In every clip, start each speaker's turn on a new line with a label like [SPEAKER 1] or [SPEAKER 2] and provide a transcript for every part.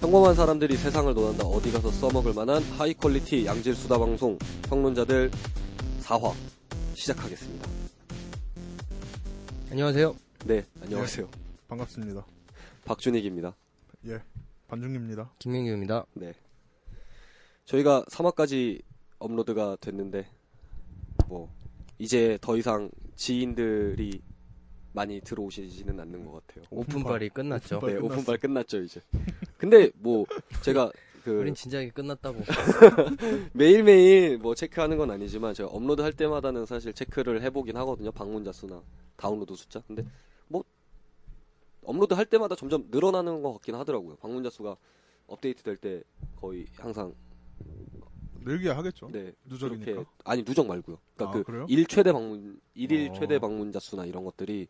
[SPEAKER 1] 평범한 사람들이 세상을 논한다 어디 가서 써먹을 만한 하이 퀄리티 양질 수다 방송 평론자들 4화 시작하겠습니다.
[SPEAKER 2] 안녕하세요.
[SPEAKER 1] 네, 안녕하세요.
[SPEAKER 3] 반갑습니다.
[SPEAKER 1] 박준익입니다.
[SPEAKER 3] 예, 반중기입니다.
[SPEAKER 2] 김민규입니다.
[SPEAKER 1] 네. 저희가 3화까지 업로드가 됐는데 뭐 이제 더 이상 지인들이 많이 들어오시지는 않는 것 같아요.
[SPEAKER 2] 오픈발이 끝났죠.
[SPEAKER 3] 오픈발.
[SPEAKER 1] 네,
[SPEAKER 3] 끝났어.
[SPEAKER 1] 오픈발 끝났죠, 이제. 근데 뭐 제가 그
[SPEAKER 2] 우린 진작에 끝났다고.
[SPEAKER 1] 매일매일 뭐 체크하는 건 아니지만 제가 업로드 할 때마다는 사실 체크를 해보긴 하거든요. 방문자 수나 다운로드 숫자. 근데 뭐 업로드 할 때마다 점점 늘어나는 것 같긴 하더라고요. 방문자 수가 업데이트 될 때 거의 항상
[SPEAKER 3] 늘게 하겠죠.
[SPEAKER 1] 네
[SPEAKER 3] 누적이니까.
[SPEAKER 1] 이렇게 아니 누적 말고요. 그러니까
[SPEAKER 3] 아,
[SPEAKER 1] 그
[SPEAKER 3] 그래요?
[SPEAKER 1] 일 최대 방문 일일
[SPEAKER 3] 어.
[SPEAKER 1] 최대 방문자 수나 이런 것들이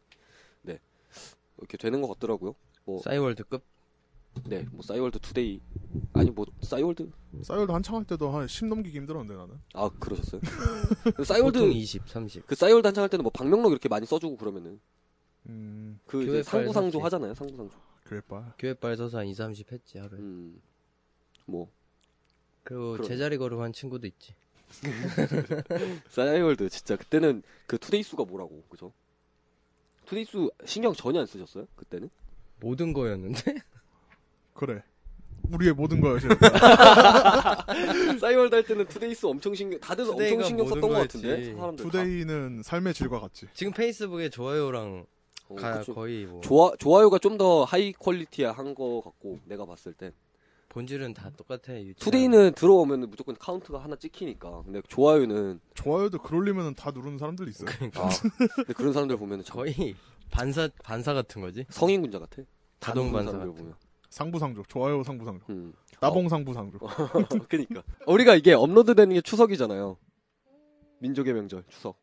[SPEAKER 1] 네 이렇게 되는 것 같더라고요. 뭐
[SPEAKER 2] 싸이월드급.
[SPEAKER 1] 네, 뭐 싸이월드 투데이 아니 뭐 싸이월드
[SPEAKER 3] 싸이월드 한창 할 때도 한 10 넘기기 힘들었는데 나는.
[SPEAKER 1] 아 그러셨어요?
[SPEAKER 2] 보통
[SPEAKER 1] 싸이월드
[SPEAKER 2] 20, 30.
[SPEAKER 1] 그 싸이월드 한창 할 때는 뭐 박명록 이렇게 많이 써주고 그러면은
[SPEAKER 3] 음,
[SPEAKER 1] 그
[SPEAKER 2] 교회
[SPEAKER 1] 이제 상부상조
[SPEAKER 2] 빨갛게.
[SPEAKER 1] 하잖아요. 상부상조.
[SPEAKER 3] 그랬바.
[SPEAKER 2] 교회발 서서 한 2, 30 했지 하루에.
[SPEAKER 1] 음. 뭐
[SPEAKER 2] 그리고
[SPEAKER 1] 그럼.
[SPEAKER 2] 제자리 걸음한 친구도 있지.
[SPEAKER 1] 싸이월드 진짜 그때는 그 투데이 수가 뭐라고 그죠? 투데이 수 신경 전혀 안 쓰셨어요? 그때는?
[SPEAKER 2] 모든 거였는데?
[SPEAKER 3] 그래. 우리의 모든 거야, 지금.
[SPEAKER 1] 아. 싸이월드 할 때는 투데이 수 엄청 신경 다들 엄청
[SPEAKER 2] 투데이가
[SPEAKER 1] 신경 썼던 것
[SPEAKER 2] 모든
[SPEAKER 1] 같은데
[SPEAKER 2] 거였지.
[SPEAKER 1] 사람들 다.
[SPEAKER 3] 투데이는 삶의 질과 같이.
[SPEAKER 2] 지금 페이스북에 좋아요랑
[SPEAKER 1] 어,
[SPEAKER 2] 가,
[SPEAKER 1] 그쵸.
[SPEAKER 2] 거의 뭐
[SPEAKER 1] 좋아 좋아요가 좀 더 하이 퀄리티한 거 같고 내가 봤을 때
[SPEAKER 2] 본질은 다 똑같아. 유치한.
[SPEAKER 1] 투데이는 들어오면 무조건 카운트가 하나 찍히니까 근데 좋아요는 아,
[SPEAKER 3] 좋아요도 글 올리면 다 누르는 사람들 있어요.
[SPEAKER 2] 그러니까
[SPEAKER 1] 근데 그런 사람들 보면 참
[SPEAKER 2] 거의 반사 반사 같은 거지.
[SPEAKER 1] 성인군자 같아 다
[SPEAKER 2] 자동
[SPEAKER 1] 누르는
[SPEAKER 2] 반사
[SPEAKER 1] 사람들
[SPEAKER 2] 같아.
[SPEAKER 1] 보면
[SPEAKER 3] 상부상조, 좋아요 상부상조,
[SPEAKER 1] 음.
[SPEAKER 3] 따봉 상부상조.
[SPEAKER 1] 어. 그니까 우리가 이게 업로드되는 게 추석이잖아요. 민족의 명절 추석.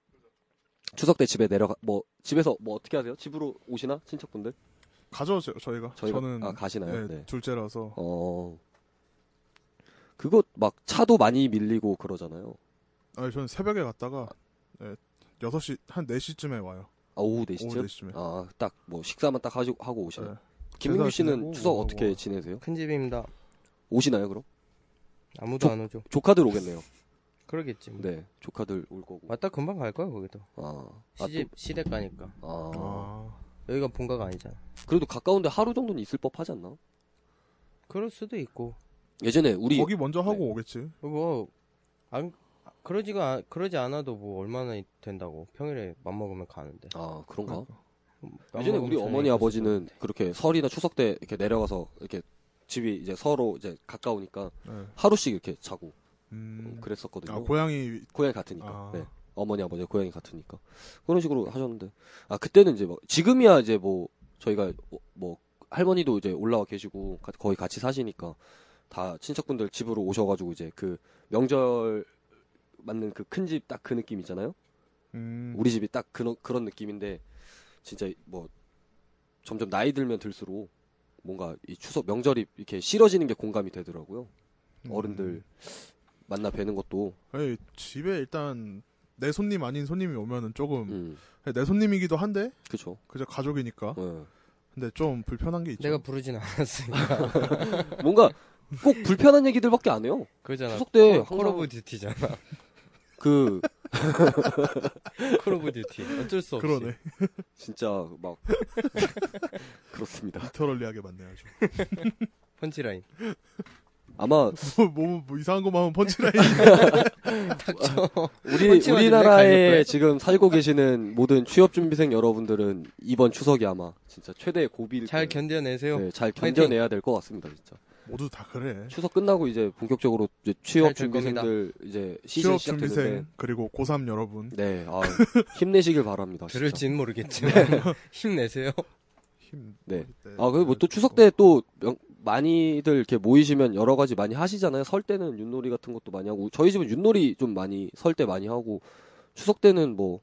[SPEAKER 1] 추석 때 집에 내려가 뭐 집에서 뭐 어떻게 하세요? 집으로 오시나 친척분들?
[SPEAKER 3] 가져오세요, 저희가.
[SPEAKER 1] 저희가
[SPEAKER 3] 저는
[SPEAKER 1] 아 가시나요?
[SPEAKER 3] 예,
[SPEAKER 1] 네.
[SPEAKER 3] 둘째라서
[SPEAKER 1] 어 그거 막 차도 많이 밀리고 그러잖아요.
[SPEAKER 3] 아니 저는 새벽에 갔다가 예, 6시 한 4시쯤에 와요.
[SPEAKER 1] 아 오후 4
[SPEAKER 3] 오후
[SPEAKER 1] 시쯤.
[SPEAKER 3] 4시쯤에.
[SPEAKER 1] 아 딱 뭐 식사만 딱 하시고 하고 오시나. 요
[SPEAKER 3] 네.
[SPEAKER 1] 김민규
[SPEAKER 3] 제사
[SPEAKER 1] 씨는
[SPEAKER 3] 지내고
[SPEAKER 1] 추석
[SPEAKER 3] 뭐
[SPEAKER 1] 어떻게
[SPEAKER 3] 하고.
[SPEAKER 1] 지내세요?
[SPEAKER 2] 큰 집입니다.
[SPEAKER 1] 오시나요 그럼?
[SPEAKER 2] 아무도 안 오죠.
[SPEAKER 1] 조카들 오겠네요.
[SPEAKER 2] 그러겠지. 뭐.
[SPEAKER 1] 네, 조카들 올 거고.
[SPEAKER 2] 왔다 금방 갈 거야 거기도.
[SPEAKER 1] 아, 아,
[SPEAKER 2] 아, 시집 시댁 가니까.
[SPEAKER 1] 또, 아,
[SPEAKER 3] 아,
[SPEAKER 2] 여기가 본가가 아니잖아.
[SPEAKER 1] 그래도 가까운데 하루 정도는 있을 법하지 않나?
[SPEAKER 2] 그럴 수도 있고.
[SPEAKER 1] 예전에 우리 네.
[SPEAKER 3] 거기 먼저 하고 오겠지.
[SPEAKER 2] 뭐, 안, 그러지가, 않- 그러지 않아도 뭐 얼마나 된다고. 평일에 맘먹으면 가는데.
[SPEAKER 1] 아 그런가?
[SPEAKER 2] 맘
[SPEAKER 1] 예전에
[SPEAKER 2] 먹으면
[SPEAKER 1] 우리
[SPEAKER 2] 저녁에
[SPEAKER 1] 어머니
[SPEAKER 2] 가서
[SPEAKER 1] 아버지는 그렇게 설이나 추석 때 이렇게 내려가서 이렇게 집이 이제 서로 이제 가까우니까
[SPEAKER 3] 예.
[SPEAKER 1] 하루씩 이렇게 자고
[SPEAKER 3] 음,
[SPEAKER 1] 그랬었거든요.
[SPEAKER 3] 아 고양이
[SPEAKER 1] 고향이 같으니까.
[SPEAKER 3] 아.
[SPEAKER 1] 네. 어머니 아버지 고향이 같으니까 그런 식으로 하셨는데 아 그때는 이제 막 지금이야 이제 뭐 저희가 뭐, 뭐 할머니도 이제 올라와 계시고 가- 거의 같이 사시니까 다 친척분들 집으로 오셔가지고 이제 그 명절 맞는 그 큰 집 딱 그 느낌 있잖아요.
[SPEAKER 3] 음,
[SPEAKER 1] 우리 집이 딱 그런 그런 느낌인데 진짜 뭐 점점 나이 들면 들수록 뭔가 이 추석 명절이 이렇게 싫어지는 게 공감이 되더라고요.
[SPEAKER 3] 음.
[SPEAKER 1] 어른들 만나 뵈는 것도
[SPEAKER 3] 아니, 집에 일단 내 손님 아닌 손님이 오면은 조금
[SPEAKER 1] 음
[SPEAKER 3] 내 손님이기도 한데
[SPEAKER 1] 그쵸.
[SPEAKER 3] 그저 가족이니까
[SPEAKER 1] 예.
[SPEAKER 3] 근데 좀 불편한 게 있죠.
[SPEAKER 2] 내가 부르진 않았으니까.
[SPEAKER 1] 뭔가 꼭 불편한 얘기들밖에 안 해요.
[SPEAKER 2] 그러잖아. 어,
[SPEAKER 1] 추석 때 항상-
[SPEAKER 2] 콜 오브 듀티잖아.
[SPEAKER 1] 그
[SPEAKER 2] 콜 오브 듀티. 어쩔 수 없이.
[SPEAKER 3] 그러네
[SPEAKER 1] 진짜 막 그렇습니다.
[SPEAKER 3] 리터럴리하게 만네 아주.
[SPEAKER 2] 펀치라인.
[SPEAKER 1] 아마
[SPEAKER 3] 뭐, 뭐, 뭐 이상한 것만 하면 펀치라인.
[SPEAKER 1] 우리
[SPEAKER 2] 펀치만 있네,
[SPEAKER 1] 우리나라에
[SPEAKER 2] 갈고리.
[SPEAKER 1] 지금 살고 계시는 모든 취업 준비생 여러분들은 이번 추석이 아마 진짜 최대의 고비일
[SPEAKER 2] 잘
[SPEAKER 1] 거예요.
[SPEAKER 2] 견뎌내세요.
[SPEAKER 1] 네, 잘
[SPEAKER 2] 파이팅.
[SPEAKER 1] 견뎌내야 될 것 같습니다, 진짜.
[SPEAKER 3] 모두 다 그래.
[SPEAKER 1] 추석 끝나고 이제 본격적으로 이제 취업
[SPEAKER 2] 잘될 겁니다.
[SPEAKER 1] 준비생들 이제 시즌
[SPEAKER 3] 취업
[SPEAKER 1] 시작되는데
[SPEAKER 3] 준비생 그리고 고3 여러분
[SPEAKER 1] 네, 아, 힘내시길 바랍니다. 진짜.
[SPEAKER 2] 들을진 모르겠지만. 힘내세요.
[SPEAKER 3] 힘.
[SPEAKER 1] 네.
[SPEAKER 3] 네.
[SPEAKER 1] 아, 그리고 뭐또 추석 때 또 많이들 이렇게 모이시면 여러 가지 많이 하시잖아요. 설 때는 윷놀이 같은 것도 많이 하고 저희 집은 윷놀이 좀 많이 설 때 많이 하고 추석 때는 뭐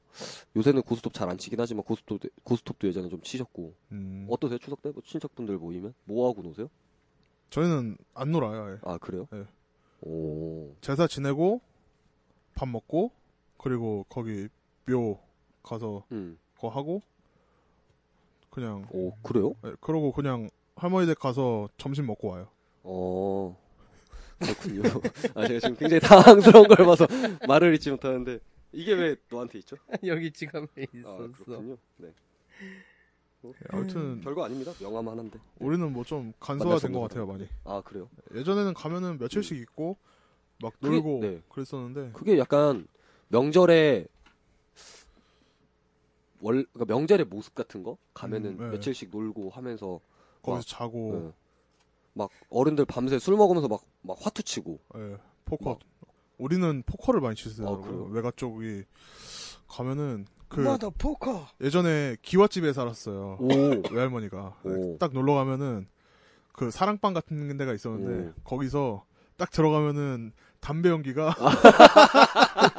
[SPEAKER 1] 요새는 고스톱 잘 안 치긴 하지만 고스톱 고스톱도 예전에 좀 치셨고
[SPEAKER 3] 음,
[SPEAKER 1] 어떠세요? 추석 때뭐 친척분들 모이면 뭐 하고 노세요?
[SPEAKER 3] 저희는 안 놀아요. 아예.
[SPEAKER 1] 아 그래요?
[SPEAKER 3] 네.
[SPEAKER 1] 오,
[SPEAKER 3] 제사 지내고 밥 먹고 그리고 거기 묘 가서
[SPEAKER 1] 음,
[SPEAKER 3] 그거 하고 그냥
[SPEAKER 1] 오 그래요?
[SPEAKER 3] 예, 그러고 그냥 할머니 댁 가서 점심 먹고 와요.
[SPEAKER 1] 어. 그렇군요. 아, 제가 지금 굉장히 당황스러운 걸 봐서 말을 잊지 못하는데, 이게 왜 너한테 있죠?
[SPEAKER 2] 여기 지갑에
[SPEAKER 1] 아,
[SPEAKER 2] 있었어.
[SPEAKER 1] 그렇군요. 네.
[SPEAKER 3] 예,
[SPEAKER 2] 음.
[SPEAKER 3] 아무튼
[SPEAKER 1] 별거 아닙니다. 영화만 한데.
[SPEAKER 3] 우리는 뭐 좀
[SPEAKER 1] 만날 수
[SPEAKER 3] 간소화된
[SPEAKER 1] 없는
[SPEAKER 3] 것 같아요 많이.
[SPEAKER 1] 아, 그래요?
[SPEAKER 3] 네. 예전에는 가면은 며칠씩 있고 막
[SPEAKER 1] 그게-
[SPEAKER 3] 놀고
[SPEAKER 1] 네.
[SPEAKER 3] 그랬었는데
[SPEAKER 1] 그게 약간, 명절에, 월, 그러니까 명절의 모습 같은 거? 가면은
[SPEAKER 3] 음, 네.
[SPEAKER 1] 며칠씩 놀고 하면서,
[SPEAKER 3] 거기서 자고
[SPEAKER 1] 네. 막, 어른들 밤새 술 먹으면서 막, 막 화투 치고,
[SPEAKER 3] 예, 포커.
[SPEAKER 1] 네. 막.
[SPEAKER 3] 우리는 포커를 많이
[SPEAKER 1] 아, 그래요?
[SPEAKER 3] 치더라고요. 외가 쪽이 가면은 그
[SPEAKER 2] 뭐더 포커.
[SPEAKER 3] 예전에 기와집에 살았어요.
[SPEAKER 1] 오,
[SPEAKER 3] 외할머니가 예,
[SPEAKER 1] 오.
[SPEAKER 3] 딱 놀러 가면은 그 사랑방 같은 데가 있었는데 거기서 딱 들어가면은 담배 연기가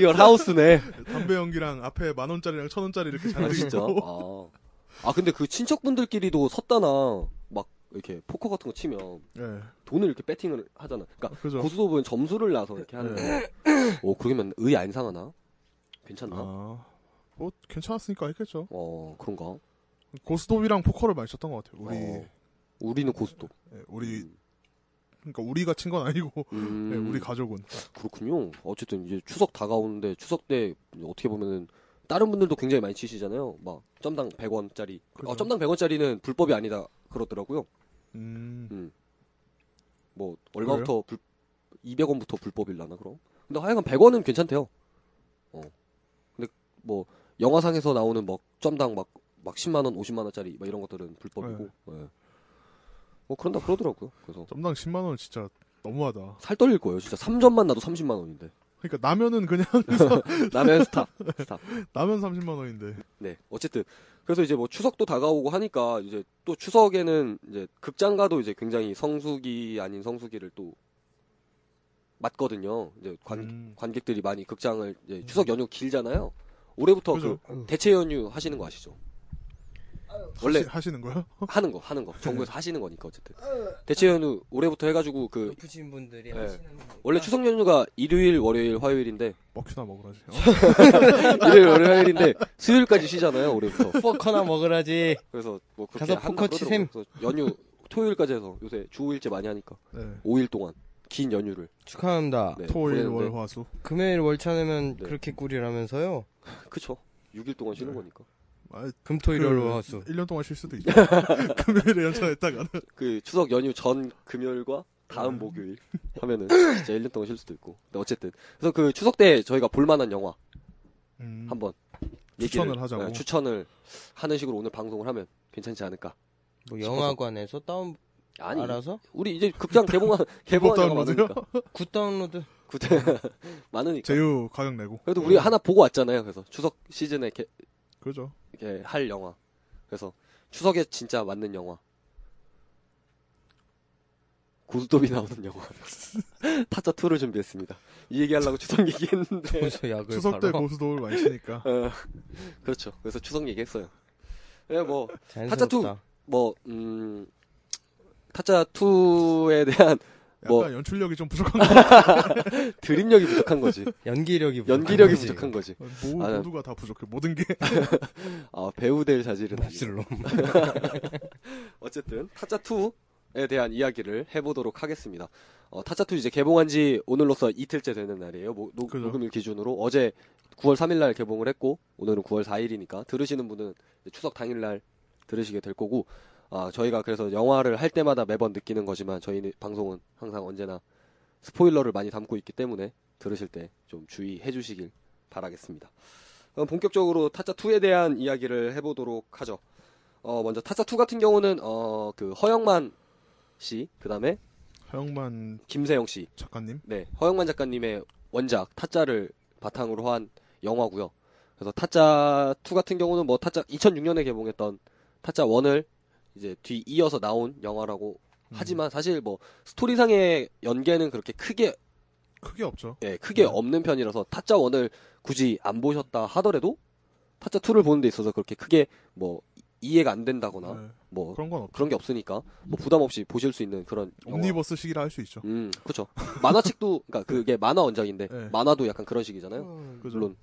[SPEAKER 1] 리얼 하우스네.
[SPEAKER 3] 담배 연기랑 앞에 만 원짜리랑 천 원짜리 이렇게
[SPEAKER 1] 아,
[SPEAKER 3] 잔뜩
[SPEAKER 1] 진짜?
[SPEAKER 3] 있고
[SPEAKER 1] 아. 아, 근데 그 친척분들끼리도 섰다나, 막, 이렇게 포커 같은 거 치면
[SPEAKER 3] 예
[SPEAKER 1] 돈을 이렇게 배팅을 아, 네. 하잖아. 그러니까
[SPEAKER 3] 그죠
[SPEAKER 1] 고수도 보면 점수를 나서 이렇게 하는데. 오, 그러면 의 안 상하나? 괜찮나?
[SPEAKER 3] 아. 아뭐 괜찮았으니까 했겠죠
[SPEAKER 1] 어, 그런가?
[SPEAKER 3] 고스톱이랑 포커를 많이 쳤던 것 같아요 우리
[SPEAKER 1] 어. 우리는 고수도.
[SPEAKER 3] 예, 우리
[SPEAKER 1] 음.
[SPEAKER 3] 그러니까 우리가 친 건 아니고
[SPEAKER 1] 음,
[SPEAKER 3] 예, 우리 가족은
[SPEAKER 1] 그렇군요. 어쨌든 이제 추석 다가오는데 추석 때 어떻게 보면은 다른 분들도 굉장히 많이 치시잖아요. 막 점당 100원짜리. 어,
[SPEAKER 3] 그죠.
[SPEAKER 1] 점당 100원짜리는 불법이 아니다 그러더라고요.
[SPEAKER 3] 음
[SPEAKER 1] 뭐 얼마부터 불 200원부터 불법일라나 그럼? 근데 하여간 100원은 괜찮대요. 어. 근데 뭐 영화상에서 나오는 막 점당 막 막 10만 원, 50만 원짜리 막 이런 것들은 불법이고. 예. 뭐 그런다 그러더라고요. 그래서
[SPEAKER 3] 점당 10만 원 진짜 너무하다
[SPEAKER 1] 살 떨릴 거예요. 진짜 3점만 나도 30만 원인데.
[SPEAKER 3] 그러니까 라면은 그냥
[SPEAKER 1] 라면 스탑. 스탑.
[SPEAKER 3] 라면 30만 원인데
[SPEAKER 1] 네. 어쨌든 그래서 이제 뭐 추석도 다가오고 하니까 이제 또 추석에는 이제 극장가도 이제 굉장히 성수기 아닌 성수기를 또 맞거든요. 이제 관
[SPEAKER 3] 음,
[SPEAKER 1] 관객들이 많이 극장을 이제 추석 연휴 길잖아요. 올해부터 그
[SPEAKER 3] 그죠. 음.
[SPEAKER 1] 대체 연휴 하시는 거 아시죠? 원래
[SPEAKER 3] 하시, 하시는 거요?
[SPEAKER 1] 하는 거 하는
[SPEAKER 3] 네.
[SPEAKER 1] 거 정부에서 하시는 거니까 어쨌든 대체 연휴 올해부터 해가지고 그
[SPEAKER 2] 높으신 분들이
[SPEAKER 1] 네.
[SPEAKER 2] 하시는 거니까.
[SPEAKER 1] 원래 추석 연휴가 일요일 월요일 화요일인데
[SPEAKER 3] 먹히나 먹으라지 어?
[SPEAKER 1] 일요일 월요일 화요일인데 수요일까지 쉬잖아요 올해부터
[SPEAKER 2] 포커나 먹으라지.
[SPEAKER 1] 그래서 뭐 그렇게
[SPEAKER 2] 가서
[SPEAKER 1] 한다
[SPEAKER 2] 포커 치셈.
[SPEAKER 1] 그러더라고요. 그래서 연휴 토요일까지 해서 요새 주일제 많이 하니까
[SPEAKER 3] 네.
[SPEAKER 1] 5일 동안 긴 연휴를
[SPEAKER 2] 축하합니다.
[SPEAKER 1] 네,
[SPEAKER 3] 아, 토일
[SPEAKER 1] 보내는데
[SPEAKER 3] 월 화수
[SPEAKER 2] 금요일 월차 내면
[SPEAKER 1] 네.
[SPEAKER 2] 그렇게 꿀이라면서요.
[SPEAKER 1] 그쵸 6일 동안 쉬는
[SPEAKER 3] 네.
[SPEAKER 1] 거니까
[SPEAKER 3] 아,
[SPEAKER 2] 금토일 월 화수.
[SPEAKER 3] 1년 동안 쉴 수도 있죠 금요일에 연차했다가
[SPEAKER 1] 그 추석 연휴 전 금요일과 다음 목요일 하면은 진짜 1년 동안 쉴 수도 있고. 근데 어쨌든 그래서 그 추석 때 저희가 볼 만한 영화
[SPEAKER 3] 음,
[SPEAKER 1] 한번
[SPEAKER 3] 추천을
[SPEAKER 1] 얘기를,
[SPEAKER 3] 하자고.
[SPEAKER 1] 네, 추천을 하는 식으로 오늘 방송을 하면 괜찮지 않을까?
[SPEAKER 2] 뭐 영화관에서 다운
[SPEAKER 1] 아니
[SPEAKER 2] 알아서
[SPEAKER 1] 우리 이제 극장 개봉한 개봉한 영화
[SPEAKER 3] 다운로드요?
[SPEAKER 1] 많으니까
[SPEAKER 2] 굿 다운로드.
[SPEAKER 1] 그때 많으니까
[SPEAKER 3] 제휴 가격 내고
[SPEAKER 1] 그래도 우리 하나 보고 왔잖아요. 그래서 추석 시즌에 개-
[SPEAKER 3] 그죠
[SPEAKER 1] 이렇게 할 영화 그래서 추석에 진짜 맞는 영화 고스톱이 나오는 영화 타짜 2를 준비했습니다. 이 얘기하려고 추석 얘기했는데
[SPEAKER 2] 무슨 약을
[SPEAKER 3] 예. 추석 때뭐
[SPEAKER 2] 팔아?
[SPEAKER 3] 고수도를 많이 치니까
[SPEAKER 1] 어, 그렇죠. 그래서 추석 얘기했어요. 네, 뭐, 타짜 투.
[SPEAKER 2] 자연스럽다.
[SPEAKER 1] 뭐, 음, 타짜2에 대한
[SPEAKER 3] 약간
[SPEAKER 1] 뭐-
[SPEAKER 3] 연출력이 좀 부족한 것 같아요
[SPEAKER 1] 드립력이 부족한 거지.
[SPEAKER 2] 연기력이 부족한
[SPEAKER 1] 연기력이
[SPEAKER 2] 거지.
[SPEAKER 1] 부족한 거지.
[SPEAKER 3] 모,
[SPEAKER 1] 아, 네.
[SPEAKER 3] 모두가 다 부족해 모든 게
[SPEAKER 1] 아, 배우될 자질은 아니
[SPEAKER 2] 몹쓸놈.
[SPEAKER 1] 어쨌든, 타짜2에 대한 이야기를 해보도록 하겠습니다. 어, 타짜2 이제 개봉한 지 오늘로써 이틀째 되는 날이에요. 뭐, 녹,
[SPEAKER 3] 그죠.
[SPEAKER 1] 녹음일 기준으로. 어제 9월 3일날 개봉을 했고, 오늘은 9월 4일이니까, 들으시는 분은 이제 추석 당일날 들으시게 될 거고, 아, 저희가 그래서 영화를 할 때마다 매번 느끼는 거지만, 저희 방송은 항상 언제나 스포일러를 많이 담고 있기 때문에, 들으실 때 좀 주의해 주시길 바라겠습니다. 그럼 본격적으로 타짜2에 대한 이야기를 해보도록 하죠. 어, 먼저 타짜2 같은 경우는, 어, 그, 허영만 씨, 그 다음에
[SPEAKER 3] 하영만
[SPEAKER 1] 김세영 씨,
[SPEAKER 3] 작가님
[SPEAKER 1] 네, 허영만 작가님의 원작 타짜를 바탕으로 한 영화고요. 그래서 타짜 2 같은 경우는 뭐 타짜 2006년에 개봉했던 타짜 1을 이제 뒤 이어서 나온 영화라고 하지만 사실 뭐 스토리상의 연계는 그렇게 크게
[SPEAKER 3] 크게 없죠
[SPEAKER 1] 예, 크게 없는 편이라서 타짜 1을 굳이 안 보셨다 하더라도 타짜 2를 보는 데 있어서 그렇게 크게 뭐 이해가 안 된다거나
[SPEAKER 3] 네,
[SPEAKER 1] 뭐
[SPEAKER 3] 그런 건 없죠
[SPEAKER 1] 그런 게 없으니까 뭐 부담 없이 보실 수 있는 그런 영화.
[SPEAKER 3] 옴니버스 시기라 할 수 있죠
[SPEAKER 1] 음, 그쵸. 만화책도, 그러니까 그니까 그게 만화 원작인데,
[SPEAKER 3] 네.
[SPEAKER 1] 만화도 약간 그런 식이잖아요.
[SPEAKER 3] 그죠
[SPEAKER 1] 물론,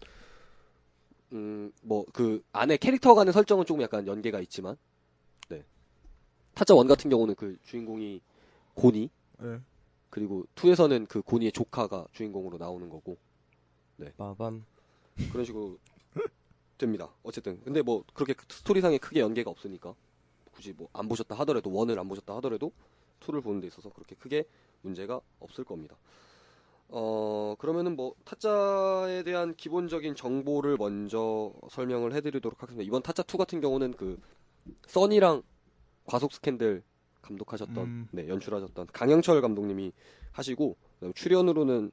[SPEAKER 1] 음, 뭐, 그, 안에 캐릭터 간의 설정은 조금 약간 연계가 있지만, 네. 타짜 원 같은 경우는 그 주인공이 고니
[SPEAKER 3] 예.
[SPEAKER 1] 그리고 2에서는 그 고니의 조카가 주인공으로 나오는 거고
[SPEAKER 2] 빠밤.
[SPEAKER 1] 그런 식으로 됩니다. 어쨌든 근데 뭐 그렇게 스토리상에 크게 연계가 없으니까 굳이 뭐 안 보셨다 하더라도 원을 안 보셨다 하더라도 투를 보는 데 있어서 그렇게 크게 문제가 없을 겁니다. 어 그러면은 뭐 타짜에 대한 기본적인 정보를 먼저 설명을 해드리도록 하겠습니다. 이번 타짜 2 같은 경우는 그 써니랑 과속 스캔들 감독하셨던
[SPEAKER 3] 음.
[SPEAKER 1] 네 연출하셨던 강영철 감독님이 하시고 그다음에 출연으로는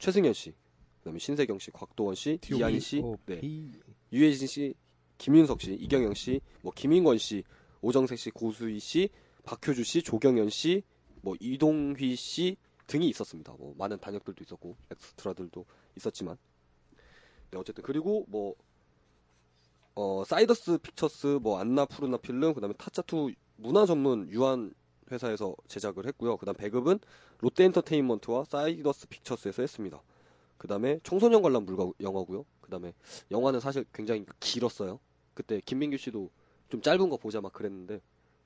[SPEAKER 1] 최승현 씨, 그다음에 신세경 씨, 곽도원 씨,
[SPEAKER 3] D.O.P.
[SPEAKER 1] 이한희 씨,
[SPEAKER 2] 오,
[SPEAKER 1] 네,
[SPEAKER 2] 비.
[SPEAKER 1] 유해진 씨, 김윤석 씨, 이경영 씨, 뭐 김인권 씨, 오정색 씨, 고수희 씨, 박효주 씨, 조경연 씨, 뭐 이동휘 씨 등이 있었습니다. 뭐 많은 단역들도 있었고 엑스트라들도 있었지만, 네 어쨌든 그리고 뭐 어, 사이더스 픽처스, 뭐 안나 푸르나 필름, 그다음에 타짜투 문화 전문 유한 회사에서 제작을 했고요. 그다음 배급은 롯데엔터테인먼트와 사이더스 픽처스에서 했습니다. 그다음에 청소년 관람 물가 영화고요. 그다음에 영화는 사실 굉장히 길었어요. 그때 김민규 씨도 좀 짧은 거 보자 막 그랬는데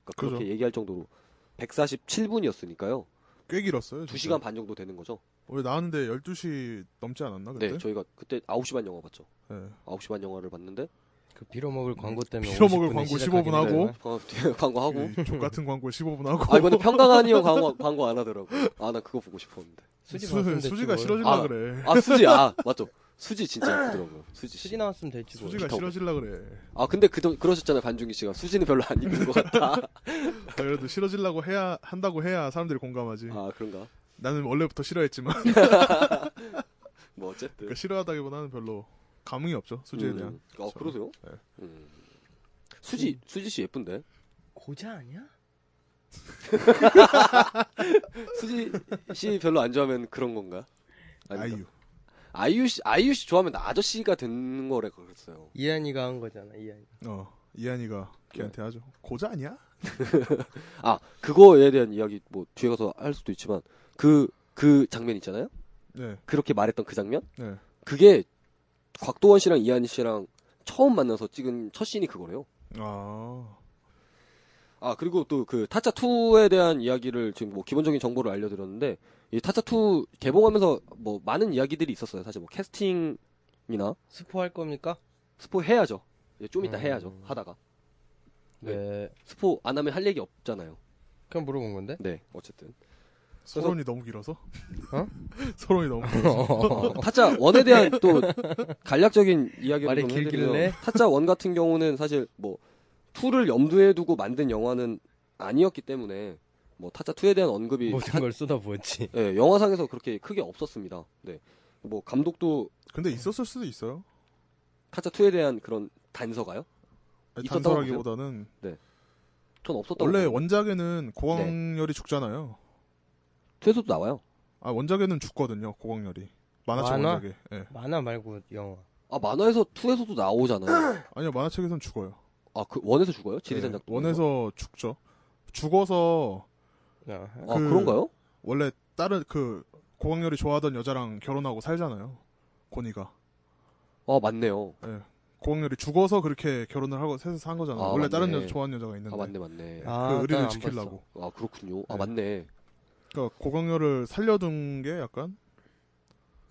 [SPEAKER 1] 그렇게
[SPEAKER 3] 그죠.
[SPEAKER 1] 얘기할 정도로 147분이었으니까요.
[SPEAKER 3] 꽤 길었어요.
[SPEAKER 1] 두
[SPEAKER 3] 진짜.
[SPEAKER 1] 시간 반 정도 되는 거죠.
[SPEAKER 3] 원래 나왔는데 12시 넘지 않았나 그때?
[SPEAKER 1] 네, 저희가 그때 9시 반 영화 봤죠.
[SPEAKER 3] 예.
[SPEAKER 1] 9시 반 영화를 봤는데
[SPEAKER 2] 그 빌어먹을 광고 때문에.
[SPEAKER 3] 음. 빌어먹을
[SPEAKER 2] 50분에
[SPEAKER 3] 광고
[SPEAKER 2] 시작하긴
[SPEAKER 3] 15분 하고.
[SPEAKER 2] 했잖아요.
[SPEAKER 1] 네. 어, 광- 광고하고
[SPEAKER 3] 그 족같은 광고 15분 하고
[SPEAKER 1] 아 이번에 평강한이 형 광고 광고 안 하더라고. 아 나 그거 보고 싶었는데.
[SPEAKER 2] 수지
[SPEAKER 3] 수-
[SPEAKER 2] 봤으면 됐지 뭐.
[SPEAKER 3] 수지가
[SPEAKER 2] 뭘.
[SPEAKER 3] 싫어질라
[SPEAKER 1] 아.
[SPEAKER 3] 그래.
[SPEAKER 1] 아 수지 아 맞죠. 수지 진짜 예쁘더라고요. 수지 씨.
[SPEAKER 2] 수지 나왔으면 됐지 뭐.
[SPEAKER 3] 수지가
[SPEAKER 1] 비타고.
[SPEAKER 3] 싫어질라 그래.
[SPEAKER 1] 아 근데 그 그러셨잖아요 반중기 씨가 수지는 별로 안 입는 것 같다.
[SPEAKER 3] 아, 그래도 싫어질라고 해야 한다고 해야 사람들이 공감하지.
[SPEAKER 1] 아 네. 그런가.
[SPEAKER 3] 나는 원래부터 싫어했지만
[SPEAKER 1] 뭐 어쨌든.
[SPEAKER 3] 그러니까 싫어하다기보다는 별로 감흥이 없죠 수지에
[SPEAKER 1] 음.
[SPEAKER 3] 대한.
[SPEAKER 1] 아 그러세요?
[SPEAKER 3] 네.
[SPEAKER 1] 음. 수지 수지 씨 예쁜데.
[SPEAKER 2] 고자 아니야?
[SPEAKER 1] 수지 씨 별로 안 좋아하면 그런 건가? 아닙니까?
[SPEAKER 3] 아이유.
[SPEAKER 1] 아이유 씨 아이유 씨 좋아하면 나 아저씨가 되는 거래 그랬어요.
[SPEAKER 2] 이한이가 한 거잖아. 이한이.
[SPEAKER 3] 어 이한이가 걔한테 하죠. 고자 아니야?
[SPEAKER 1] 아 그거에 대한 이야기 뭐 뒤에 가서 할 수도 있지만 그 그 장면 있잖아요.
[SPEAKER 3] 네.
[SPEAKER 1] 그렇게 말했던 그 장면?
[SPEAKER 3] 네.
[SPEAKER 1] 그게 곽도원 씨랑 이한희 씨랑 처음 만나서 찍은 첫 씬이 그거래요.
[SPEAKER 3] 아.
[SPEAKER 1] 아 그리고 또 그 타짜 2에 대한 이야기를 지금 뭐 기본적인 정보를 알려드렸는데 이 타짜 2 개봉하면서 뭐 많은 이야기들이 있었어요. 사실 뭐 캐스팅이나
[SPEAKER 2] 스포할 겁니까?
[SPEAKER 1] 스포 해야죠. 이제 좀 이따
[SPEAKER 2] 음.
[SPEAKER 1] 해야죠. 하다가 네.
[SPEAKER 2] 네.
[SPEAKER 1] 스포 안 하면 할 얘기 없잖아요.
[SPEAKER 2] 그냥 물어본 건데.
[SPEAKER 1] 네 어쨌든
[SPEAKER 3] 서론이 너무 길어서?
[SPEAKER 2] 어?
[SPEAKER 3] 서론이 너무 길어서.
[SPEAKER 1] 타짜 1에 대한 또 간략적인 이야기를
[SPEAKER 2] 말이
[SPEAKER 1] 좀 해드리면
[SPEAKER 2] 길길래?
[SPEAKER 1] 타짜 1 같은 경우는 사실 뭐 2를 염두에 두고 만든 영화는 아니었기 때문에 뭐 타짜 2에 대한 언급이
[SPEAKER 3] 뭐
[SPEAKER 2] 모든 걸 쏟아부었지.
[SPEAKER 1] 예, 영화상에서 그렇게 크게 없었습니다. 네. 뭐 감독도
[SPEAKER 3] 근데 있었을 수도 있어요.
[SPEAKER 1] 타짜 2에 대한 그런 단서가요?
[SPEAKER 3] 아니,
[SPEAKER 1] 있었다고
[SPEAKER 3] 단서라기보다는
[SPEAKER 1] 전 없었다고.
[SPEAKER 3] 원래 원작에는 고광열이 죽잖아요.
[SPEAKER 1] 퇴소도 나와요.
[SPEAKER 3] 아 원작에는 죽거든요 고광열이 만화책
[SPEAKER 2] 만화?
[SPEAKER 3] 원작에 예.
[SPEAKER 2] 만화 말고 영화.
[SPEAKER 1] 아 만화에서 2에서도 나오잖아요.
[SPEAKER 3] 아니요 만화책에선 죽어요
[SPEAKER 1] 아그 원에서 죽어요? 지리산
[SPEAKER 3] 예,
[SPEAKER 1] 작동.
[SPEAKER 3] 원에서 죽죠 죽어서
[SPEAKER 2] 아하.
[SPEAKER 1] 아
[SPEAKER 3] 그-
[SPEAKER 1] 그... 런가요
[SPEAKER 3] 원래 다른 그 고광열이 좋아하던 여자랑 결혼하고 살잖아요 고니가 그
[SPEAKER 1] 아 맞네요.
[SPEAKER 3] 고광열이 죽어서 그렇게 결혼을 하고 세서 산 거잖아요
[SPEAKER 1] 아,
[SPEAKER 3] 원래
[SPEAKER 1] 맞네.
[SPEAKER 3] 다른 여자 좋아하는 여자가 있는데
[SPEAKER 1] 아 맞네 맞네.
[SPEAKER 3] 그
[SPEAKER 1] 아,
[SPEAKER 2] 아, 난안
[SPEAKER 3] 의리를 지키려고
[SPEAKER 1] 그렇군요. 아
[SPEAKER 3] 네.
[SPEAKER 1] 맞네.
[SPEAKER 3] 그러니까 고광열을 살려둔 게 약간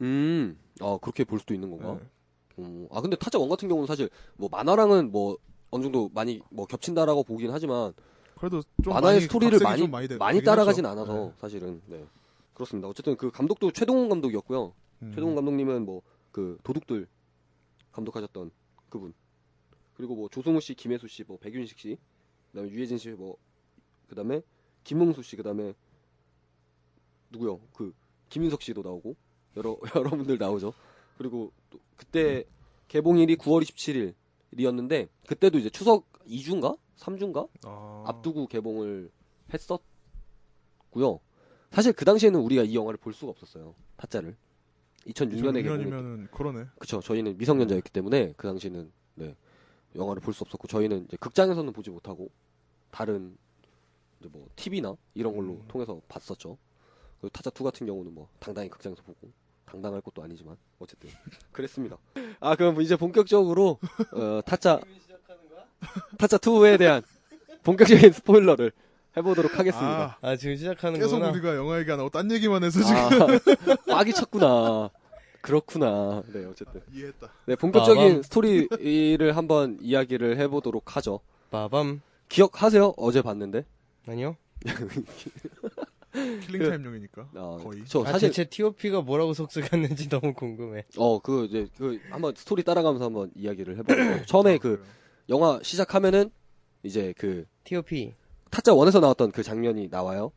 [SPEAKER 1] 음. 아 그렇게 볼 수도 있는 건가?
[SPEAKER 3] 예.
[SPEAKER 1] 음, 아 근데 타짜 원 같은 경우는 사실 뭐 만화랑은 뭐 어느 정도 많이 뭐 겹친다라고 보긴 하지만
[SPEAKER 3] 그래도 좀
[SPEAKER 1] 만화의
[SPEAKER 3] 많이
[SPEAKER 1] 스토리를
[SPEAKER 3] 각색이
[SPEAKER 1] 많이
[SPEAKER 3] 좀
[SPEAKER 1] 많이,
[SPEAKER 3] 되- 되긴
[SPEAKER 1] 따라가진
[SPEAKER 3] 하죠.
[SPEAKER 1] 않아서
[SPEAKER 3] 예.
[SPEAKER 1] 사실은 네. 그렇습니다. 어쨌든 그 감독도 최동훈 감독이었고요.
[SPEAKER 3] 음.
[SPEAKER 1] 최동훈 감독님은 뭐 그 도둑들 감독하셨던 그분 그리고 뭐 조승우 씨, 김혜수 씨, 뭐 백윤식 씨, 그다음에 유해진 씨, 뭐 그다음에 김몽수 씨, 그다음에 누구요? 그 김윤석 씨도 나오고 여러 여러분들 나오죠. 그리고 또 그때 개봉일이 9월 27일이었는데 그때도 이제 추석 2주인가 3주인가
[SPEAKER 3] 아,
[SPEAKER 1] 앞두고 개봉을 했었고요. 사실 그 당시에는 우리가 이 영화를 볼 수가 없었어요. 타짜를 2006년에 개봉했기
[SPEAKER 3] 2006년이면은 그러네
[SPEAKER 1] 그쵸. 저희는
[SPEAKER 3] 음.
[SPEAKER 1] 미성년자였기 때문에 그 당시는 네, 영화를 볼 수 없었고 저희는 이제 극장에서는 보지 못하고 다른 이제 뭐 TV나 이런 걸로
[SPEAKER 3] 음.
[SPEAKER 1] 통해서 봤었죠. 그리고 타짜 2 같은 경우는 뭐 당당히 극장에서 보고 당당할 것도 아니지만 어쨌든 그랬습니다. 아 그럼 이제 본격적으로 어, 타짜 타짜 2에 대한 본격적인 스포일러를 해보도록 하겠습니다.
[SPEAKER 3] 아,
[SPEAKER 2] 아 지금 시작하는
[SPEAKER 3] 계속
[SPEAKER 2] 거구나.
[SPEAKER 3] 우리가 영화 얘기 안 하고 딴 얘기만 해서 지금
[SPEAKER 1] 아, 빡이 쳤구나. 그렇구나. 네, 어쨌든.
[SPEAKER 3] 이해했다.
[SPEAKER 1] 네, 본격적인
[SPEAKER 3] 아,
[SPEAKER 2] 빠밤.
[SPEAKER 1] 스토리를 한번 이야기를 해보도록 하죠.
[SPEAKER 2] 빠밤
[SPEAKER 1] 기억하세요? 어제 봤는데.
[SPEAKER 2] 아니요.
[SPEAKER 3] 킬링 타임용이니까
[SPEAKER 1] 아,
[SPEAKER 3] 거의.
[SPEAKER 1] 저
[SPEAKER 2] 아
[SPEAKER 1] 사실
[SPEAKER 2] 대체 T.O.P가 뭐라고 속삭였는지 너무 궁금해.
[SPEAKER 1] 어 그 이제 그 한번 스토리 따라가면서 한번 이야기를 해보고
[SPEAKER 3] 아,
[SPEAKER 1] 처음에 그 영화 시작하면은 이제 그
[SPEAKER 2] T.O.P.
[SPEAKER 1] 타짜 원에서 나왔던 그 장면이 나와요.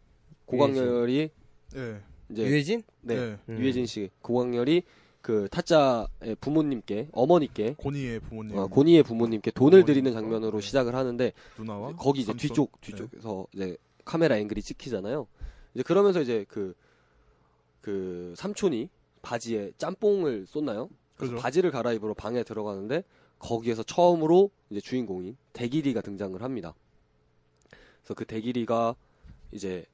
[SPEAKER 1] 고광렬이
[SPEAKER 3] 예.
[SPEAKER 1] 이제
[SPEAKER 2] 유해진?
[SPEAKER 1] 네,
[SPEAKER 3] 예.
[SPEAKER 2] 음.
[SPEAKER 1] 유해진 씨 고광렬이 그 타짜의 부모님께 어머니께
[SPEAKER 3] 고니의 부모님
[SPEAKER 1] 어, 고니의 부모님께 돈을
[SPEAKER 3] 어머니.
[SPEAKER 1] 드리는 장면으로
[SPEAKER 3] 네.
[SPEAKER 1] 시작을 하는데
[SPEAKER 3] 누나와 네.
[SPEAKER 1] 거기 이제
[SPEAKER 3] 삼촌? 예,
[SPEAKER 1] 뒤쪽 뒤쪽에서 이제 카메라 앵글이 찍히잖아요. 이제 그러면서 이제 그 그 삼촌이 바지에 짬뽕을 쏟나요? 그래서
[SPEAKER 3] 그죠.
[SPEAKER 1] 바지를 갈아입으러 방에 들어가는데 거기에서 처음으로 이제 주인공인 대길이가 등장을 합니다. 그래서 그 대길이가 이제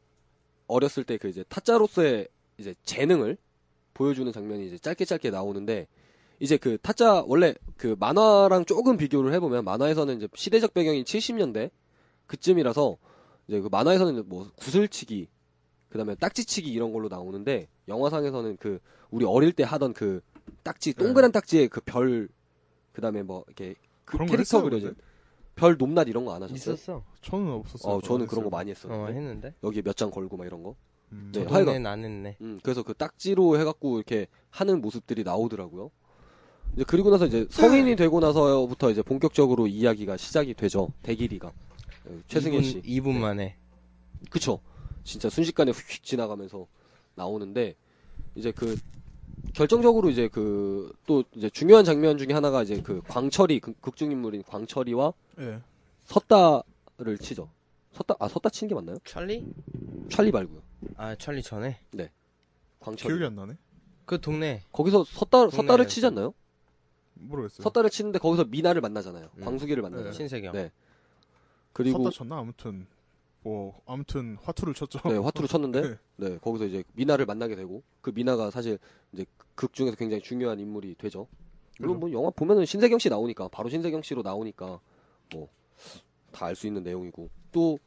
[SPEAKER 1] 어렸을 때 그 이제 타짜로서의 이제 재능을 보여주는 장면이 이제 짧게 짧게 나오는데 이제 그 타짜 원래 그 만화랑 조금 비교를 해보면 만화에서는 이제 시대적 배경이 70년대 그쯤이라서 이제 그 만화에서는 뭐 구슬치기 그다음에 딱지치기 이런 걸로 나오는데 영화상에서는 그 우리 어릴 때 하던 그 딱지 동그란 딱지에 그 별 그다음에 뭐 이렇게 그
[SPEAKER 3] 그런 거
[SPEAKER 1] 캐릭터
[SPEAKER 3] 했어요,
[SPEAKER 1] 그려진
[SPEAKER 3] 근데?
[SPEAKER 1] 별 놈낱 이런 거 안 하셨어요?
[SPEAKER 2] 있었어.
[SPEAKER 3] 저는 없었어요.
[SPEAKER 1] 어 저는 그런 거 많이 했어요.
[SPEAKER 2] 어 했는데.
[SPEAKER 1] 여기에 몇 장 걸고 막 이런 거.
[SPEAKER 3] 음,
[SPEAKER 1] 네,
[SPEAKER 2] 저도
[SPEAKER 1] 하여간.
[SPEAKER 2] 낸안 했네.
[SPEAKER 1] 음, 그래서 그 딱지로 해갖고 이렇게 하는 모습들이 나오더라고요. 이제 그리고 나서 이제
[SPEAKER 2] 네.
[SPEAKER 1] 성인이 되고 나서부터 이제 본격적으로 이야기가 시작이 되죠. 대길이가. 어, 최승현 씨.
[SPEAKER 2] 2분 만에.
[SPEAKER 1] 그쵸. 진짜 순식간에 휙 지나가면서 나오는데, 이제 그, 결정적으로 이제 그, 또 이제 중요한 장면 중에 하나가 이제 그 광철이, 극- 극중인물인 광철이와
[SPEAKER 3] 예.
[SPEAKER 1] 섰다를 치죠. 섰다, 아, 섰다 친 게 맞나요?
[SPEAKER 2] 찰리?
[SPEAKER 1] 찰리 말고요.
[SPEAKER 2] 아 찰리 전에.
[SPEAKER 1] 광철이.
[SPEAKER 3] 기억이 안 나네.
[SPEAKER 2] 그 동네.
[SPEAKER 1] 거기서 섰다,
[SPEAKER 2] 동네에서.
[SPEAKER 1] 섰다를 치지 않나요?
[SPEAKER 3] 모르겠어요.
[SPEAKER 1] 섰다를 치는데 거기서 미나를 만나잖아요.
[SPEAKER 2] 음.
[SPEAKER 1] 광수기를 만나잖아요.
[SPEAKER 2] 신세경.
[SPEAKER 1] 네. 그리고
[SPEAKER 3] 섰다 쳤나 아무튼 뭐 아무튼 화투를 쳤죠.
[SPEAKER 1] 네, 화투를 쳤는데
[SPEAKER 3] 네.
[SPEAKER 1] 네, 거기서 이제 미나를 만나게 되고 그 미나가 사실 이제 극 중에서 굉장히 중요한 인물이 되죠. 물론 뭐 영화 보면은 신세경 씨 나오니까 바로 신세경 씨로 나오니까 뭐 다 알 수 있는 내용이고 또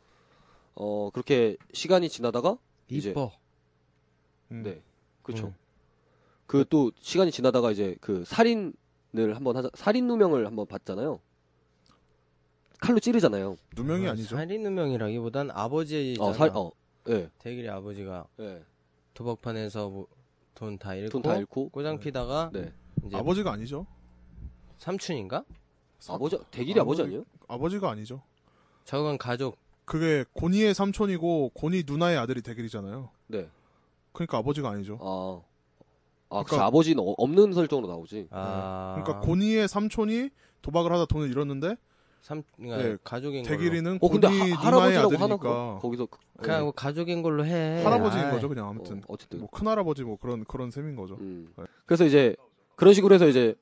[SPEAKER 1] 어, 그렇게 시간이 지나다가 이제-
[SPEAKER 2] 이뻐.
[SPEAKER 3] 음.
[SPEAKER 1] 네. 그렇죠.
[SPEAKER 2] 음.
[SPEAKER 1] 그 또 시간이 지나다가 이제 그 살인을 한번 하자 살인 누명을 한번 봤잖아요. 칼로 찌르잖아요.
[SPEAKER 3] 누명이
[SPEAKER 2] 아,
[SPEAKER 3] 아니죠.
[SPEAKER 2] 살인 누명이라기보단 아버지잖아.
[SPEAKER 1] 어, 살 어. 예.
[SPEAKER 2] 대길이 아버지가
[SPEAKER 1] 예.
[SPEAKER 2] 도박판에서 뭐 돈 다 잃고
[SPEAKER 1] 돈다 잃고
[SPEAKER 2] 꼬장 피다가
[SPEAKER 1] 네.
[SPEAKER 2] 이제
[SPEAKER 3] 아버지가 아니죠.
[SPEAKER 2] 삼촌인가?
[SPEAKER 3] 사-
[SPEAKER 1] 아버지 대길이 아버지 아니에요?
[SPEAKER 3] 아버지가 아니죠.
[SPEAKER 2] 저건 가족.
[SPEAKER 3] 그게 고니의 삼촌이고 고니 누나의 아들이 대길이잖아요.
[SPEAKER 1] 네.
[SPEAKER 3] 그러니까 아버지가 아니죠.
[SPEAKER 1] 아. 아, 그
[SPEAKER 3] 그러니까-
[SPEAKER 1] 아버지는 어- 없는 설정으로 나오지.
[SPEAKER 2] 아
[SPEAKER 3] 그러니까 고니의 삼촌이 도박을 하다 돈을 잃었는데
[SPEAKER 2] 삼 그러니까
[SPEAKER 3] 네,
[SPEAKER 2] 가족인 걸로.
[SPEAKER 3] 대길이는
[SPEAKER 1] 어,
[SPEAKER 3] 고니
[SPEAKER 1] 근데 하-
[SPEAKER 3] 누나의
[SPEAKER 1] 할아버지라고 하나 그거?
[SPEAKER 3] 아들이니까
[SPEAKER 1] 거기서 그,
[SPEAKER 2] 그냥 뭐 가족인 걸로 해.
[SPEAKER 3] 할아버지인
[SPEAKER 2] 아이,
[SPEAKER 3] 거죠. 그냥 아무튼
[SPEAKER 1] 어, 쨌든
[SPEAKER 3] 뭐 큰할아버지 뭐 그런 그런 셈인 거죠.
[SPEAKER 1] 음.
[SPEAKER 3] 네.
[SPEAKER 1] 그래서 이제 그런 식으로 해서 이제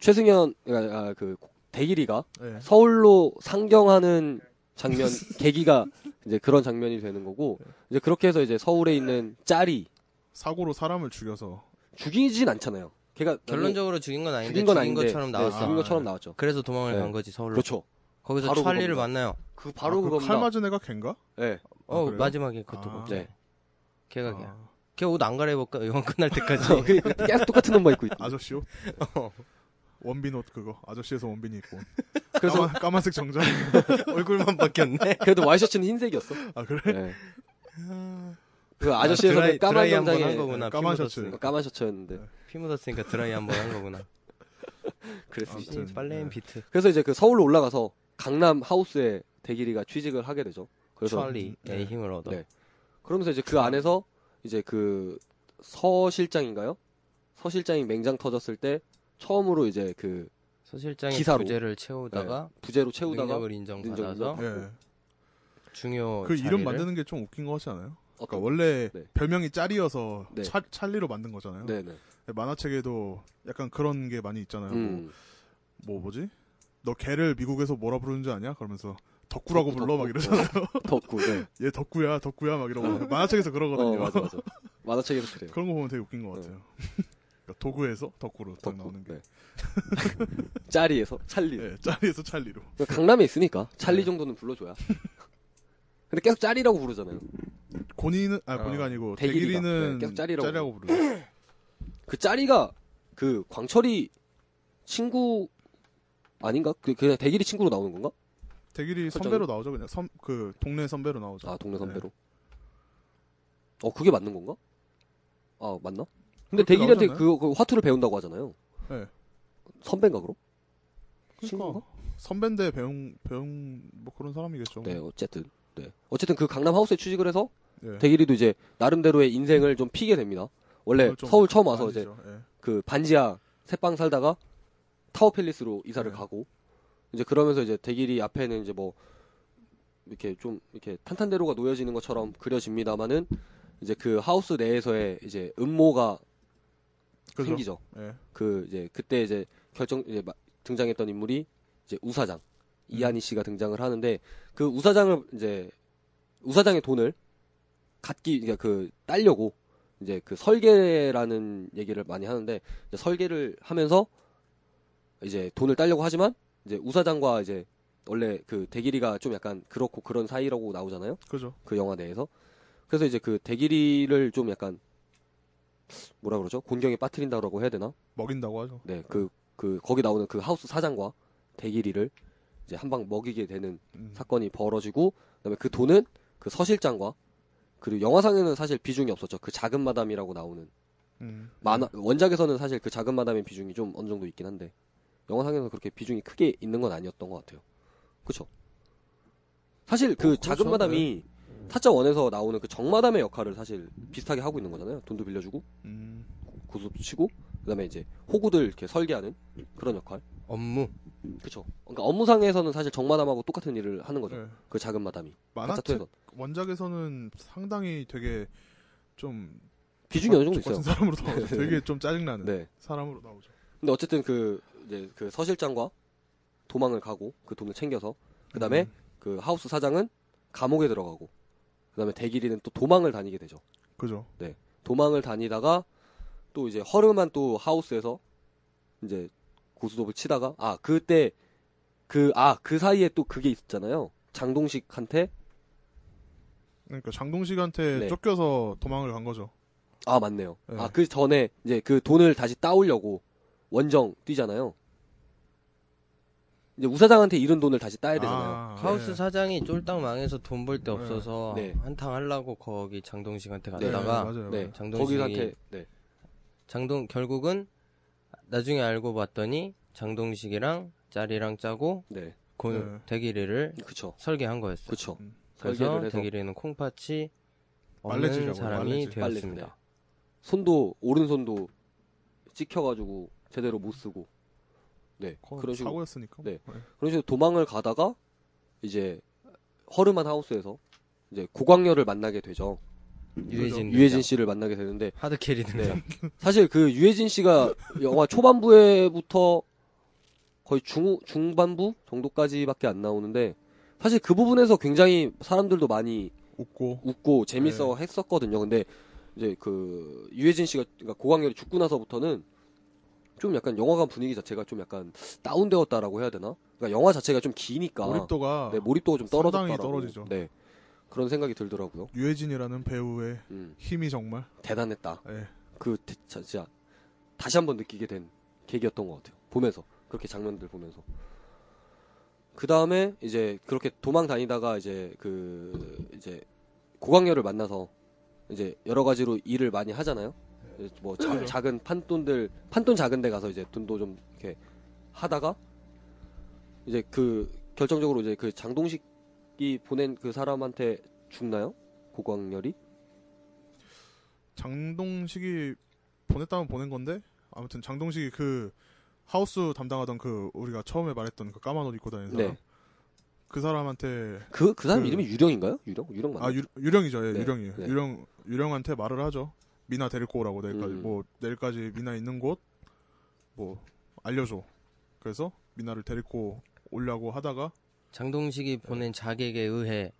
[SPEAKER 1] 최승현 아, 아, 그 대길이가
[SPEAKER 3] 예.
[SPEAKER 1] 서울로 상경하는 장면 계기가 이제 그런 장면이 되는 거고 이제 그렇게 해서 이제 서울에 있는 짤이
[SPEAKER 3] 사고로 사람을 죽여서
[SPEAKER 1] 죽이진 않잖아요. 걔가
[SPEAKER 2] 결론적으로 죽인 건 아닌데
[SPEAKER 1] 죽인
[SPEAKER 2] 죽인,
[SPEAKER 1] 건 아닌데
[SPEAKER 2] 것처럼
[SPEAKER 1] 네,
[SPEAKER 2] 아, 나왔어.
[SPEAKER 1] 죽인 것처럼 나왔죠.
[SPEAKER 2] 그래서 도망을
[SPEAKER 1] 네.
[SPEAKER 2] 간 거지 서울로.
[SPEAKER 1] 그렇죠.
[SPEAKER 2] 거기서
[SPEAKER 1] 바로
[SPEAKER 2] 찰리를
[SPEAKER 1] 그겁니다.
[SPEAKER 2] 만나요.
[SPEAKER 1] 그 바로
[SPEAKER 3] 아, 그
[SPEAKER 1] 그겁니다.
[SPEAKER 3] 칼 맞은 애가 걘가?
[SPEAKER 1] 예.
[SPEAKER 2] 어
[SPEAKER 3] 그래요?
[SPEAKER 2] 마지막에 그것도
[SPEAKER 3] 아.
[SPEAKER 2] 아,
[SPEAKER 1] 네.
[SPEAKER 2] 걔가 걔.
[SPEAKER 3] 아,
[SPEAKER 2] 걔옷 안 갈아입을까? 영화 끝날 때까지.
[SPEAKER 1] 그- 그 계속 똑같은 옷만 입고 있
[SPEAKER 3] 아저씨 옷?
[SPEAKER 2] 어.
[SPEAKER 3] 원빈 옷 그거. 아저씨에서 원빈이 입고. 온.
[SPEAKER 1] 그래서
[SPEAKER 3] 까만, 까만색 정장.
[SPEAKER 2] 얼굴만 바뀌었네.
[SPEAKER 1] 그래도 와이셔츠는 흰색이었어.
[SPEAKER 3] 아 그래?
[SPEAKER 1] 예. 그 아저씨에서는
[SPEAKER 2] 드라이-
[SPEAKER 1] 까만
[SPEAKER 2] 드라이 한번
[SPEAKER 1] 정장에 뭐
[SPEAKER 2] 한 거구나.
[SPEAKER 3] 네, 까만
[SPEAKER 2] 피
[SPEAKER 3] 셔츠.
[SPEAKER 2] 묻었으니까.
[SPEAKER 1] 까만 셔츠였는데
[SPEAKER 3] 네.
[SPEAKER 2] 피 묻었으니까 드라이 한번 한 거구나.
[SPEAKER 1] 그랬어.
[SPEAKER 3] 아무튼,
[SPEAKER 2] 빨래인
[SPEAKER 3] 네.
[SPEAKER 2] 비트.
[SPEAKER 1] 그래서 이제 그 서울로 올라가서 강남 하우스에 대길이가 취직을 하게 되죠. 그래서
[SPEAKER 2] 찰리의
[SPEAKER 3] 네.
[SPEAKER 2] 힘을 얻어.
[SPEAKER 1] 네. 그러면서 이제 그 안에서 이제 그 서 실장인가요? 서 실장이 맹장 터졌을 때 처음으로 이제 그
[SPEAKER 2] 서 실장의
[SPEAKER 1] 기사로.
[SPEAKER 2] 부재를 채우다가
[SPEAKER 1] 부재로 채우다가
[SPEAKER 2] 능력을 인정받아서
[SPEAKER 1] 인정받아?
[SPEAKER 3] 예.
[SPEAKER 2] 중요
[SPEAKER 3] 그
[SPEAKER 2] 자리를
[SPEAKER 3] 이름 만드는 게 좀 웃긴 거 같지 않아요? 그러니까
[SPEAKER 1] 어, 어떤
[SPEAKER 3] 원래
[SPEAKER 1] 네.
[SPEAKER 3] 별명이 짤이어서
[SPEAKER 1] 네.
[SPEAKER 3] 찰- 찰리로 만든 거잖아요.
[SPEAKER 1] 네네
[SPEAKER 3] 만화책에도 약간 그런 게 많이 있잖아요. 뭐,
[SPEAKER 1] 음.
[SPEAKER 3] 뭐 뭐지? 너 걔를 미국에서 뭐라 부르는지 아냐? 그러면서 덕구라고
[SPEAKER 1] 덕구,
[SPEAKER 3] 불러 막
[SPEAKER 1] 덕구.
[SPEAKER 3] 이러잖아요.
[SPEAKER 1] 덥고 네.
[SPEAKER 3] 얘 덕구야, 덕구야 막 이러고 만화책에서
[SPEAKER 1] 어
[SPEAKER 3] 그러거든요.
[SPEAKER 1] 맞아 맞아 만화책에서 그래요.
[SPEAKER 3] 그런 거 보면 되게 웃긴 것 같아요. 그러니까 도구에서 덕구로 딱
[SPEAKER 1] 덥고
[SPEAKER 3] 나오는 게.
[SPEAKER 1] 네. 짜리에서 찰리
[SPEAKER 3] 예, 짤리에서 찰리로.
[SPEAKER 1] 강남에 있으니까 찰리
[SPEAKER 3] 네.
[SPEAKER 1] 정도는 불러줘야 근데 계속 짤이라고 부르잖아요.
[SPEAKER 3] 고니는 아
[SPEAKER 2] 어,
[SPEAKER 3] 고니가 아니고
[SPEAKER 1] 대길이다.
[SPEAKER 3] 대길이는
[SPEAKER 1] 네, 계속 짜리라고
[SPEAKER 3] 부르죠.
[SPEAKER 1] 그 짤이가 그 광철이 친구 아닌가? 그 그냥 대길이 친구로 나오는 건가?
[SPEAKER 3] 대길이
[SPEAKER 1] 그죠.
[SPEAKER 3] 선배로 나오죠 그냥 선, 그 동네 선배로 나오죠.
[SPEAKER 1] 아 동네
[SPEAKER 3] 네.
[SPEAKER 1] 선배로. 어 그게 맞는 건가? 아 맞나? 근데
[SPEAKER 3] 그렇게
[SPEAKER 1] 대길이한테
[SPEAKER 3] 나오지
[SPEAKER 1] 그, 그 화투를 배운다고 하잖아요.
[SPEAKER 3] 네.
[SPEAKER 1] 선배인가 그럼? 친구인가?
[SPEAKER 3] 그러니까 선배인데 배운 배운 뭐 그런 사람이겠죠.
[SPEAKER 1] 네 어쨌든 네 어쨌든 그 강남 하우스에 취직을 해서
[SPEAKER 3] 예.
[SPEAKER 1] 대길이도 이제 나름대로의 인생을 좀 피게 됩니다. 원래
[SPEAKER 3] 그걸 좀
[SPEAKER 1] 서울 처음 와서 이제
[SPEAKER 3] 아니죠. 예.
[SPEAKER 1] 그 반지하 새빵 살다가 타워 팰리스로 이사를
[SPEAKER 3] 네.
[SPEAKER 1] 가고 이제 그러면서 이제 대길이 앞에는 이제 뭐 이렇게 좀 이렇게 탄탄대로가 놓여지는 것처럼 그려집니다만은 이제 그 하우스 내에서의 이제 음모가
[SPEAKER 3] 그죠.
[SPEAKER 1] 생기죠.
[SPEAKER 3] 예.
[SPEAKER 1] 그 이제 그때 이제 결정 이제 마- 등장했던 인물이 이제 우사장 이한희 씨가 등장을 하는데 그 우사장을 이제 우사장의 돈을 갖기 그러니까 그 따려고 이제 그 설계라는 얘기를 많이 하는데 이제 설계를 하면서 이제 돈을 따려고 하지만 이제 우사장과 이제 원래 그 대길이가 좀 약간 그렇고 그런 사이라고 나오잖아요.
[SPEAKER 3] 그죠.
[SPEAKER 1] 그 영화 내에서. 그래서 이제 그 대길이를 좀 약간 뭐라 그러죠? 곤경에 빠뜨린다라고 해야 되나?
[SPEAKER 3] 먹인다고 하죠.
[SPEAKER 1] 네, 그, 그, 거기 나오는 그 하우스 사장과 대길이를 이제 한 방 먹이게 되는
[SPEAKER 3] 음.
[SPEAKER 1] 사건이 벌어지고, 그 다음에 그 돈은 그 서실장과, 그리고 영화상에는 사실 비중이 없었죠. 그 작은 마담이라고 나오는.
[SPEAKER 3] 음.
[SPEAKER 1] 만화, 원작에서는 사실 그 작은 마담의 비중이 좀 어느 정도 있긴 한데, 영화상에서는 그렇게 비중이 크게 있는 건 아니었던 것 같아요. 그쵸? 사실 그
[SPEAKER 3] 어, 그렇죠. 네.
[SPEAKER 1] 작은 마담이 타짜 원에서 나오는 그 정마담의 역할을 사실 비슷하게 하고 있는 거잖아요. 돈도 빌려주고,
[SPEAKER 3] 음.
[SPEAKER 1] 고수도 치고, 그 다음에 이제 호구들 이렇게 설계하는 그런 역할.
[SPEAKER 2] 업무.
[SPEAKER 1] 그쵸. 그러니까 업무상에서는 사실 정마담하고 똑같은 일을 하는 거죠.
[SPEAKER 3] 예.
[SPEAKER 1] 그 작은 마담이.
[SPEAKER 3] 만화책
[SPEAKER 1] 가짜투에서.
[SPEAKER 3] 원작에서는 상당히 되게 좀
[SPEAKER 1] 비중이 어느 정도
[SPEAKER 3] 족 같은
[SPEAKER 1] 있어요.
[SPEAKER 3] 사람으로 나오죠. 되게 좀 짜증나는
[SPEAKER 1] 네.
[SPEAKER 3] 사람으로 나오죠.
[SPEAKER 1] 근데 어쨌든 그, 이제 그 서실장과 도망을 가고 그 돈을 챙겨서 그 다음에
[SPEAKER 3] 음.
[SPEAKER 1] 그 하우스 사장은 감옥에 들어가고 그 다음에 대길이는 또 도망을 다니게 되죠.
[SPEAKER 3] 그죠.
[SPEAKER 1] 도망을 다니다가 또 이제 허름한 또 하우스에서 이제 고스톱을 치다가 아 그때 그 아 그 사이에 또 그게 있었잖아요. 장동식한테
[SPEAKER 3] 그러니까 장동식한테
[SPEAKER 1] 네.
[SPEAKER 3] 쫓겨서 도망을 간 거죠.
[SPEAKER 1] 아 맞네요.
[SPEAKER 3] 네.
[SPEAKER 1] 아 그 전에 이제 그 돈을 다시 따오려고 원정 뛰잖아요. 이제 우사장한테 잃은 돈을 다시 따야 되잖아요.
[SPEAKER 3] 아,
[SPEAKER 2] 하우스
[SPEAKER 3] 네.
[SPEAKER 2] 사장이 쫄딱 망해서 돈 벌 데
[SPEAKER 3] 네.
[SPEAKER 2] 없어서
[SPEAKER 1] 네.
[SPEAKER 2] 한탕 하려고 거기 장동식한테
[SPEAKER 1] 네,
[SPEAKER 2] 갔다가
[SPEAKER 3] 네, 맞아요.
[SPEAKER 1] 네,
[SPEAKER 2] 장동식이-
[SPEAKER 1] 거기한테 네,
[SPEAKER 2] 장동 결국은 나중에 알고 봤더니 장동식이랑 짜리랑 짜고
[SPEAKER 1] 네,
[SPEAKER 2] 고,
[SPEAKER 3] 네.
[SPEAKER 2] 대길이를
[SPEAKER 1] 그쵸,
[SPEAKER 2] 설계한 거였어요.
[SPEAKER 1] 그쵸.
[SPEAKER 3] 음.
[SPEAKER 2] 그래서
[SPEAKER 1] 설계를 해서
[SPEAKER 2] 대길이는 콩팥이
[SPEAKER 3] 빨래지라고요,
[SPEAKER 2] 없는 사람이
[SPEAKER 3] 빨래지.
[SPEAKER 2] 되었습니다.
[SPEAKER 1] 손도 오른손도 찍혀가지고 제대로 못 쓰고, 네,
[SPEAKER 3] 그건
[SPEAKER 1] 그런 식으로
[SPEAKER 3] 사고였으니까. 뭐. 예.
[SPEAKER 1] 네. 그런 식으로 도망을 가다가 이제 허름한 하우스에서 이제 고광렬을 만나게 되죠.
[SPEAKER 2] 유해진
[SPEAKER 1] 네. 유해진 씨를 만나게 되는데
[SPEAKER 2] 하드캐리 등장.
[SPEAKER 1] 사실 그 유해진 씨가 영화 초반부에부터 거의 중 중반부 정도까지밖에 안 나오는데 사실 그 부분에서 굉장히 사람들도 많이
[SPEAKER 3] 웃고
[SPEAKER 1] 웃고 재밌어
[SPEAKER 3] 네.
[SPEAKER 1] 했었거든요. 근데 이제 그 유해진 씨가 그러니까 고광렬이 죽고 나서부터는 좀 약간 영화관 분위기 자체가 좀 약간 다운되었다라고 해야 되나? 그러니까 영화 자체가 좀 기니까
[SPEAKER 3] 몰입도가
[SPEAKER 1] 네, 몰입도가 좀
[SPEAKER 3] 상당히
[SPEAKER 1] 떨어졌다라고.
[SPEAKER 3] 떨어지죠.
[SPEAKER 1] 네. 그런 생각이 들더라고요.
[SPEAKER 3] 유해진이라는 배우의
[SPEAKER 1] 음,
[SPEAKER 3] 힘이 정말
[SPEAKER 1] 대단했다.
[SPEAKER 3] 예.
[SPEAKER 1] 그 대- 자- 진짜 다시 한번 느끼게 된 계기였던 것 같아요. 보면서 그렇게 장면들 보면서 그 다음에 이제 그렇게 도망 다니다가 이제 그 이제 고광렬을 만나서 이제 여러 가지로 일을 많이 하잖아요.
[SPEAKER 3] 네.
[SPEAKER 1] 이제 뭐 자- 작은 판돈들 판돈 작은데 가서 이제 돈도 좀 이렇게 하다가 이제 그 결정적으로 이제 그 장동식이 보낸 그 사람한테 죽나요? 고광렬이?
[SPEAKER 3] 장동식이 보냈다면 보낸 건데 아무튼 장동식이 그 하우스 담당하던 그 우리가 처음에 말했던 그 까만 옷 입고 다니는 사람
[SPEAKER 1] 네.
[SPEAKER 3] 그 사람한테
[SPEAKER 1] 그 그 사람
[SPEAKER 3] 그-
[SPEAKER 1] 이름이 유령인가요? 유령? 유령 맞나요?
[SPEAKER 3] 아 유, 유령이죠 예,
[SPEAKER 1] 네,
[SPEAKER 3] 유령이
[SPEAKER 1] 네.
[SPEAKER 3] 유령 유령한테 말을 하죠 미나 데리고 오라고 내일까지
[SPEAKER 1] 음.
[SPEAKER 3] 뭐 내일까지 미나 있는 곳 뭐 알려줘 그래서 미나를 데리고 오려고 하다가
[SPEAKER 2] 장동식이 보낸 자객에 의해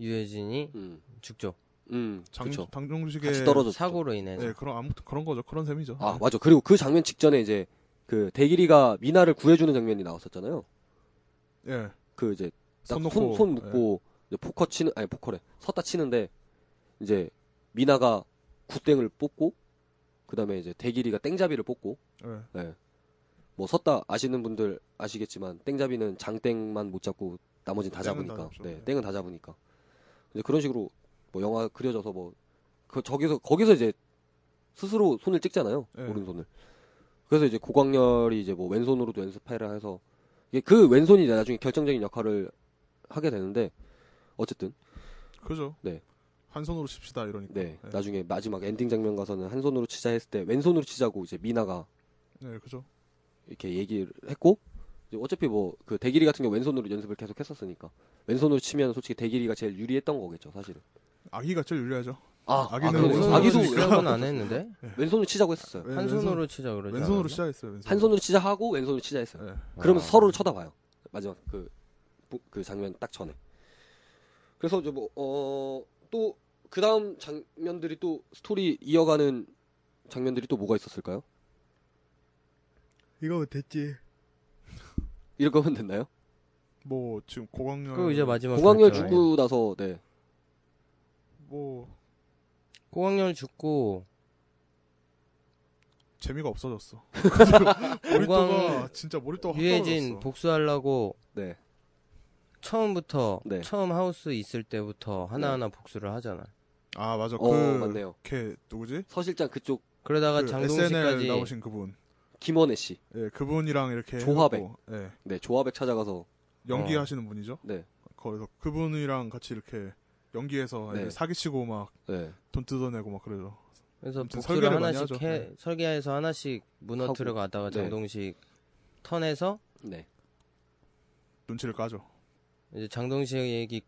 [SPEAKER 2] 유해진이
[SPEAKER 1] 음.
[SPEAKER 2] 죽죠.
[SPEAKER 1] 음,
[SPEAKER 3] 장,
[SPEAKER 1] 그쵸.
[SPEAKER 3] 장동식의
[SPEAKER 1] 같이 떨어졌죠.
[SPEAKER 2] 사고로 인해서
[SPEAKER 3] 네 그런 아무튼 그런 거죠 그런 셈이죠
[SPEAKER 1] 아, 맞아. 그리고 그 장면 직전에 이제 그 대길이가 미나를 구해주는 장면이 나왔었잖아요.
[SPEAKER 3] 예
[SPEAKER 1] 그 이제 딱
[SPEAKER 3] 손 놓고
[SPEAKER 1] 손,
[SPEAKER 3] 예.
[SPEAKER 1] 손 묶고 이제 포커 치는 아니 포커래 섰다 치는데 이제 미나가 굿땡을 뽑고 그다음에 이제 대길이가 땡잡이를 뽑고
[SPEAKER 3] 예.
[SPEAKER 1] 예. 뭐 섰다 아시는 분들 아시겠지만 땡잡이는 장땡만 못 잡고 나머진 다
[SPEAKER 3] 땡은 다
[SPEAKER 1] 잡으니까
[SPEAKER 3] 잡죠.
[SPEAKER 1] 네,
[SPEAKER 3] 네.
[SPEAKER 1] 땡은 다 잡으니까 이제 그런 식으로 뭐 영화 그려져서 뭐 그 저기서 거기서 이제 스스로 손을 찍잖아요
[SPEAKER 3] 네.
[SPEAKER 1] 오른손을 그래서 이제 고광렬이 이제 뭐 왼손으로도 연습해라 해서 이게 그 왼손이 이제 나중에 결정적인 역할을 하게 되는데 어쨌든
[SPEAKER 3] 그죠.
[SPEAKER 1] 네.
[SPEAKER 3] 한 손으로 칩시다 이러니까.
[SPEAKER 1] 네
[SPEAKER 3] 예.
[SPEAKER 1] 나중에 마지막 엔딩 장면 가서는 한 손으로 치자 했을 때 왼손으로 치자고 이제 미나가
[SPEAKER 3] 네, 그죠.
[SPEAKER 1] 이렇게 얘기를 했고 이제 어차피 뭐 그 대길이 같은 경우 왼손으로 연습을 계속 했었으니까 왼손으로 치면 솔직히 대길이가 제일 유리했던 거겠죠 사실은
[SPEAKER 3] 아기가 제일 유리하죠.
[SPEAKER 1] 아
[SPEAKER 3] 아기는
[SPEAKER 1] 그러네.
[SPEAKER 3] 왼손으로
[SPEAKER 1] 아기도
[SPEAKER 3] 치니까.
[SPEAKER 2] 생각은 안 했는데
[SPEAKER 1] 왼손으로 치자고 했었어요
[SPEAKER 3] 네. 왼-
[SPEAKER 2] 네. 한
[SPEAKER 3] 왼손-
[SPEAKER 2] 손으로 치자 그러지
[SPEAKER 3] 왼손으로
[SPEAKER 2] 않았나?
[SPEAKER 3] 시작했어요. 왼손.
[SPEAKER 1] 한 손으로 치자 하고 왼손으로 치자 했어요
[SPEAKER 3] 예.
[SPEAKER 1] 그러면
[SPEAKER 2] 아.
[SPEAKER 1] 서로를 쳐다봐요 마지막 그, 부- 그 장면 딱 전에 그래서 이제 뭐, 어, 뭐어또그 다음 장면들이 또 스토리 이어가는 장면들이 또 뭐가 있었을까요?
[SPEAKER 4] 이거 됐지.
[SPEAKER 1] 이럴 거면 됐나요?
[SPEAKER 3] 뭐 지금 고강렬
[SPEAKER 2] 그리고 이제
[SPEAKER 3] 어,
[SPEAKER 2] 마지막
[SPEAKER 1] 공항열
[SPEAKER 3] 그렇죠.
[SPEAKER 2] 결정.
[SPEAKER 1] 죽고 나서 네
[SPEAKER 3] 뭐
[SPEAKER 2] 고광렬 죽고
[SPEAKER 3] 재미가 없어졌어.
[SPEAKER 2] 고광-
[SPEAKER 3] 몰입도가 진짜 몰입도가 확
[SPEAKER 2] 유해진
[SPEAKER 3] 떨어졌어.
[SPEAKER 2] 복수하려고
[SPEAKER 1] 네.
[SPEAKER 2] 처음부터
[SPEAKER 1] 네.
[SPEAKER 2] 처음 하우스 있을 때부터
[SPEAKER 3] 네.
[SPEAKER 2] 하나하나 복수를 하잖아.
[SPEAKER 3] 아 맞아.
[SPEAKER 1] 어
[SPEAKER 3] 그
[SPEAKER 1] 맞네요
[SPEAKER 3] 걔 누구지?
[SPEAKER 1] 서 실장 그쪽
[SPEAKER 2] 그러다가
[SPEAKER 3] 그 SNL
[SPEAKER 2] 아, 장동식까지
[SPEAKER 3] 나오신 그분.
[SPEAKER 1] 김원혜 씨
[SPEAKER 3] 예, 그분이랑 이렇게
[SPEAKER 1] 조화백.
[SPEAKER 3] 해갖고, 예,
[SPEAKER 1] 네, 조합백 찾아가서
[SPEAKER 3] 연기하시는
[SPEAKER 2] 어.
[SPEAKER 3] 분이죠.
[SPEAKER 1] 네,
[SPEAKER 3] 거기서 그분이랑 같이 이렇게 연기해서
[SPEAKER 1] 네.
[SPEAKER 3] 애들 사기치고 막 돈
[SPEAKER 1] 네,
[SPEAKER 3] 뜯어내고 막 그러죠.
[SPEAKER 2] 그래서
[SPEAKER 3] 아무튼
[SPEAKER 2] 복수를
[SPEAKER 3] 설계를 많이
[SPEAKER 2] 하나씩
[SPEAKER 3] 하죠.
[SPEAKER 2] 해
[SPEAKER 3] 네.
[SPEAKER 2] 설계해서 하나씩
[SPEAKER 1] 하고.
[SPEAKER 2] 무너뜨려 가다가
[SPEAKER 1] 네.
[SPEAKER 2] 장동식 턴에서
[SPEAKER 1] 네,
[SPEAKER 3] 눈치를 까죠.
[SPEAKER 2] 이제 장동식이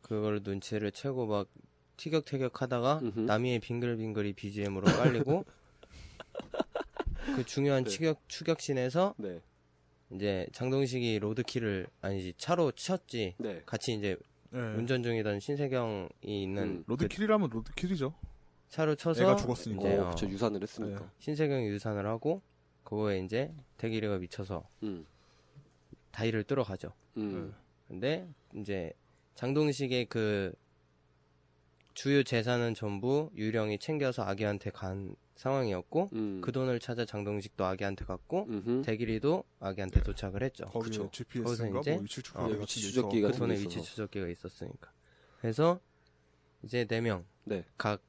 [SPEAKER 2] 그걸 눈치를 채고 막 티격태격하다가
[SPEAKER 1] 음흠.
[SPEAKER 2] 남이의 빙글빙글이 BGM으로 깔리고 그 중요한
[SPEAKER 1] 네.
[SPEAKER 2] 추격 추격신에서
[SPEAKER 1] 네,
[SPEAKER 2] 이제 장동식이 로드킬을 아니지 차로 치셨지
[SPEAKER 1] 네.
[SPEAKER 2] 같이 이제
[SPEAKER 3] 예.
[SPEAKER 2] 운전 중이던 신세경이 있는
[SPEAKER 1] 음,
[SPEAKER 3] 로드킬이라면 로드킬이죠.
[SPEAKER 2] 차로 쳐서
[SPEAKER 3] 애가 죽었으니까.
[SPEAKER 2] 이제
[SPEAKER 1] 어,
[SPEAKER 2] 어,
[SPEAKER 1] 그쵸 유산을 했으니까.
[SPEAKER 2] 신세경이 유산을 하고 그거에 이제 대기리가 미쳐서
[SPEAKER 1] 음,
[SPEAKER 2] 다이를 뚫어가죠.
[SPEAKER 1] 음,
[SPEAKER 2] 근데 이제 장동식의 그 주요 재산은 전부 유령이 챙겨서 아기한테 간 상황이었고
[SPEAKER 1] 음.
[SPEAKER 2] 그 돈을 찾아 장동식도 아기한테 갔고
[SPEAKER 1] 음흠.
[SPEAKER 2] 대길이도 아기한테
[SPEAKER 3] 네.
[SPEAKER 2] 도착을 했죠.
[SPEAKER 3] 거기
[SPEAKER 1] 뭐, 그쵸. 아,
[SPEAKER 3] GPS인가
[SPEAKER 2] 거기서 이제
[SPEAKER 3] 뭐 위치
[SPEAKER 2] 어,
[SPEAKER 3] 추적기
[SPEAKER 1] 위치 추적기가
[SPEAKER 2] 그
[SPEAKER 1] 같은
[SPEAKER 2] 돈에
[SPEAKER 1] 게 있어서.
[SPEAKER 2] 위치 추적기가 있었으니까. 그래서 이제 네 명
[SPEAKER 1] 네.
[SPEAKER 2] 각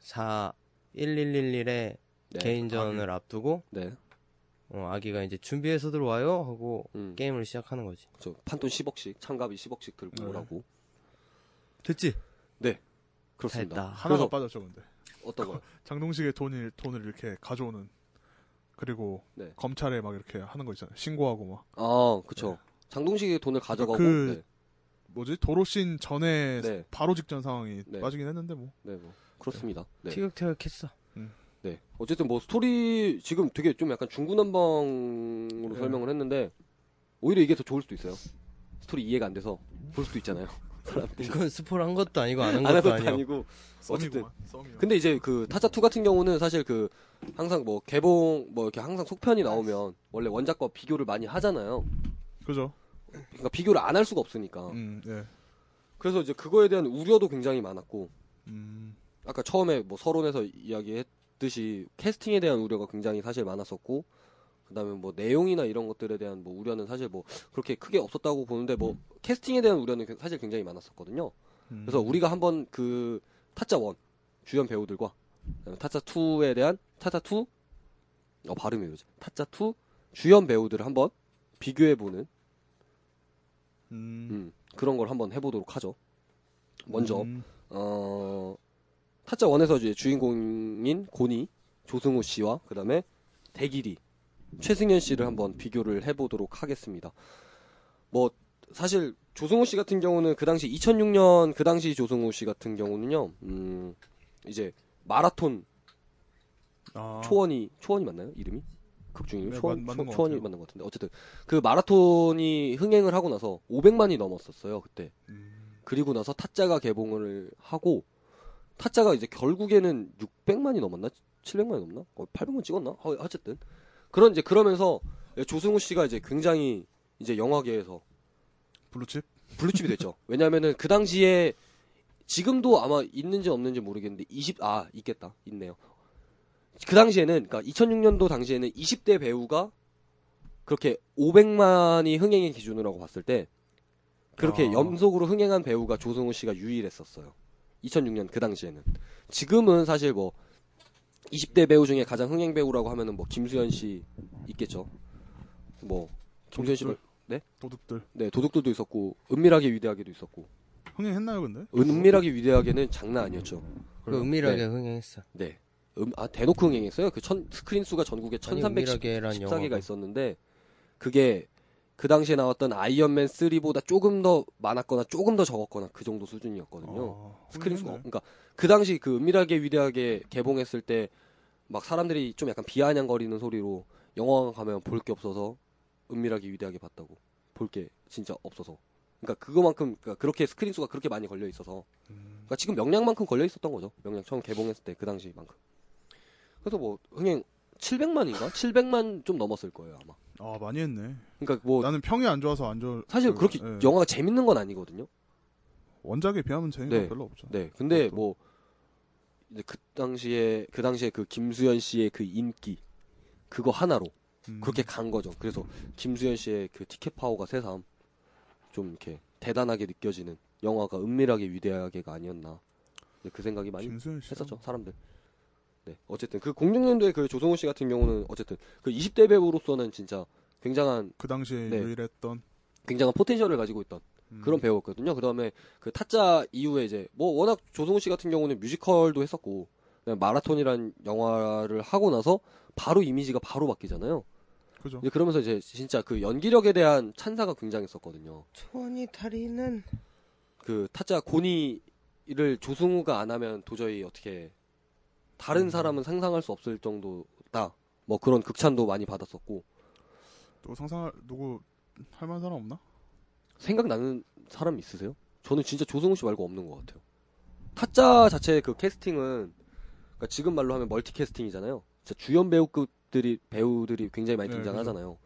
[SPEAKER 2] 4, 1111의
[SPEAKER 1] 네.
[SPEAKER 2] 개인전을 앞두고
[SPEAKER 1] 네,
[SPEAKER 2] 어, 아기가 이제 준비해서 들어와요 하고
[SPEAKER 1] 음.
[SPEAKER 2] 게임을 시작하는 거지.
[SPEAKER 1] 저 판돈 10억씩, 참가비 10억씩 들고
[SPEAKER 3] 네.
[SPEAKER 1] 오라고. 네.
[SPEAKER 2] 됐지?
[SPEAKER 1] 그렇습니다.
[SPEAKER 2] 됐다.
[SPEAKER 3] 하나가
[SPEAKER 1] 그래서
[SPEAKER 3] 빠졌죠 근데
[SPEAKER 1] 어떤 거?
[SPEAKER 3] 장동식의 돈을 돈을 이렇게 가져오는 그리고
[SPEAKER 1] 네.
[SPEAKER 3] 검찰에 막 이렇게 하는 거 있잖아요. 신고하고 막
[SPEAKER 1] 아, 그쵸. 장동식이 돈을 가져가고.
[SPEAKER 3] 그- 뭐지 도로씬 전에
[SPEAKER 1] 네.
[SPEAKER 3] 바로 직전 상황이
[SPEAKER 1] 네.
[SPEAKER 3] 빠지긴 했는데 뭐
[SPEAKER 1] 네, 네, 뭐 그렇습니다. 네.
[SPEAKER 2] 티격태격했어.
[SPEAKER 1] 네. 어쨌든 뭐 스토리 지금 되게 좀 약간 중구난방으로
[SPEAKER 3] 네.
[SPEAKER 1] 설명을 했는데 오히려 이게 더 좋을 수도 있어요. 스토리 이해가 안 돼서 볼 수도 있잖아요. 사람들이.
[SPEAKER 2] 이건 스포를 한 것도 아니고 안 한
[SPEAKER 1] 안 해도
[SPEAKER 2] 것도 아니고.
[SPEAKER 1] 아니고 어쨌든.
[SPEAKER 3] 썸이구만. 썸이요.
[SPEAKER 1] 근데 이제 그 타자 2 같은 경우는 사실 그 항상 뭐 개봉 뭐 이렇게 항상 속편이 나오면 원래 원작과 비교를 많이 하잖아요.
[SPEAKER 3] 그죠.
[SPEAKER 1] 그러니까 비교를 안 할 수가 없으니까.
[SPEAKER 3] 음, 예.
[SPEAKER 1] 그래서 이제 그거에 대한 우려도 굉장히 많았고
[SPEAKER 3] 음,
[SPEAKER 1] 아까 처음에 뭐 서론에서 이야기했듯이 캐스팅에 대한 우려가 굉장히 사실 많았었고 그다음에 뭐 내용이나 이런 것들에 대한 뭐 우려는 사실 뭐 그렇게 크게 없었다고 보는데 뭐 캐스팅에 대한 우려는 사실 굉장히 많았었거든요.
[SPEAKER 3] 음.
[SPEAKER 1] 그래서 우리가 한번 그 타짜 1 주연 배우들과 그다음에 타짜 2에 대한 타짜 2 어, 발음이 왜지 타짜 2 주연 배우들을 한번 비교해 보는
[SPEAKER 3] 음,
[SPEAKER 1] 음, 그런 걸 한번 해보도록 하죠. 먼저
[SPEAKER 3] 음,
[SPEAKER 1] 어, 타짜 1에서 이제 주인공인 고니 조승우 씨와 그다음에 대길이 최승현 씨를 한번 비교를 해보도록 하겠습니다. 뭐 사실 조승우 씨 같은 경우는 그 당시 2006년 그 당시 조승우 씨 같은 경우는요, 음, 이제 마라톤
[SPEAKER 3] 아,
[SPEAKER 1] 초원이 초원이 맞나요 이름이? 극중 이름
[SPEAKER 3] 네,
[SPEAKER 1] 초원
[SPEAKER 3] 맞-
[SPEAKER 1] 초,
[SPEAKER 3] 맞는 것
[SPEAKER 1] 초원이
[SPEAKER 3] 같아요.
[SPEAKER 1] 맞는 것 같은데 어쨌든 그 마라톤이 흥행을 하고 나서 500만이 넘었었어요 그때.
[SPEAKER 3] 음,
[SPEAKER 1] 그리고 나서 타짜가 개봉을 하고 타짜가 이제 결국에는 600만이 넘었나? 700만이 넘나? 어, 800만 찍었나? 어, 어쨌든 그런 예, 이제 그러면서 조승우 씨가 이제 굉장히 이제 영화계에서
[SPEAKER 3] 블루칩.
[SPEAKER 1] 블루칩이 됐죠. 왜냐면은 그 당시에 지금도 아마 있는지 없는지 모르겠는데 20 아 있겠다 있네요. 그 당시에는 그러니까 2006년도 당시에는 20대 배우가 그렇게 500만이 흥행의 기준으로 봤을 때 그렇게
[SPEAKER 2] 아.
[SPEAKER 1] 연속으로 흥행한 배우가 조승우 씨가 유일했었어요. 2006년 그 당시에는 지금은 사실 뭐 20대 배우 중에 가장 흥행 배우라고 하면은 뭐 김수현 씨 있겠죠. 뭐 김수현 씨도
[SPEAKER 3] 도둑들
[SPEAKER 1] 네, 도둑들도 있었고 은밀하게 위대하게도 있었고
[SPEAKER 3] 흥행했나요 근데?
[SPEAKER 1] 은밀하게 위대하게는 장난 아니었죠.
[SPEAKER 2] 그 은밀하게 흥행했어.
[SPEAKER 1] 네, 음, 아 대놓고 흥행했어요. 그 천 스크린 수가 전국에
[SPEAKER 2] 아니,
[SPEAKER 1] 1,314개가
[SPEAKER 2] 은밀하게란 영화가.
[SPEAKER 1] 있었는데 그게 그 당시에 나왔던 아이언맨 3보다 조금 더 많았거나 조금 더 적었거나 그 정도 수준이었거든요.
[SPEAKER 3] 아,
[SPEAKER 1] 스크린 수가
[SPEAKER 3] 흥행했네.
[SPEAKER 1] 그러니까 그 당시 그 은밀하게 위대하게 개봉했을 때 막 사람들이 좀 약간 비아냥거리는 소리로 영화관 가면 볼 게 없어서 은밀하게 위대하게 봤다고 볼 게 진짜 없어서 그러니까 그거만큼 그러니까 그렇게 스크린 수가 그렇게 많이 걸려 있어서
[SPEAKER 3] 음,
[SPEAKER 1] 그러니까 지금 명량만큼 걸려 있었던 거죠 명량 처음 개봉했을 때 그 당시만큼 그래서 뭐 흥행 700만인가 700만 좀 넘었을 거예요 아마
[SPEAKER 3] 아 많이 했네.
[SPEAKER 1] 그러니까 뭐
[SPEAKER 3] 나는 평이 안 좋아서 안 좋아.
[SPEAKER 1] 사실
[SPEAKER 3] 그,
[SPEAKER 1] 그렇게
[SPEAKER 3] 예.
[SPEAKER 1] 영화가 재밌는 건 아니거든요
[SPEAKER 3] 원작에 비하면 재미가
[SPEAKER 1] 네.
[SPEAKER 3] 별로 없죠.
[SPEAKER 1] 네. 근데
[SPEAKER 3] 그것도.
[SPEAKER 1] 뭐 이제 그 당시에 그 당시에 그 김수현 씨의 그 인기 그거 하나로
[SPEAKER 3] 음,
[SPEAKER 1] 그렇게 간 거죠. 그래서 김수현 씨의 그 티켓 파워가 새삼 좀 이렇게 대단하게 느껴지는 영화가 은밀하게 위대하게가 아니었나 이제 그 생각이 많이
[SPEAKER 3] 김수현 씨
[SPEAKER 1] 했었죠 사람들. 네. 어쨌든 그 06년도에 그 조성호 씨 같은 경우는 어쨌든 그 20대 배우로서는 진짜 굉장한
[SPEAKER 3] 그 당시에
[SPEAKER 1] 네.
[SPEAKER 3] 유일했던
[SPEAKER 1] 굉장한 포텐셜을 가지고 있던
[SPEAKER 3] 음,
[SPEAKER 1] 그런 배우였거든요. 그 다음에 그 타짜 이후에 이제 뭐 워낙 조승우 씨 같은 경우는 뮤지컬도 했었고 그다음에 마라톤이란 영화를 하고 나서 바로 이미지가 바로 바뀌잖아요.
[SPEAKER 3] 그죠.
[SPEAKER 1] 이제 그러면서 이제 진짜 그 연기력에 대한 찬사가 굉장했었거든요.
[SPEAKER 2] 촌이 다리는
[SPEAKER 1] 그 타짜 고니를 조승우가 안 하면 도저히 어떻게 다른 사람은 상상할 수 없을 정도다. 뭐 그런 극찬도 많이 받았었고
[SPEAKER 3] 또 상상할 누구 할만한 사람 없나?
[SPEAKER 1] 생각나는 사람 있으세요? 저는 진짜 조승우 씨 말고 없는 것 같아요. 타짜 자체의 그 캐스팅은 그러니까 지금 말로 하면 멀티 캐스팅이잖아요. 진짜 주연 배우급들이 배우들이 굉장히 많이
[SPEAKER 3] 네,
[SPEAKER 1] 등장하잖아요.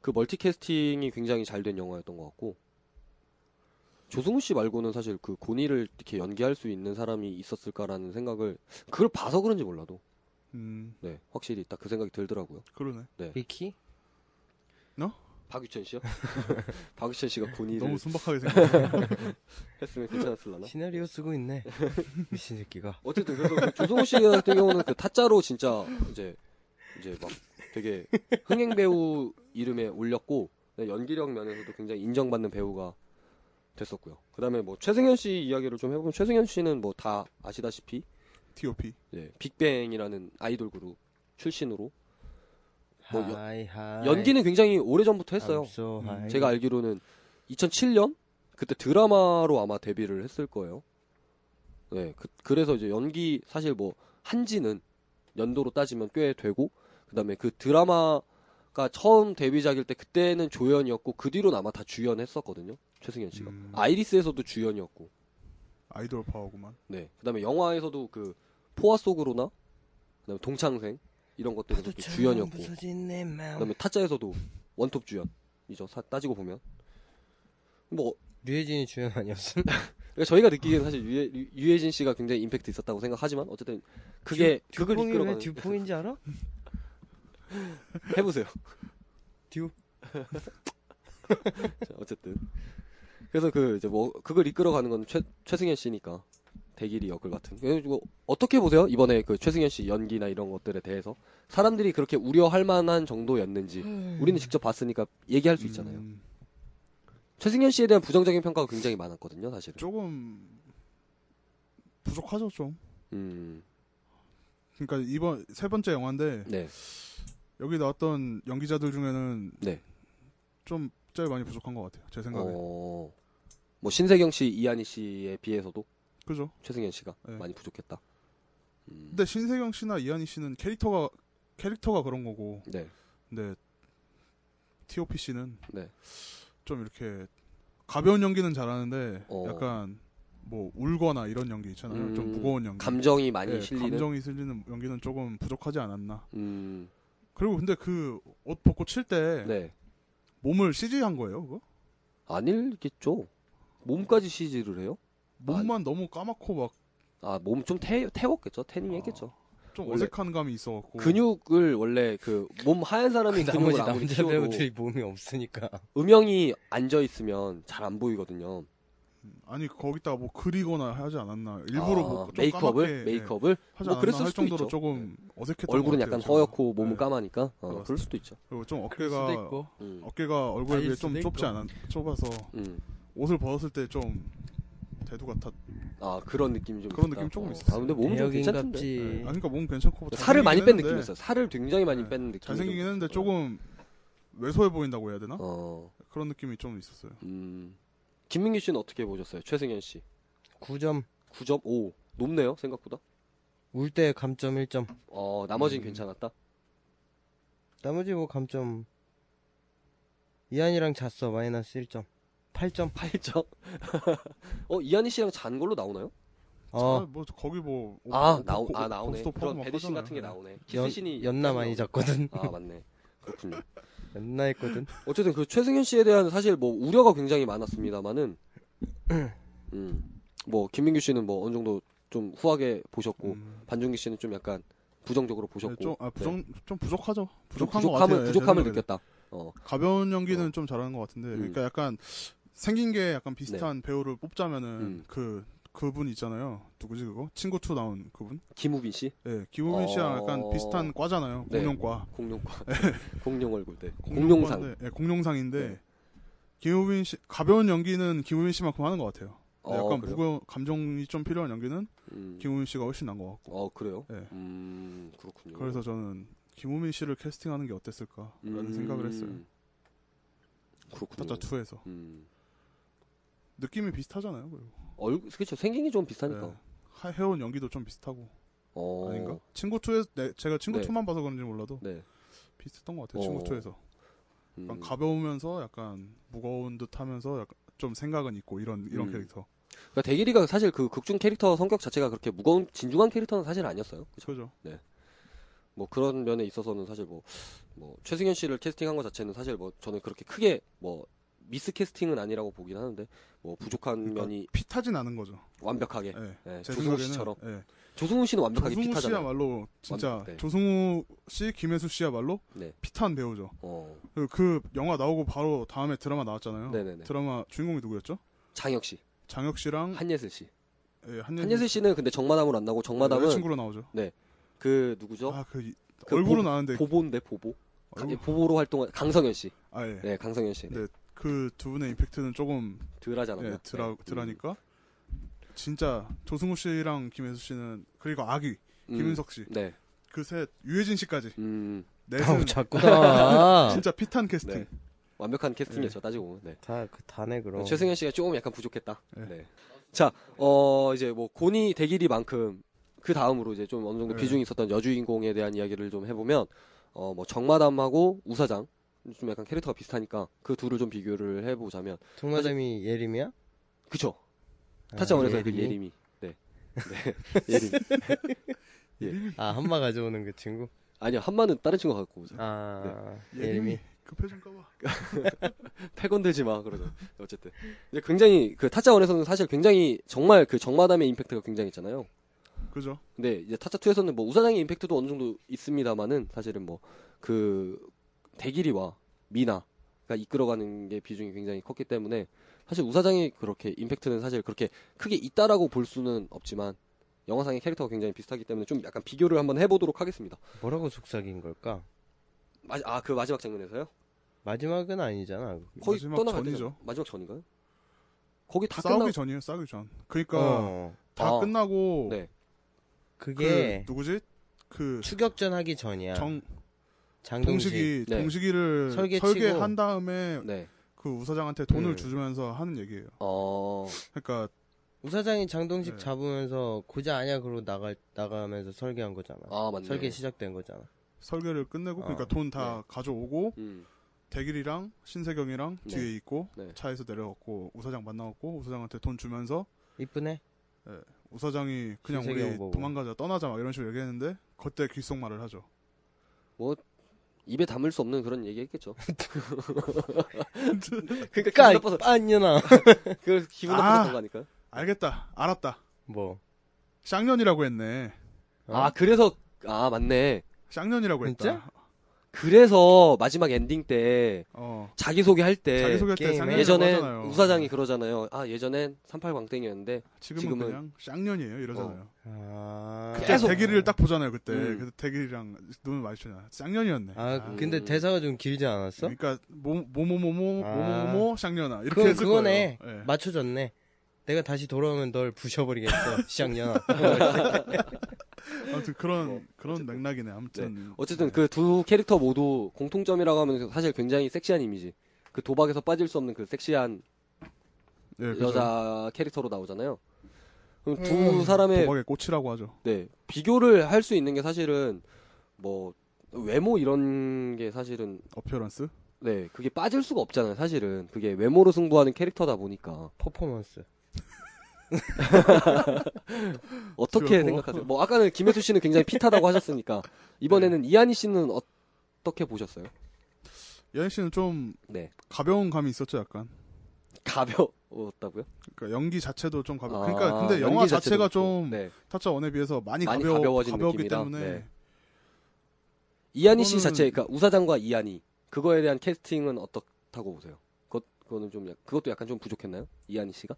[SPEAKER 1] 그 멀티 캐스팅이 굉장히 잘 된 영화였던 것 같고 조승우 씨 말고는 사실 그 고니를 이렇게 연기할 수 있는 사람이 있었을까라는 생각을 그걸 봐서 그런지 몰라도
[SPEAKER 3] 음
[SPEAKER 1] 네 확실히 딱 그 생각이 들더라고요.
[SPEAKER 3] 그러네.
[SPEAKER 2] 비키?
[SPEAKER 1] 박유천 씨요? 박유천 씨가 고니를
[SPEAKER 3] 너무 순박하게 생각.
[SPEAKER 1] 했으면 괜찮았을라나?
[SPEAKER 2] 시나리오 쓰고 있네. 미친 새끼가.
[SPEAKER 1] 어쨌든 그래서 그 조성호 씨 같은 경우는 그 타짜로 진짜 이제 이제 막 되게 흥행 배우 이름에 올렸고 네, 연기력 면에서도 굉장히 인정받는 배우가 됐었고요. 그다음에 뭐 최승현 씨 이야기를 좀 해보면 최승현 씨는 뭐 다 아시다시피
[SPEAKER 3] T.O.P.
[SPEAKER 1] 네, 빅뱅이라는 아이돌 그룹 출신으로 뭐 연-
[SPEAKER 2] 하이 하이.
[SPEAKER 1] 연기는 굉장히 오래 전부터 했어요.
[SPEAKER 2] I'm so
[SPEAKER 3] 음,
[SPEAKER 2] high.
[SPEAKER 1] 제가 알기로는 2007년 그때 드라마로 아마 데뷔를 했을 거예요. 네, 그, 래서 이제 연기 사실 뭐 한지는 연도로 따지면 꽤 되고 그다음에 그 드라마가 처음 데뷔작일 때 그때는 조연이었고 그 뒤로 는 아마 다 주연했었거든요 최승현 씨가
[SPEAKER 3] 음.
[SPEAKER 1] 아이리스에서도 주연이었고
[SPEAKER 3] 아이돌 파워구만.
[SPEAKER 1] 네 그다음에 영화에서도 그 포화 속으로나 그다음에 동창생 이런 것들도
[SPEAKER 2] 파도처럼
[SPEAKER 1] 주연이었고
[SPEAKER 2] 부서진 내 마음.
[SPEAKER 1] 그다음에 타짜에서도 원톱 주연이죠 사- 따지고 보면 뭐
[SPEAKER 2] 류혜진이 주연 아니었음?
[SPEAKER 1] 그러니까 저희가 느끼기에는 사실 유해, 유- 유해진 씨가 굉장히 임팩트 있었다고 생각하지만 어쨌든 그게 그걸
[SPEAKER 2] 듀퐁이 왜
[SPEAKER 1] 이끌어가는
[SPEAKER 2] 듀퐁인지 알아?
[SPEAKER 1] 해보세요.
[SPEAKER 2] 듀.
[SPEAKER 1] 자, 어쨌든 그래서 그 이제 뭐 그걸 이끌어가는 건 최, 최승현 씨니까 대길이 역을 맡은. 그래가지고 어떻게 보세요 이번에 그 최승현 씨 연기나 이런 것들에 대해서 사람들이 그렇게 우려할 만한 정도였는지 우리는 직접 봤으니까 얘기할 수 있잖아요. 네.
[SPEAKER 3] 음,
[SPEAKER 1] 최승현 씨에 대한 부정적인 평가가 굉장히 많았거든요 사실은.
[SPEAKER 3] 조금 부족하죠 좀.
[SPEAKER 1] 음,
[SPEAKER 3] 그러니까 이번 세 번째 영화인데
[SPEAKER 1] 네,
[SPEAKER 3] 여기 나왔던 연기자들 중에는
[SPEAKER 1] 네.
[SPEAKER 3] 좀 짤 많이 부족한 것 같아요 제 생각에.
[SPEAKER 1] 어, 뭐 신세경 씨, 이한희 씨에 비해서도.
[SPEAKER 3] 그죠.
[SPEAKER 1] 최승현 씨가
[SPEAKER 3] 네.
[SPEAKER 1] 많이 부족했다. 음,
[SPEAKER 3] 근데 신세경 씨나 이한희 씨는 캐릭터가 캐릭터가 그런 거고
[SPEAKER 1] 네,
[SPEAKER 3] 근데 T.O.P 씨는
[SPEAKER 1] 네.
[SPEAKER 3] 좀 이렇게 가벼운 연기는 잘하는데
[SPEAKER 1] 어.
[SPEAKER 3] 약간 뭐 울거나 이런 연기 있잖아요. 좀
[SPEAKER 1] 음,
[SPEAKER 3] 무거운 연기.
[SPEAKER 1] 감정이 많이
[SPEAKER 3] 예,
[SPEAKER 1] 실리는.
[SPEAKER 3] 감정이 실리는 연기는 조금 부족하지 않았나.
[SPEAKER 1] 음,
[SPEAKER 3] 그리고 근데 그 옷 벗고 칠 때
[SPEAKER 1] 네, 아.
[SPEAKER 3] 몸을 CG 한 거예요, 그거?
[SPEAKER 1] 아닐겠죠. 몸까지 CG를 해요?
[SPEAKER 3] 몸만 너무 까맣고
[SPEAKER 1] 아, 몸 좀 태웠겠죠? 태닝 했겠죠?
[SPEAKER 3] 막 좀
[SPEAKER 1] 원래
[SPEAKER 3] 아, 어색한 감이 있어갖고
[SPEAKER 1] 근육을 원래 그 몸 하얀 사람이
[SPEAKER 2] 나머지
[SPEAKER 1] 근육을 아무리
[SPEAKER 2] 남자
[SPEAKER 1] 키워도
[SPEAKER 2] 배우들이 몸이 없으니까
[SPEAKER 1] 음영이 앉아 있으면 잘 안 보이거든요.
[SPEAKER 3] 아니 거기다가 뭐 그리거나 하지 않았나 일부러
[SPEAKER 1] 아,
[SPEAKER 3] 뭐좀
[SPEAKER 1] 메이크업을
[SPEAKER 3] 까맣게, 예,
[SPEAKER 1] 메이크업을
[SPEAKER 3] 하지
[SPEAKER 1] 뭐
[SPEAKER 3] 않았나
[SPEAKER 1] 그랬을
[SPEAKER 3] 할
[SPEAKER 1] 수도 있죠.
[SPEAKER 3] 정도로
[SPEAKER 1] 네.
[SPEAKER 3] 조금 어색했던
[SPEAKER 1] 얼굴은
[SPEAKER 3] 것
[SPEAKER 1] 약간
[SPEAKER 3] 같아요, 제가.
[SPEAKER 1] 허옇고 몸은
[SPEAKER 3] 예.
[SPEAKER 1] 까마니까 어,
[SPEAKER 3] 그렇습니다.
[SPEAKER 1] 그럴 수도 있죠.
[SPEAKER 3] 그리고 좀
[SPEAKER 4] 그럴 수도
[SPEAKER 3] 어깨가
[SPEAKER 4] 있고
[SPEAKER 1] 음,
[SPEAKER 3] 어깨가 얼굴에
[SPEAKER 4] 아닐
[SPEAKER 3] 비해 좀
[SPEAKER 4] 수도
[SPEAKER 3] 좁지
[SPEAKER 4] 있고.
[SPEAKER 3] 않아 좁아서
[SPEAKER 1] 음.
[SPEAKER 3] 옷을 벗었을 때 좀 대두 같았
[SPEAKER 1] 아 그런 느낌이 좀
[SPEAKER 3] 그런
[SPEAKER 1] 있다.
[SPEAKER 3] 느낌 조금
[SPEAKER 1] 어.
[SPEAKER 3] 있었어요.
[SPEAKER 1] 아 근데 몸은 좀 괜찮던데. 네.
[SPEAKER 2] 대역인갑지.
[SPEAKER 3] 예. 아니 그러니까 몸 괜찮고
[SPEAKER 1] 살을 많이 뺀
[SPEAKER 3] 잘생기긴 했는데
[SPEAKER 1] 느낌이었어요. 살을 굉장히 많이
[SPEAKER 3] 네.
[SPEAKER 1] 뺀 느낌.
[SPEAKER 3] 잘생기긴 했는데 조금 왜소해 보인다고 해야 되나
[SPEAKER 1] 어,
[SPEAKER 3] 그런 느낌이 좀 있었어요.
[SPEAKER 1] 음. 김민규 씨는 어떻게 보셨어요? 최승현 씨
[SPEAKER 2] 9점
[SPEAKER 1] 9.5 높네요 생각보다.
[SPEAKER 2] 울 때 감점 1점
[SPEAKER 1] 어 나머지는
[SPEAKER 3] 음.
[SPEAKER 1] 괜찮았다.
[SPEAKER 2] 나머지 뭐 감점 이한이랑 잤어 마이너스 1점 8점
[SPEAKER 1] 8점. 어 이한희 씨랑 잔 걸로 나오나요?
[SPEAKER 3] 아,
[SPEAKER 2] 어
[SPEAKER 3] 뭐 거기 뭐
[SPEAKER 1] 아
[SPEAKER 3] 오프-
[SPEAKER 1] 나오
[SPEAKER 3] 오프-
[SPEAKER 1] 아 나오네.
[SPEAKER 3] 오프스톱
[SPEAKER 1] 그런
[SPEAKER 3] 하고 막
[SPEAKER 1] 배드신
[SPEAKER 3] 하잖아요.
[SPEAKER 1] 같은 게
[SPEAKER 3] 네.
[SPEAKER 1] 나오네.
[SPEAKER 2] 연,
[SPEAKER 1] 키스신이
[SPEAKER 2] 연나 많이 잤거든
[SPEAKER 1] 아 맞네. 그렇군요.
[SPEAKER 2] 연나 했거든
[SPEAKER 1] 어쨌든 그 최승현 씨에 대한 사실 뭐 우려가 굉장히 많았습니다만은
[SPEAKER 3] 음.
[SPEAKER 1] 음뭐 김민규 씨는 뭐 어느 정도 좀 후하게 보셨고
[SPEAKER 3] 음.
[SPEAKER 1] 반종기 씨는 좀 약간 부정적으로
[SPEAKER 3] 네,
[SPEAKER 1] 보셨고
[SPEAKER 3] 좀, 아, 부정, 좀 부족하죠.
[SPEAKER 1] 좀
[SPEAKER 3] 부족한 것 같아요.
[SPEAKER 1] 부족함을
[SPEAKER 3] 예,
[SPEAKER 1] 부족함을
[SPEAKER 3] 제 생각에는.
[SPEAKER 1] 느꼈다.
[SPEAKER 3] 가벼운 연기는
[SPEAKER 1] 어.
[SPEAKER 3] 좀 잘하는 것 같은데,
[SPEAKER 1] 음. 네.
[SPEAKER 3] 그러니까 약간 생긴 게 약간 비슷한 배우를 뽑자면은
[SPEAKER 1] 음.
[SPEAKER 3] 그 그분 있잖아요. 누구지 그거? 친구 2 나온 그분?
[SPEAKER 1] 김우빈 씨
[SPEAKER 3] 예, 김우빈 씨랑
[SPEAKER 1] 어.
[SPEAKER 3] 약간 비슷한 과잖아요.
[SPEAKER 1] 네.
[SPEAKER 3] 공룡과.
[SPEAKER 1] 공룡과 공룡 얼굴 대 공룡상
[SPEAKER 3] 공룡과인데- 예, 공룡상인데
[SPEAKER 1] 네.
[SPEAKER 3] 김우빈 씨 가벼운 연기는 김우빈 씨만큼 하는 것 같아요. 근데
[SPEAKER 1] 어,
[SPEAKER 3] 약간
[SPEAKER 1] 그래요?
[SPEAKER 3] 무거운 감정이 좀 필요한 연기는
[SPEAKER 1] 음.
[SPEAKER 3] 김우빈 씨가 훨씬 나은 것 같고.
[SPEAKER 1] 어 그래요?
[SPEAKER 3] 네.
[SPEAKER 1] 음 그렇군요.
[SPEAKER 3] 그래서 저는 김우빈 씨를 캐스팅하는 게 어땠을까라는
[SPEAKER 1] 음,
[SPEAKER 3] 생각을 했어요.
[SPEAKER 1] 그렇군요.
[SPEAKER 3] 타짜 2에서
[SPEAKER 1] 음.
[SPEAKER 3] 느낌이 비슷하잖아요. 그리고
[SPEAKER 1] 얼굴 그렇죠 생긴 게 좀 비슷하니까.
[SPEAKER 3] 네. 하- 해온 연기도 좀 비슷하고
[SPEAKER 1] 어.
[SPEAKER 3] 아닌가? 친구 2에서 네, 제가 친구
[SPEAKER 1] 네.
[SPEAKER 3] 투 2만 봐서 그런지 몰라도
[SPEAKER 1] 네.
[SPEAKER 3] 비슷했던 것 같아요.
[SPEAKER 1] 어.
[SPEAKER 3] 친구 2에서
[SPEAKER 1] 음.
[SPEAKER 3] 약간 가벼우면서 약간 무거운 듯하면서 약간 좀 생각은 있고 이런 이런
[SPEAKER 1] 음.
[SPEAKER 3] 캐릭터
[SPEAKER 1] 그러니까 대길이가 사실 그 극중 캐릭터 성격 자체가 그렇게 무거운 진중한 캐릭터는 사실 아니었어요. 그죠?
[SPEAKER 3] 그죠?
[SPEAKER 1] 뭐 그런 면에 있어서는 사실 뭐, 뭐 최승현 씨를 캐스팅한 것 자체는 사실 뭐 저는 그렇게 크게 뭐 미스 캐스팅은 아니라고 보긴 하는데 뭐 부족한
[SPEAKER 3] 그러니까
[SPEAKER 1] 면이
[SPEAKER 3] 피타진 않은 거죠.
[SPEAKER 1] 완벽하게
[SPEAKER 3] 예.
[SPEAKER 1] 예,
[SPEAKER 3] 제
[SPEAKER 1] 조승우
[SPEAKER 3] 생각에는,
[SPEAKER 1] 씨처럼
[SPEAKER 3] 예.
[SPEAKER 1] 조승우 씨는 완벽하게
[SPEAKER 3] 조승우
[SPEAKER 1] 피타잖아요.
[SPEAKER 3] 씨야말로 진짜
[SPEAKER 1] 완벽- 네.
[SPEAKER 3] 조승우 씨, 김혜수 씨야말로
[SPEAKER 1] 네.
[SPEAKER 3] 피타한 배우죠.
[SPEAKER 1] 어,
[SPEAKER 3] 그리고 그 영화 나오고 바로 다음에 드라마 나왔잖아요.
[SPEAKER 1] 네네네.
[SPEAKER 3] 드라마 주인공이 누구였죠?
[SPEAKER 1] 장혁 씨,
[SPEAKER 3] 장혁 음. 씨랑
[SPEAKER 1] 한예슬 씨.
[SPEAKER 3] 예, 한예슬,
[SPEAKER 1] 한예슬 씨는 근데 정마담으로 안 나고 정마담은
[SPEAKER 3] 친구로 나오죠.
[SPEAKER 1] 그 누구죠?
[SPEAKER 3] 아, 그, 이-
[SPEAKER 1] 그
[SPEAKER 3] 얼굴은
[SPEAKER 1] 보-
[SPEAKER 3] 아는데
[SPEAKER 1] 보보인데 보보. 가-
[SPEAKER 3] 얼굴-
[SPEAKER 1] 보보로 활동한 강성현 씨.
[SPEAKER 3] 아 예.
[SPEAKER 1] 네, 강성현 씨. 네.
[SPEAKER 3] 네. 그 두 분의 임팩트는 조금
[SPEAKER 1] 덜하지 않았나?
[SPEAKER 3] 예, 드라,
[SPEAKER 1] 네.
[SPEAKER 3] 드라니까 진짜 조승우 씨랑 김혜수 씨는 그리고 아기
[SPEAKER 1] 음,
[SPEAKER 3] 김윤석
[SPEAKER 1] 음, 네.
[SPEAKER 3] 씨 그 셋 유해진 씨까지
[SPEAKER 1] 음.
[SPEAKER 2] 아우
[SPEAKER 3] 넷은
[SPEAKER 2] 자꾸 나와
[SPEAKER 3] 진짜 피탄
[SPEAKER 1] 네.
[SPEAKER 3] 캐스팅
[SPEAKER 1] 완벽한 캐스팅이었죠. 따지고 보면. 네.
[SPEAKER 2] 다, 그, 다네 그럼
[SPEAKER 1] 최승현 씨가 조금 약간 부족했다. 네.
[SPEAKER 3] 네.
[SPEAKER 1] 자, 어 이제 뭐 곤이 대길이만큼 그 다음으로 이제 좀 어느 정도
[SPEAKER 3] 네.
[SPEAKER 1] 비중이 있었던 여주인공에 대한 이야기를 좀 해보면 어 뭐 정마담하고 우사장 좀 약간 캐릭터가 비슷하니까 그 둘을 좀 비교를 해보자면
[SPEAKER 2] 동마담이 예림이야?
[SPEAKER 1] 그쵸?
[SPEAKER 2] 아,
[SPEAKER 1] 타짜원에서 그 예림이 네, 네. 예림
[SPEAKER 2] 아 한마 가져오는 그 친구
[SPEAKER 1] 아니요 한마는 다른 친구 갖고 오자.
[SPEAKER 2] 아 예림이
[SPEAKER 3] 예림이 그 표정 까봐
[SPEAKER 1] 패건 들지 마 그러죠. 어쨌든 이제 굉장히 그 타짜원에서는 사실 굉장히 정말 그 정마담의 임팩트가 굉장히 있잖아요.
[SPEAKER 3] 그죠
[SPEAKER 1] 근데 이제 타짜 2에서는 뭐 우사장의 임팩트도 어느 정도 있습니다만은 사실은 뭐 그 대길이와 미나가 그러니까 이끌어가는 게 비중이 굉장히 컸기 때문에 사실 우사장이 그렇게 임팩트는 사실 그렇게 크게 있다라고 볼 수는 없지만 영화상의 캐릭터가 굉장히 비슷하기 때문에 좀 약간 비교를 한번 해보도록 하겠습니다.
[SPEAKER 2] 뭐라고 속삭인 걸까?
[SPEAKER 1] 아 그 마지막 장면에서요?
[SPEAKER 2] 마지막은 아니잖아
[SPEAKER 1] 거의
[SPEAKER 3] 마지막
[SPEAKER 1] 떠나갈
[SPEAKER 3] 전이죠.
[SPEAKER 1] 때잖아요. 마지막 전인가요? 거기 다
[SPEAKER 3] 싸우기
[SPEAKER 1] 끝나.
[SPEAKER 3] 전이에요 싸우기 전 그러니까
[SPEAKER 2] 어,
[SPEAKER 3] 다
[SPEAKER 1] 아.
[SPEAKER 3] 끝나고
[SPEAKER 1] 네.
[SPEAKER 3] 그
[SPEAKER 2] 그게
[SPEAKER 3] 누구지 그
[SPEAKER 2] 추격전 하기 예. 전이야
[SPEAKER 3] 정,
[SPEAKER 2] 장동식
[SPEAKER 3] 동식이
[SPEAKER 1] 네.
[SPEAKER 3] 동식이를
[SPEAKER 2] 설계치고.
[SPEAKER 3] 설계한 다음에
[SPEAKER 1] 네.
[SPEAKER 3] 그 우사장한테 돈을
[SPEAKER 2] 음.
[SPEAKER 3] 주면서 하는 얘기예요.
[SPEAKER 1] 어.
[SPEAKER 3] 그러니까
[SPEAKER 2] 우사장이 장동식
[SPEAKER 3] 네.
[SPEAKER 2] 잡으면서 고자 안약으로 나갈 나가면서 설계한 거잖아
[SPEAKER 1] 아 맞네.
[SPEAKER 2] 설계 시작된 거잖아
[SPEAKER 3] 설계를 끝내고
[SPEAKER 2] 어.
[SPEAKER 3] 그러니까 돈
[SPEAKER 1] 네.
[SPEAKER 3] 다 가져오고
[SPEAKER 1] 음.
[SPEAKER 3] 대길이랑 신세경이랑
[SPEAKER 1] 네.
[SPEAKER 3] 뒤에 있고
[SPEAKER 1] 네.
[SPEAKER 3] 차에서 내려갔고 우사장 만나갖고 우사장한테 돈 주면서
[SPEAKER 2] 이쁘네
[SPEAKER 3] 우사장이 그냥
[SPEAKER 2] 신세경
[SPEAKER 3] 우리
[SPEAKER 2] 보고.
[SPEAKER 3] 도망가자 떠나자 막 이런 식으로 얘기했는데 그때 귓속말을 하죠.
[SPEAKER 1] 입에 담을 수 없는 그런 얘기 했겠죠.
[SPEAKER 2] 그러니까
[SPEAKER 1] 기분 나빠서-
[SPEAKER 2] 빠니나
[SPEAKER 1] 그걸 기분
[SPEAKER 3] 아.
[SPEAKER 1] 나빠서 그런 거니까.
[SPEAKER 3] 알겠다. 알았다.
[SPEAKER 2] 뭐
[SPEAKER 3] 쌍년이라고 했네.
[SPEAKER 2] 어?
[SPEAKER 1] 아 그래서 아 맞네.
[SPEAKER 3] 쌍년이라고 했다.
[SPEAKER 2] 진짜?
[SPEAKER 1] 그래서 마지막 엔딩 때
[SPEAKER 3] 어.
[SPEAKER 1] 자기 소개할 때
[SPEAKER 3] 자기소개할 때
[SPEAKER 2] 네, 게임에
[SPEAKER 3] 쌍년이라고 하잖아요.
[SPEAKER 1] 예전엔 우사장이 그러잖아요. 아 예전엔 38광땡이었는데
[SPEAKER 3] 지금은,
[SPEAKER 1] 지금은-
[SPEAKER 3] 그냥 쌍년이에요 이러잖아요.
[SPEAKER 2] 어. 아...
[SPEAKER 3] 그때
[SPEAKER 1] 계속-
[SPEAKER 3] 대길이를 딱 보잖아요 그때.
[SPEAKER 1] 음.
[SPEAKER 3] 그래서 대길이랑 눈을 마주치잖아. 쌍년이었네.
[SPEAKER 2] 아,
[SPEAKER 3] 아.
[SPEAKER 2] 근데
[SPEAKER 1] 음.
[SPEAKER 2] 대사가 좀 길지 않았어?
[SPEAKER 3] 그러니까 모모모모
[SPEAKER 2] 아.
[SPEAKER 3] 모모모 쌍년아 이렇게
[SPEAKER 2] 그건
[SPEAKER 3] 했을
[SPEAKER 2] 그거네.
[SPEAKER 3] 거예요. 예.
[SPEAKER 2] 맞춰줬네. 내가 다시 돌아오면 널 부셔버리겠어. 시장년.
[SPEAKER 3] 아무튼 그런 그런 맥락이네. 아무튼
[SPEAKER 1] 뭐, 어쨌든 그 두 캐릭터 모두 공통점이라고 하면 사실 굉장히 섹시한 이미지. 그 도박에서 빠질 수 없는 그 섹시한
[SPEAKER 3] 예, 그죠.
[SPEAKER 1] 여자 캐릭터로 나오잖아요. 그럼 두
[SPEAKER 2] 음,
[SPEAKER 1] 사람의
[SPEAKER 3] 도박의 꽃이라고 하죠.
[SPEAKER 1] 네, 비교를 할 수 있는 게 사실은 뭐 외모 이런 게 사실은
[SPEAKER 3] 어피어런스.
[SPEAKER 1] 네 그게 빠질 수가 없잖아요. 사실은 그게 외모로 승부하는 캐릭터다 보니까
[SPEAKER 2] 퍼포먼스.
[SPEAKER 1] 어떻게
[SPEAKER 3] 그거?
[SPEAKER 1] 생각하세요? 뭐 아까는 김혜수 씨는 굉장히 핏하다고 하셨으니까 이번에는
[SPEAKER 3] 네.
[SPEAKER 1] 이한희 씨는 어떻게 보셨어요?
[SPEAKER 3] 연희 씨는 좀
[SPEAKER 1] 네
[SPEAKER 3] 가벼운 감이 있었죠, 약간.
[SPEAKER 1] 가벼웠다고요?
[SPEAKER 3] 그러니까 연기 자체도 좀 가벼.
[SPEAKER 1] 아,
[SPEAKER 3] 그러니까 근데
[SPEAKER 1] 연기
[SPEAKER 3] 영화
[SPEAKER 1] 자체도
[SPEAKER 3] 자체가
[SPEAKER 1] 그렇고.
[SPEAKER 3] 좀
[SPEAKER 1] 네.
[SPEAKER 3] 타짜 원에 비해서 많이,
[SPEAKER 1] 많이
[SPEAKER 3] 가벼,
[SPEAKER 1] 가벼워진
[SPEAKER 3] 가볍기
[SPEAKER 1] 느낌이라,
[SPEAKER 3] 때문에
[SPEAKER 1] 네. 이한희 씨
[SPEAKER 3] 그거는-
[SPEAKER 1] 자체, 그러니까 우사장과 이한희 그거에 대한 캐스팅은 어떻다고 보세요? 그것 그거는 좀 약- 그것도 약간 좀 부족했나요? 이한희 씨가?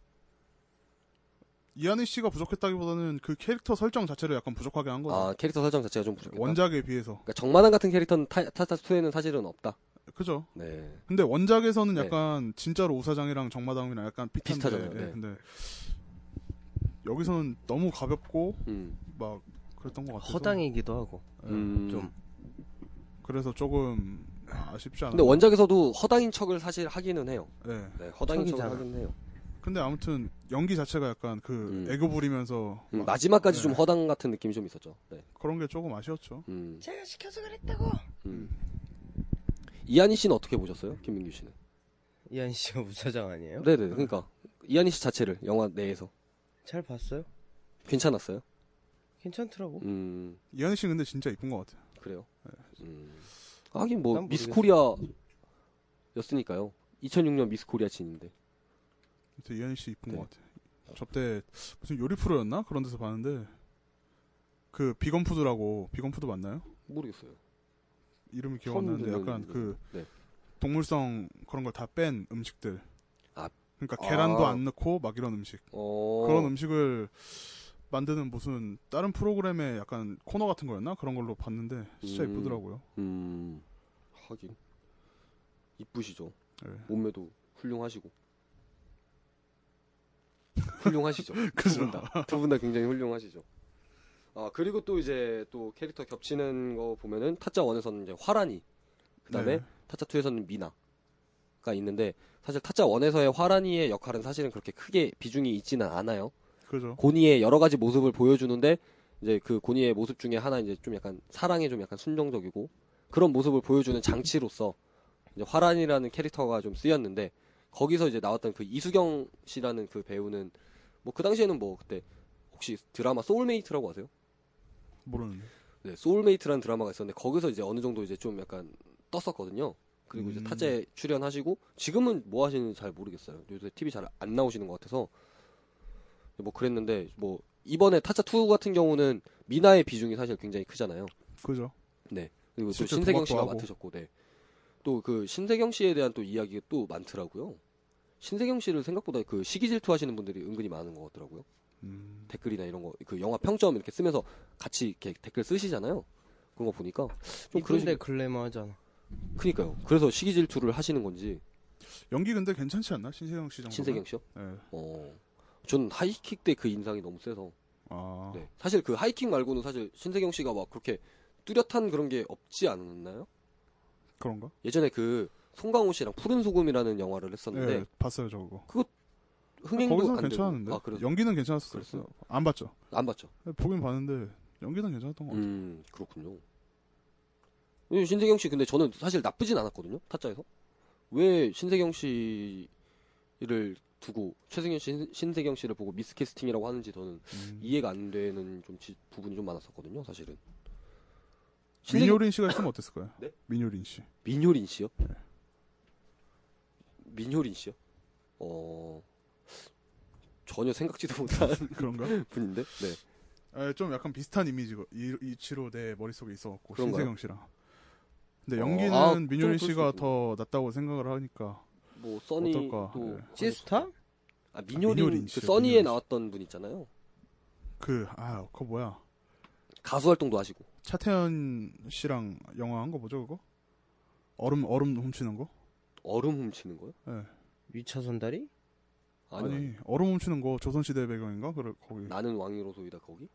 [SPEAKER 3] 이하늬 씨가 부족했다기보다는 그 캐릭터 설정 자체를 약간 부족하게 한 거죠. 네,
[SPEAKER 1] 아 캐릭터 설정 자체가 좀 부족했다.
[SPEAKER 3] 원작에 비해서.
[SPEAKER 1] 그러니까 정만한 같은 캐릭터는 타, 타타 2에는 사실은 없다.
[SPEAKER 3] 그죠?
[SPEAKER 1] 네.
[SPEAKER 3] 근데 원작에서는
[SPEAKER 1] 네.
[SPEAKER 3] 약간 진짜로 우사장이랑 정마담이랑 약간 비슷한데,
[SPEAKER 1] 비슷하잖아요,
[SPEAKER 3] 예,
[SPEAKER 1] 네.
[SPEAKER 3] 근데 여기서는 너무 가볍고
[SPEAKER 1] 음.
[SPEAKER 3] 막 그랬던 것뭐 같아서
[SPEAKER 2] 허당이기도 하고.
[SPEAKER 1] 음.
[SPEAKER 2] 좀.
[SPEAKER 3] 그래서 조금 아쉽지 않아.
[SPEAKER 1] 근데 원작에서도 허당인 척을 사실 하기는 해요.
[SPEAKER 3] 예.
[SPEAKER 1] 네, 허당인 척을
[SPEAKER 2] 척이잖아.
[SPEAKER 1] 하긴 해요.
[SPEAKER 3] 근데 아무튼 연기 자체가 약간 그
[SPEAKER 1] 음.
[SPEAKER 3] 애교 부리면서
[SPEAKER 1] 음,
[SPEAKER 3] 막
[SPEAKER 1] 마지막까지
[SPEAKER 3] 네.
[SPEAKER 1] 좀 허당 같은 느낌이 좀 있었죠. 네.
[SPEAKER 3] 그런 게 조금 아쉬웠죠.
[SPEAKER 1] 음.
[SPEAKER 2] 제가 시켜서 그랬다고.
[SPEAKER 1] 음. 이한희 씨는 어떻게 보셨어요? 김민규 씨는?
[SPEAKER 2] 이한 씨가 우사장 아니에요?
[SPEAKER 1] 네네. 그러니까 이한희 씨 자체를 영화 내에서
[SPEAKER 2] 잘 봤어요?
[SPEAKER 1] 괜찮았어요?
[SPEAKER 2] 괜찮더라고.
[SPEAKER 1] 음.
[SPEAKER 3] 이하늬 씨 근데 진짜 이쁜 것 같아요.
[SPEAKER 1] 그래요. 음. 하긴 뭐
[SPEAKER 2] 네. 난
[SPEAKER 1] 미스
[SPEAKER 2] 모르겠어요.
[SPEAKER 1] 코리아였으니까요. 2006년 미스 코리아 진인데.
[SPEAKER 3] 아무튼 이하늬 씨 이쁜
[SPEAKER 1] 네.
[SPEAKER 3] 것 같아요. 저때 무슨 요리 프로였나 그런 데서 봤는데 그 비건 푸드라고 비건 푸드 맞나요?
[SPEAKER 1] 모르겠어요.
[SPEAKER 3] 이름이 기억 안
[SPEAKER 1] 처음
[SPEAKER 3] 나는데
[SPEAKER 1] 듣는
[SPEAKER 3] 약간 그
[SPEAKER 1] 네.
[SPEAKER 3] 동물성 그런 걸 다 뺀 음식들.
[SPEAKER 1] 아.
[SPEAKER 3] 그러니까
[SPEAKER 1] 아.
[SPEAKER 3] 계란도 안 넣고 막 이런 음식.
[SPEAKER 1] 어.
[SPEAKER 3] 그런 음식을 만드는 무슨 다른 프로그램의 약간 코너 같은 거였나 그런 걸로 봤는데 진짜
[SPEAKER 1] 음.
[SPEAKER 3] 이쁘더라고요.
[SPEAKER 1] 음. 하긴 이쁘시죠.
[SPEAKER 3] 네.
[SPEAKER 1] 몸매도 훌륭하시고. 훌륭하시죠.
[SPEAKER 3] 그죠.
[SPEAKER 1] 두분 다 굉장히 훌륭하시죠. 아, 그리고 또 이제 또 캐릭터 겹치는 거 보면은 타짜 1에서는 이제 화란이 그다음에
[SPEAKER 3] 네.
[SPEAKER 1] 타짜 2에서는 미나가 있는데 사실 타짜 1에서의 화란이의 역할은 사실은 그렇게 크게 비중이 있지는 않아요.
[SPEAKER 3] 그죠.
[SPEAKER 1] 고니의 여러 가지 모습을 보여주는데 이제 그 고니의 모습 중에 하나 이제 좀 약간 사랑에 좀 약간 순정적이고 그런 모습을 보여주는 장치로서 이제 화란이라는 캐릭터가 좀 쓰였는데 거기서 이제 나왔던 그 이수경 씨라는 그 배우는 뭐 그 당시에는 뭐 그때 혹시 드라마 소울메이트라고 아세요?
[SPEAKER 3] 모르는데.
[SPEAKER 1] 네, 소울메이트라는 드라마가 있었는데 거기서 이제 어느 정도 이제 좀 약간 떴었거든요. 그리고 이제
[SPEAKER 3] 음.
[SPEAKER 1] 타짜에 출연하시고 지금은 뭐 하시는지 잘 모르겠어요. 요새 TV 잘 안 나오시는 것 같아서 뭐 그랬는데 뭐 이번에 타짜 2 같은 경우는 미나의 비중이 사실 굉장히 크잖아요.
[SPEAKER 3] 그죠.
[SPEAKER 1] 네. 그리고 또
[SPEAKER 3] 실제
[SPEAKER 1] 신세경
[SPEAKER 3] 도박도
[SPEAKER 1] 씨가
[SPEAKER 3] 하고.
[SPEAKER 1] 맡으셨고, 네. 또 그 신세경 씨에 대한 또 이야기가 또 많더라고요. 신세경 씨를 생각보다 그 시기 질투하시는 분들이 은근히 많은 것 같더라고요.
[SPEAKER 3] 음.
[SPEAKER 1] 댓글이나 이런 거, 그 영화 평점 이렇게 쓰면서 같이 이렇게 댓글 쓰시잖아요. 그런 거 보니까 좀 그런
[SPEAKER 2] 이쁜데
[SPEAKER 1] 데
[SPEAKER 2] 글래머 하잖아.
[SPEAKER 1] 그니까요. 그래서 시기 질투를 하시는 건지
[SPEAKER 3] 연기 근데 괜찮지 않나 신세경 씨 정도.
[SPEAKER 1] 신세경 씨요.
[SPEAKER 3] 예.
[SPEAKER 1] 어, 저는 하이킥 때 그 인상이 너무 세서.
[SPEAKER 3] 아.
[SPEAKER 1] 네. 사실 그 하이킥 말고는 사실 신세경 씨가 막 그렇게 뚜렷한 그런 게 없지 않았나요?
[SPEAKER 3] 그런가?
[SPEAKER 1] 예전에 그 송강호 씨랑 푸른 소금이라는 영화를
[SPEAKER 3] 예.
[SPEAKER 1] 했었는데
[SPEAKER 3] 봤어요 저거.
[SPEAKER 1] 흥행도
[SPEAKER 3] 아, 거기서는
[SPEAKER 1] 네. 안
[SPEAKER 3] 괜찮았는데.
[SPEAKER 1] 되고. 아, 그래.
[SPEAKER 3] 연기는 괜찮았어요.
[SPEAKER 1] 그랬어요?
[SPEAKER 3] 안 봤죠. 예,
[SPEAKER 1] 안 봤죠.
[SPEAKER 3] 보긴 봤는데 연기는 괜찮았던 것 같아요.
[SPEAKER 1] 음, 그렇군요. 이 신세경 씨 근데 저는 사실 나쁘진 않았거든요. 타짜에서. 왜 신세경 씨를 두고 최승현 씨, 신- 신세경 씨를 보고 미스 캐스팅이라고 하는지 저는
[SPEAKER 3] 음.
[SPEAKER 1] 이해가 안 되는 좀 지- 부분이 좀 많았었거든요, 사실은. 실력이-
[SPEAKER 3] 민효린 씨가 했으면 어땠을까요?
[SPEAKER 1] 네?
[SPEAKER 3] 민효린 씨.
[SPEAKER 1] 민효린 씨요? 민효린 씨요? 어 전혀 생각지도 못한
[SPEAKER 3] 그런가?
[SPEAKER 1] 분인데. 네.
[SPEAKER 3] 에, 좀 약간 비슷한 이미지 이치로 내 머릿속에 있어갖고
[SPEAKER 1] 그런가요?
[SPEAKER 3] 신세경 씨랑. 근데
[SPEAKER 1] 어,
[SPEAKER 3] 연기는
[SPEAKER 1] 아,
[SPEAKER 3] 민효린
[SPEAKER 1] 좀 그럴
[SPEAKER 3] 씨가
[SPEAKER 1] 수도
[SPEAKER 3] 더 낫다고 생각을 하니까
[SPEAKER 1] 뭐 써니도
[SPEAKER 3] 어떨까? 예.
[SPEAKER 1] 관심-
[SPEAKER 2] 시스타?
[SPEAKER 1] 아 민효린,
[SPEAKER 3] 민효린
[SPEAKER 1] 그
[SPEAKER 3] 씨요,
[SPEAKER 1] 써니에
[SPEAKER 3] 민효린 씨.
[SPEAKER 1] 나왔던 분 있잖아요.
[SPEAKER 3] 그아 그거 뭐야
[SPEAKER 1] 가수 활동도 하시고.
[SPEAKER 3] 차태현 씨랑 영화 한 거 뭐죠 그거? 얼음 얼음 훔치는 거?
[SPEAKER 1] 얼음 훔치는 거요?
[SPEAKER 3] 예.
[SPEAKER 2] 위차 선다리?
[SPEAKER 1] 아니, 아니.
[SPEAKER 3] 얼음 훔치는 거 조선시대 배경인가? 그래 거기
[SPEAKER 1] 나는 왕이로 소이다 거기?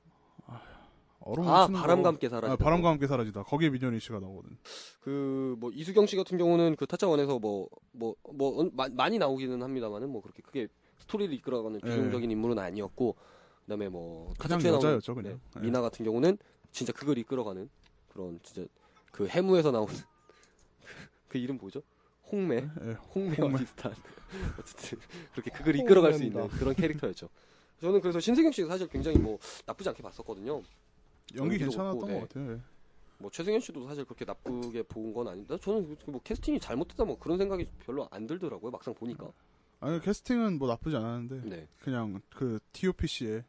[SPEAKER 3] 얼음
[SPEAKER 1] 아
[SPEAKER 3] 훔치는
[SPEAKER 1] 바람과
[SPEAKER 3] 거-
[SPEAKER 1] 함께 사라.
[SPEAKER 3] 아, 바람과 함께 사라지다. 거기에 민효린 씨가 나오거든.
[SPEAKER 1] 그뭐 이수경 씨 같은 경우는 그 타짜원에서 뭐 뭐 뭐 많이 나오기는 합니다만은 뭐 그렇게 크게 스토리를 이끌어가는
[SPEAKER 3] 예.
[SPEAKER 1] 주종적인 인물은 아니었고 그다음에 뭐
[SPEAKER 3] 가장
[SPEAKER 1] 타짜에 나오는
[SPEAKER 3] 여자였죠 그냥.
[SPEAKER 1] 네.
[SPEAKER 3] 예.
[SPEAKER 1] 미나 같은 경우는 진짜 그걸 이끌어가는 그런 진짜 그 해무에서 나오는 그 이름 뭐죠? 홍매,
[SPEAKER 3] 예.
[SPEAKER 1] 홍매와
[SPEAKER 3] 홍매.
[SPEAKER 1] 비슷한 어쨌든 그렇게 그걸 이끌어갈 수 있는
[SPEAKER 2] 홍매입니다.
[SPEAKER 1] 그런 캐릭터였죠. 저는 그래서 신세경 씨가 사실 굉장히 뭐 나쁘지 않게 봤었거든요.
[SPEAKER 3] 연기
[SPEAKER 1] 연기도
[SPEAKER 3] 괜찮았던
[SPEAKER 1] 없고,
[SPEAKER 3] 것
[SPEAKER 1] 네.
[SPEAKER 3] 같아요. 예.
[SPEAKER 1] 뭐 최승현 씨도 사실 그렇게 나쁘게 본 건 아닌데 저는 그- 뭐 캐스팅이 잘못됐다 뭐 그런 생각이 별로 안 들더라고요. 막상 보니까.
[SPEAKER 3] 아니 캐스팅은 뭐 나쁘지 않았는데
[SPEAKER 1] 네.
[SPEAKER 3] 그냥 그 T.O.P. 씨의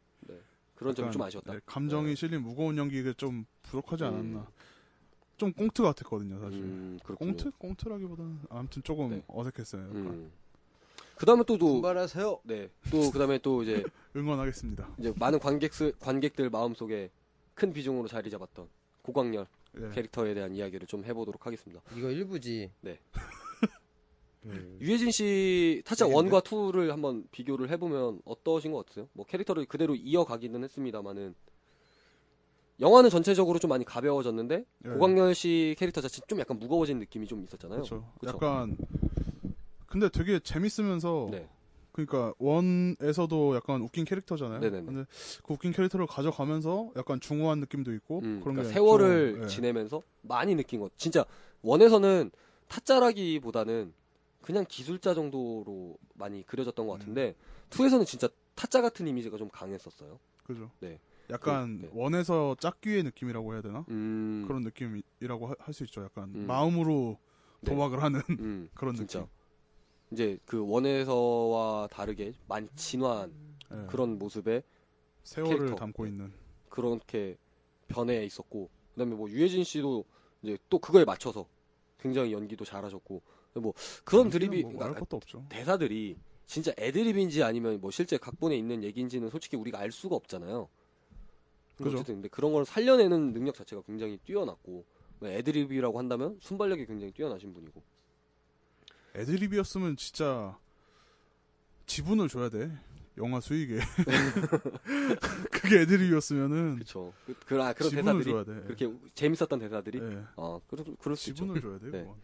[SPEAKER 1] 그런 점이
[SPEAKER 3] 약간,
[SPEAKER 1] 좀 아쉬웠다.
[SPEAKER 3] 예, 감정이
[SPEAKER 1] 네.
[SPEAKER 3] 실린 무거운 연기가 좀 부족하지
[SPEAKER 1] 음.
[SPEAKER 3] 않았나. 좀 꽁트 같았거든요 사실.
[SPEAKER 1] 음, 그렇군요.
[SPEAKER 3] 꽁트? 꽁트라기보다는 아무튼 조금
[SPEAKER 1] 네.
[SPEAKER 3] 어색했어요. 약간.
[SPEAKER 1] 음. 그다음에 또 또
[SPEAKER 2] 분발하세요.
[SPEAKER 1] 네. 또 그다음에 또 이제
[SPEAKER 3] 응원하겠습니다.
[SPEAKER 1] 이제 많은 관객 스, 관객들 마음속에 큰 비중으로 자리 잡았던 고광렬
[SPEAKER 3] 예.
[SPEAKER 1] 캐릭터에 대한 이야기를 좀 해보도록 하겠습니다.
[SPEAKER 2] 이거 일부지.
[SPEAKER 1] 네.
[SPEAKER 2] 음.
[SPEAKER 1] 유해진 씨 타짜
[SPEAKER 3] 되겠네.
[SPEAKER 1] 1과 2를 한번 비교를 해보면 어떠신 것 같으세요? 뭐 캐릭터를 그대로 이어가기는 했습니다만은 영화는 전체적으로 좀 많이 가벼워졌는데
[SPEAKER 3] 예.
[SPEAKER 1] 고광렬 씨 캐릭터 자체 좀 약간 무거워진 느낌이 좀 있었잖아요.
[SPEAKER 3] 그렇죠.
[SPEAKER 1] 그쵸.
[SPEAKER 3] 약간 뭐 근데 되게 재밌으면서
[SPEAKER 1] 네.
[SPEAKER 3] 그러니까 원에서도 약간 웃긴 캐릭터잖아요.
[SPEAKER 1] 네네네.
[SPEAKER 3] 근데 그 웃긴 캐릭터를 가져가면서 약간 중후한 느낌도 있고
[SPEAKER 1] 음,
[SPEAKER 3] 그런
[SPEAKER 1] 그러니까
[SPEAKER 3] 게
[SPEAKER 1] 세월을
[SPEAKER 3] 좀, 예.
[SPEAKER 1] 지내면서 많이 느낀 것. 진짜 원에서는 타짜라기보다는 그냥 기술자 정도로 많이 그려졌던 것
[SPEAKER 3] 음.
[SPEAKER 1] 같은데 투에서는 진짜 타짜 같은 이미지가 좀 강했었어요.
[SPEAKER 3] 그죠.
[SPEAKER 1] 네.
[SPEAKER 3] 약간
[SPEAKER 1] 그, 네.
[SPEAKER 3] 원에서 짝귀의 느낌이라고 해야 되나?
[SPEAKER 1] 음,
[SPEAKER 3] 그런 느낌이라고 할 수 있죠. 약간
[SPEAKER 1] 음.
[SPEAKER 3] 마음으로
[SPEAKER 1] 네.
[SPEAKER 3] 도박을 하는
[SPEAKER 1] 음,
[SPEAKER 3] 그런
[SPEAKER 1] 진짜 이제 그 원에서와 다르게 많이 진화한
[SPEAKER 3] 느낌. 예.
[SPEAKER 1] 그런 모습에
[SPEAKER 3] 세월을
[SPEAKER 1] 캐릭터.
[SPEAKER 3] 담고 있는
[SPEAKER 1] 그렇게 변해 있었고 그다음에 뭐 유해진 씨도 이제 또 그거에 맞춰서 굉장히 연기도 잘하셨고 뭐 그런 드립이
[SPEAKER 3] 뭐
[SPEAKER 1] 그러니까
[SPEAKER 3] 말할 것도 없죠.
[SPEAKER 1] 대사들이 진짜 애드립인지 아니면 뭐 실제 각본에 있는 얘기인지는 솔직히 우리가 알 수가 없잖아요. 근데
[SPEAKER 3] 그죠.
[SPEAKER 1] 어쨌든 근데 그런 걸 살려내는 능력 자체가 굉장히 뛰어났고 뭐 애드립이라고 한다면 순발력이 굉장히 뛰어나신 분이고
[SPEAKER 3] 애드립이었으면 진짜 지분을 줘야 돼. 영화 수익에. 그게 애드립이었으면은
[SPEAKER 1] 그렇죠. 그, 그, 아, 그런
[SPEAKER 3] 음. 지분을
[SPEAKER 1] 대사들이
[SPEAKER 3] 줘야 돼.
[SPEAKER 1] 그렇게 재밌었던 대사들이
[SPEAKER 3] 예.
[SPEAKER 1] 어 그럴, 그럴 수 있죠.
[SPEAKER 3] 지분을 줘야 돼.
[SPEAKER 1] 네.
[SPEAKER 3] 그건.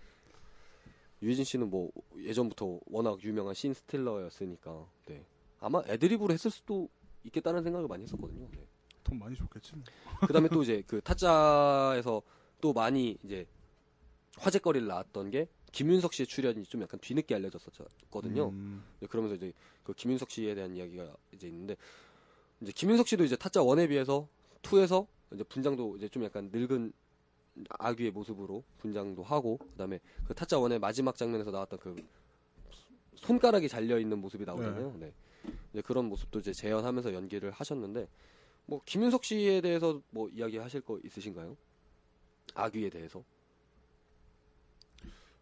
[SPEAKER 1] 유해진 씨는 뭐 예전부터 워낙 유명한 신 스틸러였으니까 네. 아마 애드립으로 했을 수도 있겠다는 생각을 많이 했었거든요. 네.
[SPEAKER 3] 돈 많이 줬겠지. 뭐.
[SPEAKER 1] 그다음에 또 이제 그 타짜에서 또 많이 이제 화제거리를 낳았던 게 김윤석 씨의 출연이 좀 약간 뒤늦게 알려졌었거든요.
[SPEAKER 3] 음,
[SPEAKER 1] 이제 그러면서 이제 그 김윤석 씨에 대한 이야기가 이제 있는데 이제 김윤석 씨도 이제 타짜 원에 비해서 투에서 이제 분장도 이제 좀 약간 늙은 아귀의 모습으로 분장도 하고 그다음에 그 타짜 원의 마지막 장면에서 나왔던 그 손가락이 잘려 있는 모습이 나오잖아요. 네. 이제 그런 모습도 이제 재현하면서 연기를 하셨는데 뭐 김윤석 씨에 대해서 뭐 이야기하실 거 있으신가요? 아귀에 대해서.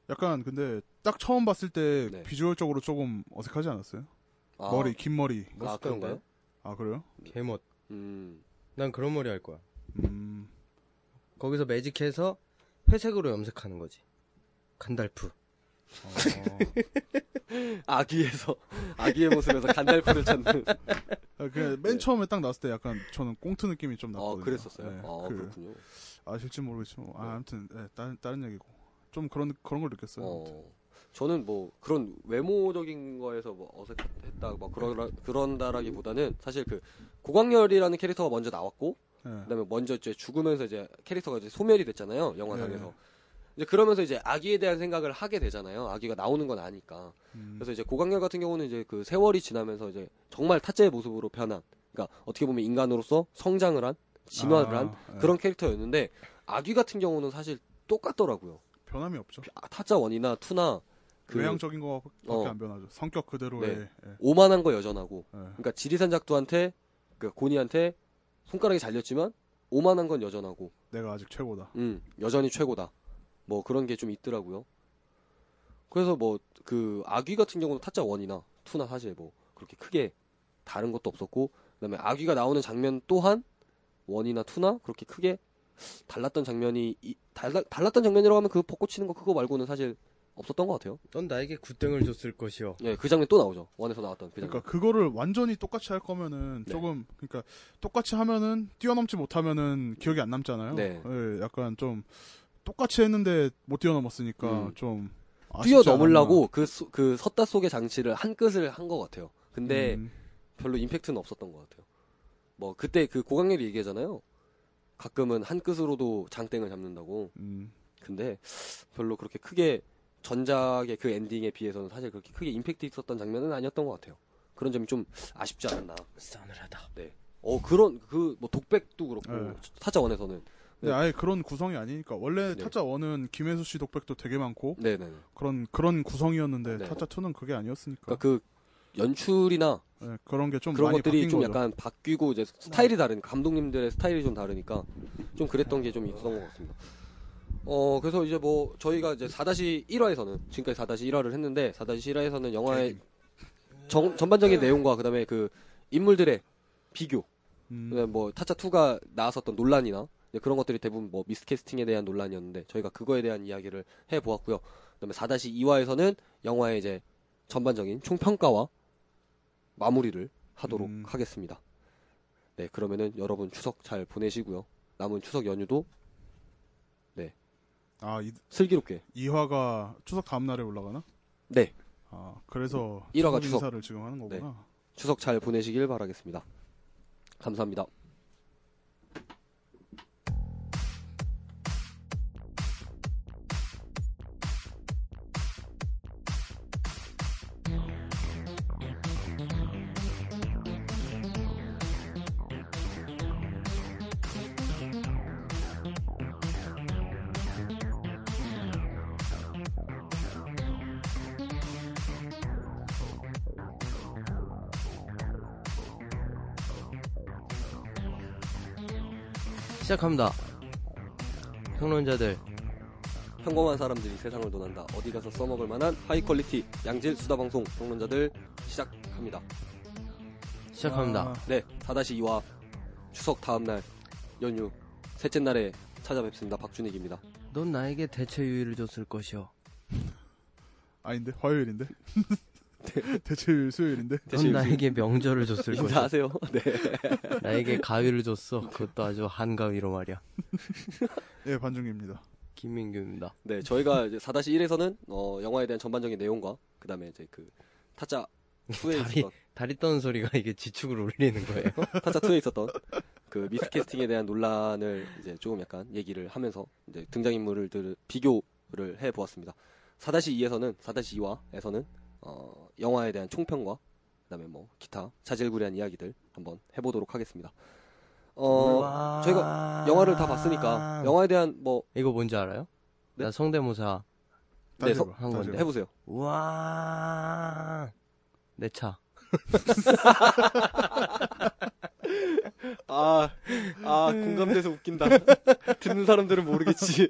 [SPEAKER 3] 약간 근데 딱 처음 봤을 때
[SPEAKER 1] 네.
[SPEAKER 3] 비주얼적으로 조금 어색하지 않았어요?
[SPEAKER 1] 아,
[SPEAKER 3] 머리 긴 머리.
[SPEAKER 1] 아 그런가요?
[SPEAKER 3] 아 그래요?
[SPEAKER 2] 개멋.
[SPEAKER 1] 음.
[SPEAKER 2] 난 그런 머리 할 거야.
[SPEAKER 3] 음,
[SPEAKER 2] 거기서 매직해서 회색으로 염색하는 거지. 간달프.
[SPEAKER 3] 어,
[SPEAKER 1] 아귀에서 아귀의 모습에서 간달프를 찾는
[SPEAKER 3] 아, 그냥 맨
[SPEAKER 1] 네.
[SPEAKER 3] 처음에 딱 나왔을 때 약간 저는 꽁트 느낌이 좀
[SPEAKER 1] 어,
[SPEAKER 3] 났거든요.
[SPEAKER 1] 그랬었어요.
[SPEAKER 3] 예,
[SPEAKER 1] 아,
[SPEAKER 3] 그-
[SPEAKER 1] 그... 렇군요
[SPEAKER 3] 아실지 모르겠지만
[SPEAKER 1] 네.
[SPEAKER 3] 아, 아무튼 예, 다른 다른 얘기고 좀 그런 그런 걸 느꼈어요. 아무튼.
[SPEAKER 1] 어. 저는 뭐 그런 외모적인 거에서 뭐 어색했다 막
[SPEAKER 3] 네.
[SPEAKER 1] 그런 그런다라기보다는 사실 그 고광렬이라는 캐릭터가 먼저 나왔고
[SPEAKER 3] 예.
[SPEAKER 1] 그다음에 먼저 이제 죽으면서 이제 캐릭터가 이제 소멸이 됐잖아요 영화상에서
[SPEAKER 3] 네.
[SPEAKER 1] 이제 그러면서 이제 아기에 대한 생각을 하게 되잖아요 아기가 나오는 건 아니까
[SPEAKER 3] 음,
[SPEAKER 1] 그래서 이제 고강렬 같은 경우는 이제 그 세월이 지나면서 이제 정말 타짜의 모습으로 변한 그러니까 어떻게 보면 인간으로서 성장을 한 진화를 한
[SPEAKER 3] 아, 예.
[SPEAKER 1] 그런 캐릭터였는데 아귀 같은 경우는 사실 똑같더라고요.
[SPEAKER 3] 변함이 없죠.
[SPEAKER 1] 아, 타짜 원이나 투나 그
[SPEAKER 3] 외향적인 거밖에
[SPEAKER 1] 어. 네.
[SPEAKER 3] 안 변하죠. 성격 그대로의 예,
[SPEAKER 1] 오만한 거 여전하고
[SPEAKER 3] 예.
[SPEAKER 1] 그러니까 지리산 작두한테 그 고니한테 손가락이 잘렸지만 오만한 건 여전하고
[SPEAKER 3] 내가 아직 최고다.
[SPEAKER 1] 음, 여전히 최고다. 뭐 그런 게 좀 있더라고요. 그래서 뭐 그 아귀 같은 경우는 타짜 원이나 투나 사실 뭐 그렇게 크게 다른 것도 없었고 그다음에 아귀가 나오는 장면 또한 원이나 투나 그렇게 크게 달랐던 장면이 이- 달라, 달랐던 장면이라고 하면 그 벚꽃 치는 거 그거 말고는 사실 없었던 것 같아요.
[SPEAKER 2] 넌 나에게 굿등을 줬을 것이오.
[SPEAKER 1] 예, 그 장면 또 나오죠. 원에서 나왔던 그 장면.
[SPEAKER 3] 그러니까 그거를 완전히 똑같이 할 거면은
[SPEAKER 1] 네.
[SPEAKER 3] 조금 그러니까 똑같이 하면은 뛰어넘지 못하면은 기억이 안 남잖아요.
[SPEAKER 1] 네.
[SPEAKER 3] 예, 약간 좀 똑같이 했는데 못 뛰어넘었으니까
[SPEAKER 1] 음.
[SPEAKER 3] 좀 아쉽지
[SPEAKER 1] 뛰어넘으려고 그, 수- 그 섰다 속의 장치를 한 끝을 한 것 같아요.
[SPEAKER 3] 않았나.
[SPEAKER 1] 근데
[SPEAKER 3] 음,
[SPEAKER 1] 별로 임팩트는 없었던 것 같아요. 뭐 그때 그 고강렬이 얘기하잖아요. 가끔은 한 끝으로도 장땡을 잡는다고.
[SPEAKER 3] 음.
[SPEAKER 1] 근데 별로 그렇게 크게 전작의 그 엔딩에 비해서는 사실 그렇게 크게 임팩트 있었던 장면은 아니었던 것 같아요. 그런 점이 좀 아쉽지 않았나.
[SPEAKER 2] 싸늘하다.
[SPEAKER 1] 어 그런 그 뭐 독백도 그렇고
[SPEAKER 3] 네. 어?
[SPEAKER 1] 타짜 원에서는
[SPEAKER 3] 근데 네, 아예 그런 구성이 아니니까 원래
[SPEAKER 1] 네.
[SPEAKER 3] 타짜 1은 김혜수 씨 독백도 되게 많고
[SPEAKER 1] 네네. 네.
[SPEAKER 3] 그런 그런 구성이었는데
[SPEAKER 1] 네.
[SPEAKER 3] 타짜 2는 그게 아니었으니까
[SPEAKER 1] 그러니까 그 연출이나
[SPEAKER 3] 예, 그런 게 좀
[SPEAKER 1] 그런
[SPEAKER 3] 많이
[SPEAKER 1] 것들이
[SPEAKER 3] 바뀐
[SPEAKER 1] 좀
[SPEAKER 3] 거죠.
[SPEAKER 1] 약간 바뀌고 이제 스타일이 다른 감독님들의 스타일이 좀 다르니까 좀 그랬던 게 좀 있었던 것 같습니다. 어 그래서 이제 뭐 저희가 이제 4-1화에서는 지금까지 4-1화를 했는데 4-1화에서는 영화의
[SPEAKER 3] 네.
[SPEAKER 1] 정- 전반적인 내용과 그다음에 그 인물들의 비교
[SPEAKER 3] 음,
[SPEAKER 1] 그다음에 뭐 타짜 2가 나왔었던 논란이나 이제 그런 것들이 대부분 뭐 미스캐스팅에 대한 논란이었는데 저희가 그거에 대한 이야기를 해 보았고요. 그다음에 4-2화에서는 영화의 이제 전반적인 총평가와 마무리를 하도록
[SPEAKER 3] 음.
[SPEAKER 1] 하겠습니다. 네, 그러면은 여러분 추석 잘 보내시고요. 남은 추석 연휴도
[SPEAKER 3] 아 이,
[SPEAKER 1] 슬기롭게.
[SPEAKER 3] 2화가 추석 다음 날에 올라가나?
[SPEAKER 1] 네,
[SPEAKER 3] 아 그래서
[SPEAKER 1] 음, 일화가
[SPEAKER 3] 추석
[SPEAKER 1] 추석. 네.
[SPEAKER 3] 인사를 지금 하는 거구나.
[SPEAKER 1] 추석 잘 보내시길 바라겠습니다. 감사합니다.
[SPEAKER 2] 시작합니다. 평론자들
[SPEAKER 1] 평범한 사람들이 세상을 논한다. 어디 가서 써먹을 만한 하이 퀄리티 양질 수다 방송 평론자들 시작합니다.
[SPEAKER 2] 시작합니다.
[SPEAKER 3] 아,
[SPEAKER 1] 네, 4-2화 추석 다음 날 연휴 셋째 날에 찾아뵙습니다. 박준익입니다.
[SPEAKER 2] 넌 나에게 대체 유의를 줬을 것이오.
[SPEAKER 3] 아닌데 화요일인데
[SPEAKER 1] 네.
[SPEAKER 3] 대체 수요일인데
[SPEAKER 2] 넌 나에게 명절을 줬을 것이오.
[SPEAKER 1] 인사하세요. 네.
[SPEAKER 2] 나에게 가위를 줬어. 그것도 아주 한가위로 말이야.
[SPEAKER 3] 예 반중입니다.
[SPEAKER 2] 김민규입니다.
[SPEAKER 1] 네, 저희가 이제 4-1에서는 어, 영화에 대한 전반적인 내용과 그다음에 이제 그 타짜 2에
[SPEAKER 2] 다리
[SPEAKER 1] 있었던
[SPEAKER 2] 다리 떠는 소리가 이게 지축을 울리는 거예요.
[SPEAKER 1] 타짜 2에 있었던 그 미스캐스팅에 대한 논란을 이제 조금 약간 얘기를 하면서 이제 등장인물을 들- 비교를 해 보았습니다. 4-2에서는 4-2화에서는 어, 영화에 대한 총평과 그다음에 뭐 기타 자질구레한 이야기들 한번 해 보도록 하겠습니다. 어, 저희가 영화를 다 봤으니까 영화에 대한 뭐
[SPEAKER 2] 이거 뭔지 알아요?
[SPEAKER 1] 네?
[SPEAKER 2] 나 성대모사
[SPEAKER 1] 네, 서-
[SPEAKER 3] 따져봐,
[SPEAKER 2] 한
[SPEAKER 3] 따져봐.
[SPEAKER 2] 건데.
[SPEAKER 1] 해보세요.
[SPEAKER 2] 우와 내 차.
[SPEAKER 1] 아, 아 공감돼서 웃긴다. 듣는 사람들은 모르겠지.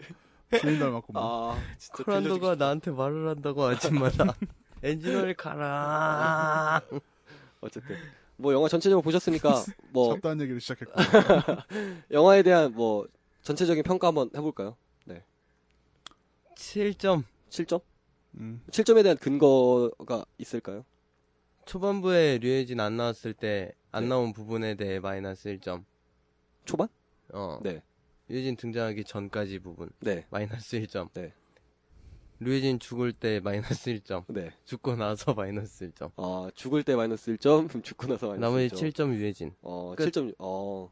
[SPEAKER 3] 주인 닮았구만.
[SPEAKER 1] 아, 진짜
[SPEAKER 2] 코란도가 나한테 말을 한다고 아침마다 엔진오일 가라.
[SPEAKER 1] 어쨌든 뭐 영화 전체적으로 보셨으니까 뭐
[SPEAKER 3] 잡다한 얘기를 시작했고
[SPEAKER 1] 영화에 대한 뭐 전체적인 평가 한번 해볼까요?
[SPEAKER 2] 7점
[SPEAKER 1] 7점?
[SPEAKER 3] 음,
[SPEAKER 1] 7점에 대한 근거가 있을까요?
[SPEAKER 2] 초반부에 류혜진 안 나왔을 때 안
[SPEAKER 1] 네.
[SPEAKER 2] 나온 부분에 대해 마이너스 1점.
[SPEAKER 1] 초반?
[SPEAKER 2] 어.
[SPEAKER 1] 네,
[SPEAKER 2] 류혜진 등장하기 전까지 부분
[SPEAKER 1] 네,
[SPEAKER 2] 마이너스 1점.
[SPEAKER 1] 네.
[SPEAKER 2] 류혜진 죽을 때 마이너스 1점.
[SPEAKER 1] 네.
[SPEAKER 2] 죽고 나서 마이너스 1점.
[SPEAKER 1] 아 죽을 때 마이너스 1점, 죽고 나서 마이너스
[SPEAKER 2] 나머지
[SPEAKER 1] 1점.
[SPEAKER 2] 7점 유해진.
[SPEAKER 1] 어,
[SPEAKER 2] 끝.
[SPEAKER 1] 7점. 어,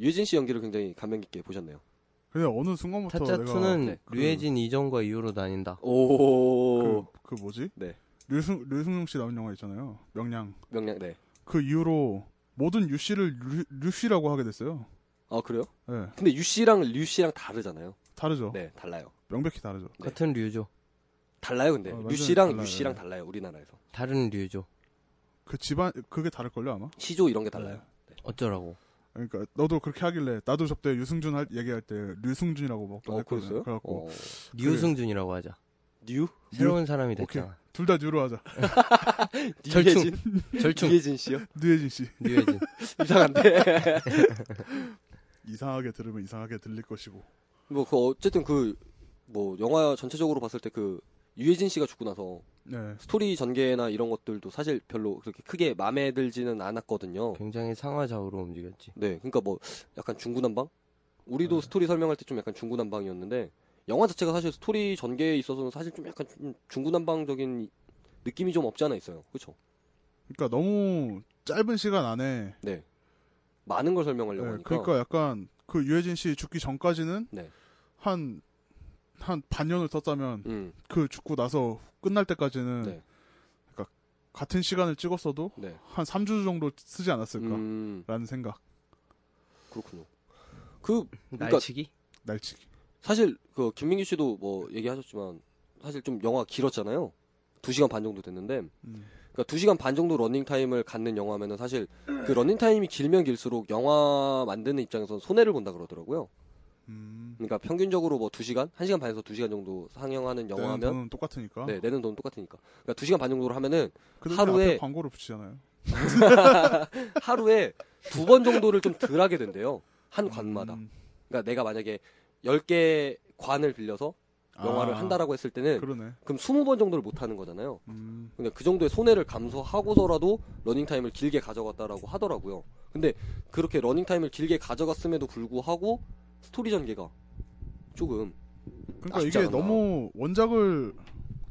[SPEAKER 1] 유진 씨 연기를 굉장히 감명 깊게 보셨네요.
[SPEAKER 3] 근데 어느 순간부터 내가
[SPEAKER 2] 타짜투는
[SPEAKER 1] 네,
[SPEAKER 3] 그-
[SPEAKER 2] 류해진 이전과 이후로 나뉜다.
[SPEAKER 1] 오,
[SPEAKER 3] 그, 그 뭐지?
[SPEAKER 1] 네.
[SPEAKER 3] 류승 류승용 씨 나온 영화 있잖아요. 명량.
[SPEAKER 1] 명량, 네.
[SPEAKER 3] 그 이후로 모든 유 씨를 류, 류 씨라고 하게 됐어요.
[SPEAKER 1] 아 그래요?
[SPEAKER 3] 예,
[SPEAKER 1] 근데 유 씨랑 류 씨랑 다르잖아요.
[SPEAKER 3] 다르죠.
[SPEAKER 1] 네, 달라요.
[SPEAKER 3] 명백히 다르죠.
[SPEAKER 1] 네.
[SPEAKER 2] 같은 류죠.
[SPEAKER 1] 달라요, 근데
[SPEAKER 3] 어,
[SPEAKER 1] 류
[SPEAKER 3] 완전히
[SPEAKER 1] 씨랑 류
[SPEAKER 3] 달라요.
[SPEAKER 1] 씨랑 달라요. 우리나라에서
[SPEAKER 2] 다른 류죠.
[SPEAKER 3] 그 집안 그게 다를걸요 아마.
[SPEAKER 1] 시조 이런 게 달라요.
[SPEAKER 2] 어쩌라고.
[SPEAKER 3] 그러니까 너도 그렇게 하길래 나도 저때 유승준 할, 얘기할 때 류승준이라고 막
[SPEAKER 1] 어,
[SPEAKER 3] 했거든요.
[SPEAKER 1] 그랬어요?
[SPEAKER 3] 네.
[SPEAKER 1] 어.
[SPEAKER 3] 그래갖고
[SPEAKER 2] 류승준이라고 하자.
[SPEAKER 1] 뉴
[SPEAKER 2] 새로운 사람이
[SPEAKER 3] 오케이.
[SPEAKER 2] 됐잖아.
[SPEAKER 3] 둘 다 뉴로 하자.
[SPEAKER 2] 절충.
[SPEAKER 1] 류예진
[SPEAKER 2] 절충
[SPEAKER 1] 류예진 씨요?
[SPEAKER 3] 류혜진 씨
[SPEAKER 2] 류예진.
[SPEAKER 1] 이상한데.
[SPEAKER 3] 이상하게 들으면 이상하게 들릴 것이고.
[SPEAKER 1] 뭐 그 어쨌든 그 뭐 영화 전체적으로 봤을 때 그 유해진 씨가 죽고 나서
[SPEAKER 3] 네.
[SPEAKER 1] 스토리 전개나 이런 것들도 사실 별로 그렇게 크게 마음에 들지는 않았거든요.
[SPEAKER 2] 굉장히 상하좌우로 움직였지.
[SPEAKER 1] 네, 그러니까 뭐 약간 중구난방?
[SPEAKER 3] 네.
[SPEAKER 1] 우리도 스토리 설명할 때 좀 약간 중구난방이었는데 영화 자체가 사실 스토리 전개에 있어서는 사실 좀 약간 좀 중구난방적인 느낌이 좀 없지 않아 있어요. 그렇죠?
[SPEAKER 3] 그러니까 너무 짧은 시간 안에
[SPEAKER 1] 네. 많은 걸 설명하려고
[SPEAKER 3] 네,
[SPEAKER 1] 하니까
[SPEAKER 3] 그러니까 약간 그 유해진 씨 죽기 전까지는
[SPEAKER 1] 네.
[SPEAKER 3] 한 한 반년을 썼다면
[SPEAKER 1] 음,
[SPEAKER 3] 그 죽고 나서 끝날 때까지는
[SPEAKER 1] 네.
[SPEAKER 3] 그러니까 같은 시간을 찍었어도
[SPEAKER 1] 네.
[SPEAKER 3] 한 3주 정도 쓰지 않았을까라는
[SPEAKER 1] 음,
[SPEAKER 3] 생각.
[SPEAKER 1] 그렇군요. 그 그러니까-
[SPEAKER 2] 날치기?
[SPEAKER 3] 날치기.
[SPEAKER 1] 사실 그 김민규 씨도 뭐 얘기하셨지만 사실 좀 영화 길었잖아요. 2시간 반 정도 됐는데
[SPEAKER 3] 음.
[SPEAKER 1] 그러니까 2시간 반 정도 러닝 타임을 갖는 영화면은 사실 그 러닝 타임이 길면 길수록 영화 만드는 입장에서는 손해를 본다 그러더라고요.
[SPEAKER 3] 음.
[SPEAKER 1] 그러니까 평균적으로 뭐 2시간, 1시간 반에서 2시간 정도 상영하는
[SPEAKER 3] 내는
[SPEAKER 1] 영화면
[SPEAKER 3] 돈은 똑같으니까.
[SPEAKER 1] 네, 내는 돈 똑같으니까. 그러니까 2시간 반 정도로 하면은
[SPEAKER 3] 그런데
[SPEAKER 1] 하루에-
[SPEAKER 3] 앞에 광고를 붙이잖아요.
[SPEAKER 1] 하루에 두 번 정도를 좀 덜하게 된대요. 한 관마다.
[SPEAKER 3] 음.
[SPEAKER 1] 그러니까 내가 만약에 10개 관을 빌려서 영화를
[SPEAKER 3] 아,
[SPEAKER 1] 한다라고 했을 때는
[SPEAKER 3] 그러네.
[SPEAKER 1] 그럼 20번 정도를 못 하는 거잖아요.
[SPEAKER 3] 음.
[SPEAKER 1] 근데 그 정도의 손해를 감수하고서라도 러닝 타임을 길게 가져갔다라고 하더라고요. 근데 그렇게 러닝 타임을 길게 가져갔음에도 불구하고 스토리 전개가 조금
[SPEAKER 3] 그러니까
[SPEAKER 1] 아쉽지
[SPEAKER 3] 이게
[SPEAKER 1] 않았나.
[SPEAKER 3] 너무 원작을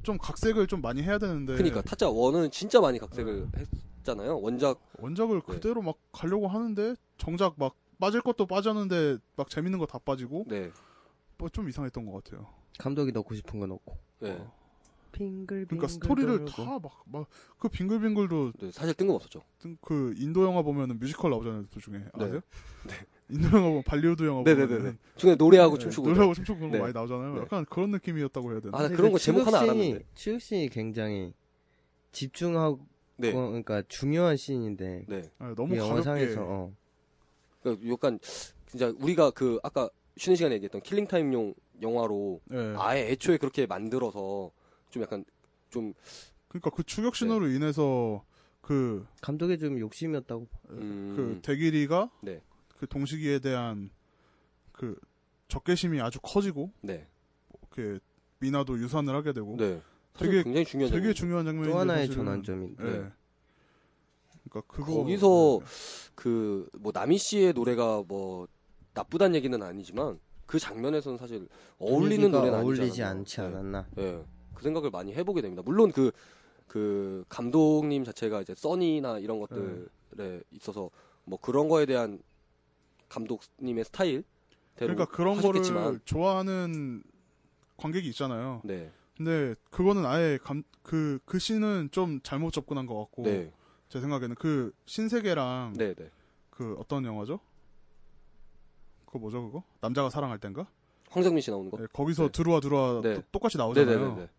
[SPEAKER 3] 좀 각색을 좀 많이 해야 되는데
[SPEAKER 1] 그러니까 타짜 원은 진짜 많이 각색을
[SPEAKER 3] 네.
[SPEAKER 1] 했잖아요. 원작
[SPEAKER 3] 원작을
[SPEAKER 1] 네.
[SPEAKER 3] 그대로 막 가려고 하는데 정작 막 빠질 것도 빠졌는데 막 재밌는 거 다 빠지고
[SPEAKER 1] 네.
[SPEAKER 3] 뭐 좀 이상했던 것 같아요.
[SPEAKER 2] 감독이 넣고 싶은 거 넣고.
[SPEAKER 1] 네.
[SPEAKER 3] 어.
[SPEAKER 2] 빙글빙글.
[SPEAKER 3] 그러니까 스토리를
[SPEAKER 2] 돌고.
[SPEAKER 3] 다 막 막 그 빙글빙글도
[SPEAKER 1] 네, 사실 뜬금없었죠.
[SPEAKER 3] 뜬- 그 인도 영화 보면은 뮤지컬 나오잖아요 도중에 아세요?
[SPEAKER 1] 네.
[SPEAKER 3] 인도 영화 보면 발리우드 영화
[SPEAKER 1] 네네네네.
[SPEAKER 3] 보면은
[SPEAKER 1] 중에 노래하고
[SPEAKER 3] 네,
[SPEAKER 1] 춤추고.
[SPEAKER 3] 노래하고 춤추고 그런 거
[SPEAKER 1] 네.
[SPEAKER 3] 많이 나오잖아요.
[SPEAKER 1] 네.
[SPEAKER 3] 약간 그런 느낌이었다고 해야 되나?
[SPEAKER 1] 아, 나
[SPEAKER 2] 근데
[SPEAKER 1] 그런
[SPEAKER 2] 그
[SPEAKER 1] 거 제목 하나
[SPEAKER 2] 추격씬이-
[SPEAKER 1] 알았는데.
[SPEAKER 2] 추격씬이 굉장히 집중하고
[SPEAKER 1] 네.
[SPEAKER 2] 그러니까 중요한 씬인데
[SPEAKER 1] 네.
[SPEAKER 3] 네,
[SPEAKER 2] 이
[SPEAKER 3] 너무 가볍게
[SPEAKER 2] 영화상에서 어.
[SPEAKER 1] 그러니까 약간 진짜 우리가 그 아까 쉬는 시간에 얘기했던 킬링 타임용 영화로
[SPEAKER 3] 예.
[SPEAKER 1] 아예 애초에 그렇게 만들어서 좀 약간 좀
[SPEAKER 3] 그러니까 그 추격 신호로
[SPEAKER 1] 네.
[SPEAKER 3] 인해서 그
[SPEAKER 2] 감독의 좀 욕심이었다고.
[SPEAKER 1] 음,
[SPEAKER 3] 그 대길이가
[SPEAKER 1] 네.
[SPEAKER 3] 그 동식이에 대한 그 적개심이 아주 커지고
[SPEAKER 1] 네.
[SPEAKER 3] 그 미나도 유산을 하게 되고
[SPEAKER 1] 네. 사실
[SPEAKER 3] 되게-
[SPEAKER 1] 굉장히 중요한
[SPEAKER 3] 되게
[SPEAKER 1] 장면이죠.
[SPEAKER 3] 중요한 장면인데
[SPEAKER 2] 또 하나의
[SPEAKER 3] 사실은.
[SPEAKER 2] 전환점인데.
[SPEAKER 3] 예.
[SPEAKER 1] 네.
[SPEAKER 3] 그러니까 그거
[SPEAKER 1] 거기서 그 뭐 남희 씨의 노래가 뭐 나쁘단 얘기는 아니지만 그 장면에서는 사실 어울리는
[SPEAKER 2] 분위기가
[SPEAKER 1] 노래는
[SPEAKER 2] 어울리지
[SPEAKER 1] 아니잖아요.
[SPEAKER 2] 않지
[SPEAKER 1] 네.
[SPEAKER 2] 않았나.
[SPEAKER 1] 예. 그 생각을 많이 해보게 됩니다. 물론 그, 그, 감독님 자체가 이제 써니나 이런 것들에 있어서 뭐 그런 거에 대한 감독님의 스타일? 대로
[SPEAKER 3] 그러니까 그런 거를
[SPEAKER 1] 하셨겠지만.
[SPEAKER 3] 좋아하는 관객이 있잖아요.
[SPEAKER 1] 네.
[SPEAKER 3] 근데 그거는 아예 감, 그, 그 씬은 좀 잘못 접근한 것 같고
[SPEAKER 1] 네.
[SPEAKER 3] 제 생각에는 그 신세계랑
[SPEAKER 1] 네. 네.
[SPEAKER 3] 그 어떤 영화죠? 그거 뭐죠 그거? 남자가 사랑할 땐가?
[SPEAKER 1] 황정민 씨 나오는 거?
[SPEAKER 3] 네, 거기서
[SPEAKER 1] 네.
[SPEAKER 3] 들어와 들어와
[SPEAKER 1] 네.
[SPEAKER 3] 또- 똑같이 나오잖아요.
[SPEAKER 1] 네네네.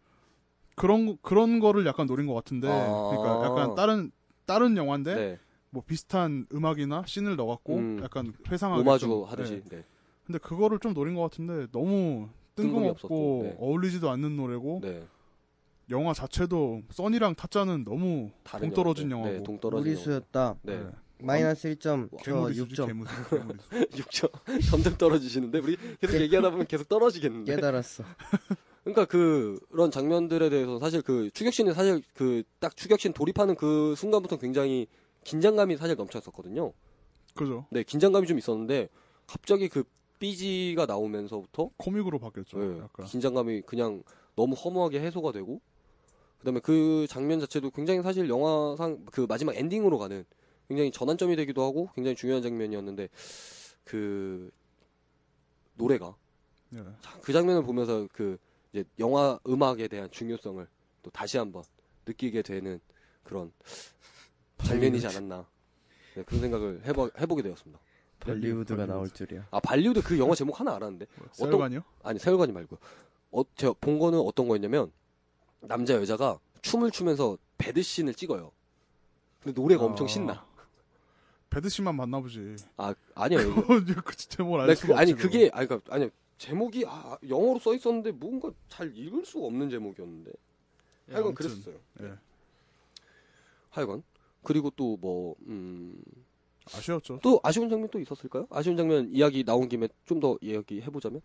[SPEAKER 3] 그런 그런 거를 약간 노린 것 같은데
[SPEAKER 1] 아.
[SPEAKER 3] 그러니까 약간 다른 다른 영화인데
[SPEAKER 1] 네.
[SPEAKER 3] 뭐 비슷한 음악이나 씬을 넣어갖고
[SPEAKER 1] 음.
[SPEAKER 3] 약간 회상하게
[SPEAKER 1] 오마주
[SPEAKER 3] 좀-
[SPEAKER 1] 하듯이.
[SPEAKER 3] 네.
[SPEAKER 1] 네.
[SPEAKER 3] 근데 그거를 좀 노린 것 같은데 너무
[SPEAKER 1] 뜬금이
[SPEAKER 3] 뜬금없고
[SPEAKER 1] 없었고, 네.
[SPEAKER 3] 어울리지도 않는 노래고
[SPEAKER 1] 네.
[SPEAKER 3] 영화 자체도 써니랑 타짜는 너무
[SPEAKER 1] 다른
[SPEAKER 3] 동떨어진
[SPEAKER 1] 영화. 네.
[SPEAKER 3] 영화고.
[SPEAKER 1] 동떨어진 영화.
[SPEAKER 2] 무리수였다.
[SPEAKER 1] 네.
[SPEAKER 3] 네.
[SPEAKER 2] 마이너스 1점, 저
[SPEAKER 3] 괴물이수지
[SPEAKER 2] 6점.
[SPEAKER 3] 괴물이수 괴물이수.
[SPEAKER 1] 6점. 점점 떨어지시는데 우리 계속
[SPEAKER 3] 그
[SPEAKER 1] 얘기하다 보면 계속 떨어지겠는데.
[SPEAKER 3] 예.
[SPEAKER 2] 깨달았어.
[SPEAKER 1] 그러니까 그- 그런 장면들에 대해서 사실 그 추격신은 사실 그 딱 추격신 돌입하는 그 순간부터 굉장히 긴장감이 사실 넘쳤었거든요.
[SPEAKER 3] 그죠
[SPEAKER 1] 네, 긴장감이 좀 있었는데 갑자기 그 삐지가 나오면서부터
[SPEAKER 3] 코믹으로 바뀌었죠
[SPEAKER 1] 예,
[SPEAKER 3] 약간
[SPEAKER 1] 긴장감이 그냥 너무 허무하게 해소가 되고 그다음에 그 장면 자체도 굉장히 사실 영화상 그 마지막 엔딩으로 가는 굉장히 전환점이 되기도 하고 굉장히 중요한 장면이었는데 그 노래가
[SPEAKER 3] 예.
[SPEAKER 1] 자, 그 장면을 보면서 그 이제 영화 음악에 대한 중요성을 또 다시 한번 느끼게 되는 그런 장면이지 않았나 네, 그런 생각을 해보, 해보게 되었습니다.
[SPEAKER 2] 발리우드가
[SPEAKER 3] 발리우드.
[SPEAKER 2] 나올 줄이야.
[SPEAKER 1] 아 발리우드 그 영화 제목 하나 알았는데
[SPEAKER 3] 세월관이요?
[SPEAKER 1] 아니 세월간이 말고 어, 제가 본 거는 어떤 거였냐면 남자 여자가 춤을 추면서 배드신을 찍어요. 근데 노래가 엄청
[SPEAKER 3] 아.
[SPEAKER 1] 신나.
[SPEAKER 3] 배드신만 봤나 보지.
[SPEAKER 1] 아 아니에요. 이거.
[SPEAKER 3] 그 진짜 뭘알
[SPEAKER 1] 나
[SPEAKER 3] 수가
[SPEAKER 1] 그-
[SPEAKER 3] 없지.
[SPEAKER 1] 아니
[SPEAKER 3] 그거.
[SPEAKER 1] 그게 아니 그 아니 영어로 아, 영어로 써 있었는데 뭔가 잘 읽을 수가 없는 제목이었는데
[SPEAKER 3] 예,
[SPEAKER 1] 하여간
[SPEAKER 3] 아무튼.
[SPEAKER 1] 그랬어요.
[SPEAKER 3] 예.
[SPEAKER 1] 하여간 그리고 또뭐 음,
[SPEAKER 3] 아쉬웠죠.
[SPEAKER 1] 또 아쉬운 장면 또 있었을까요? 아쉬운 장면 이야기 나온 김에 좀 더 이야기 해보자면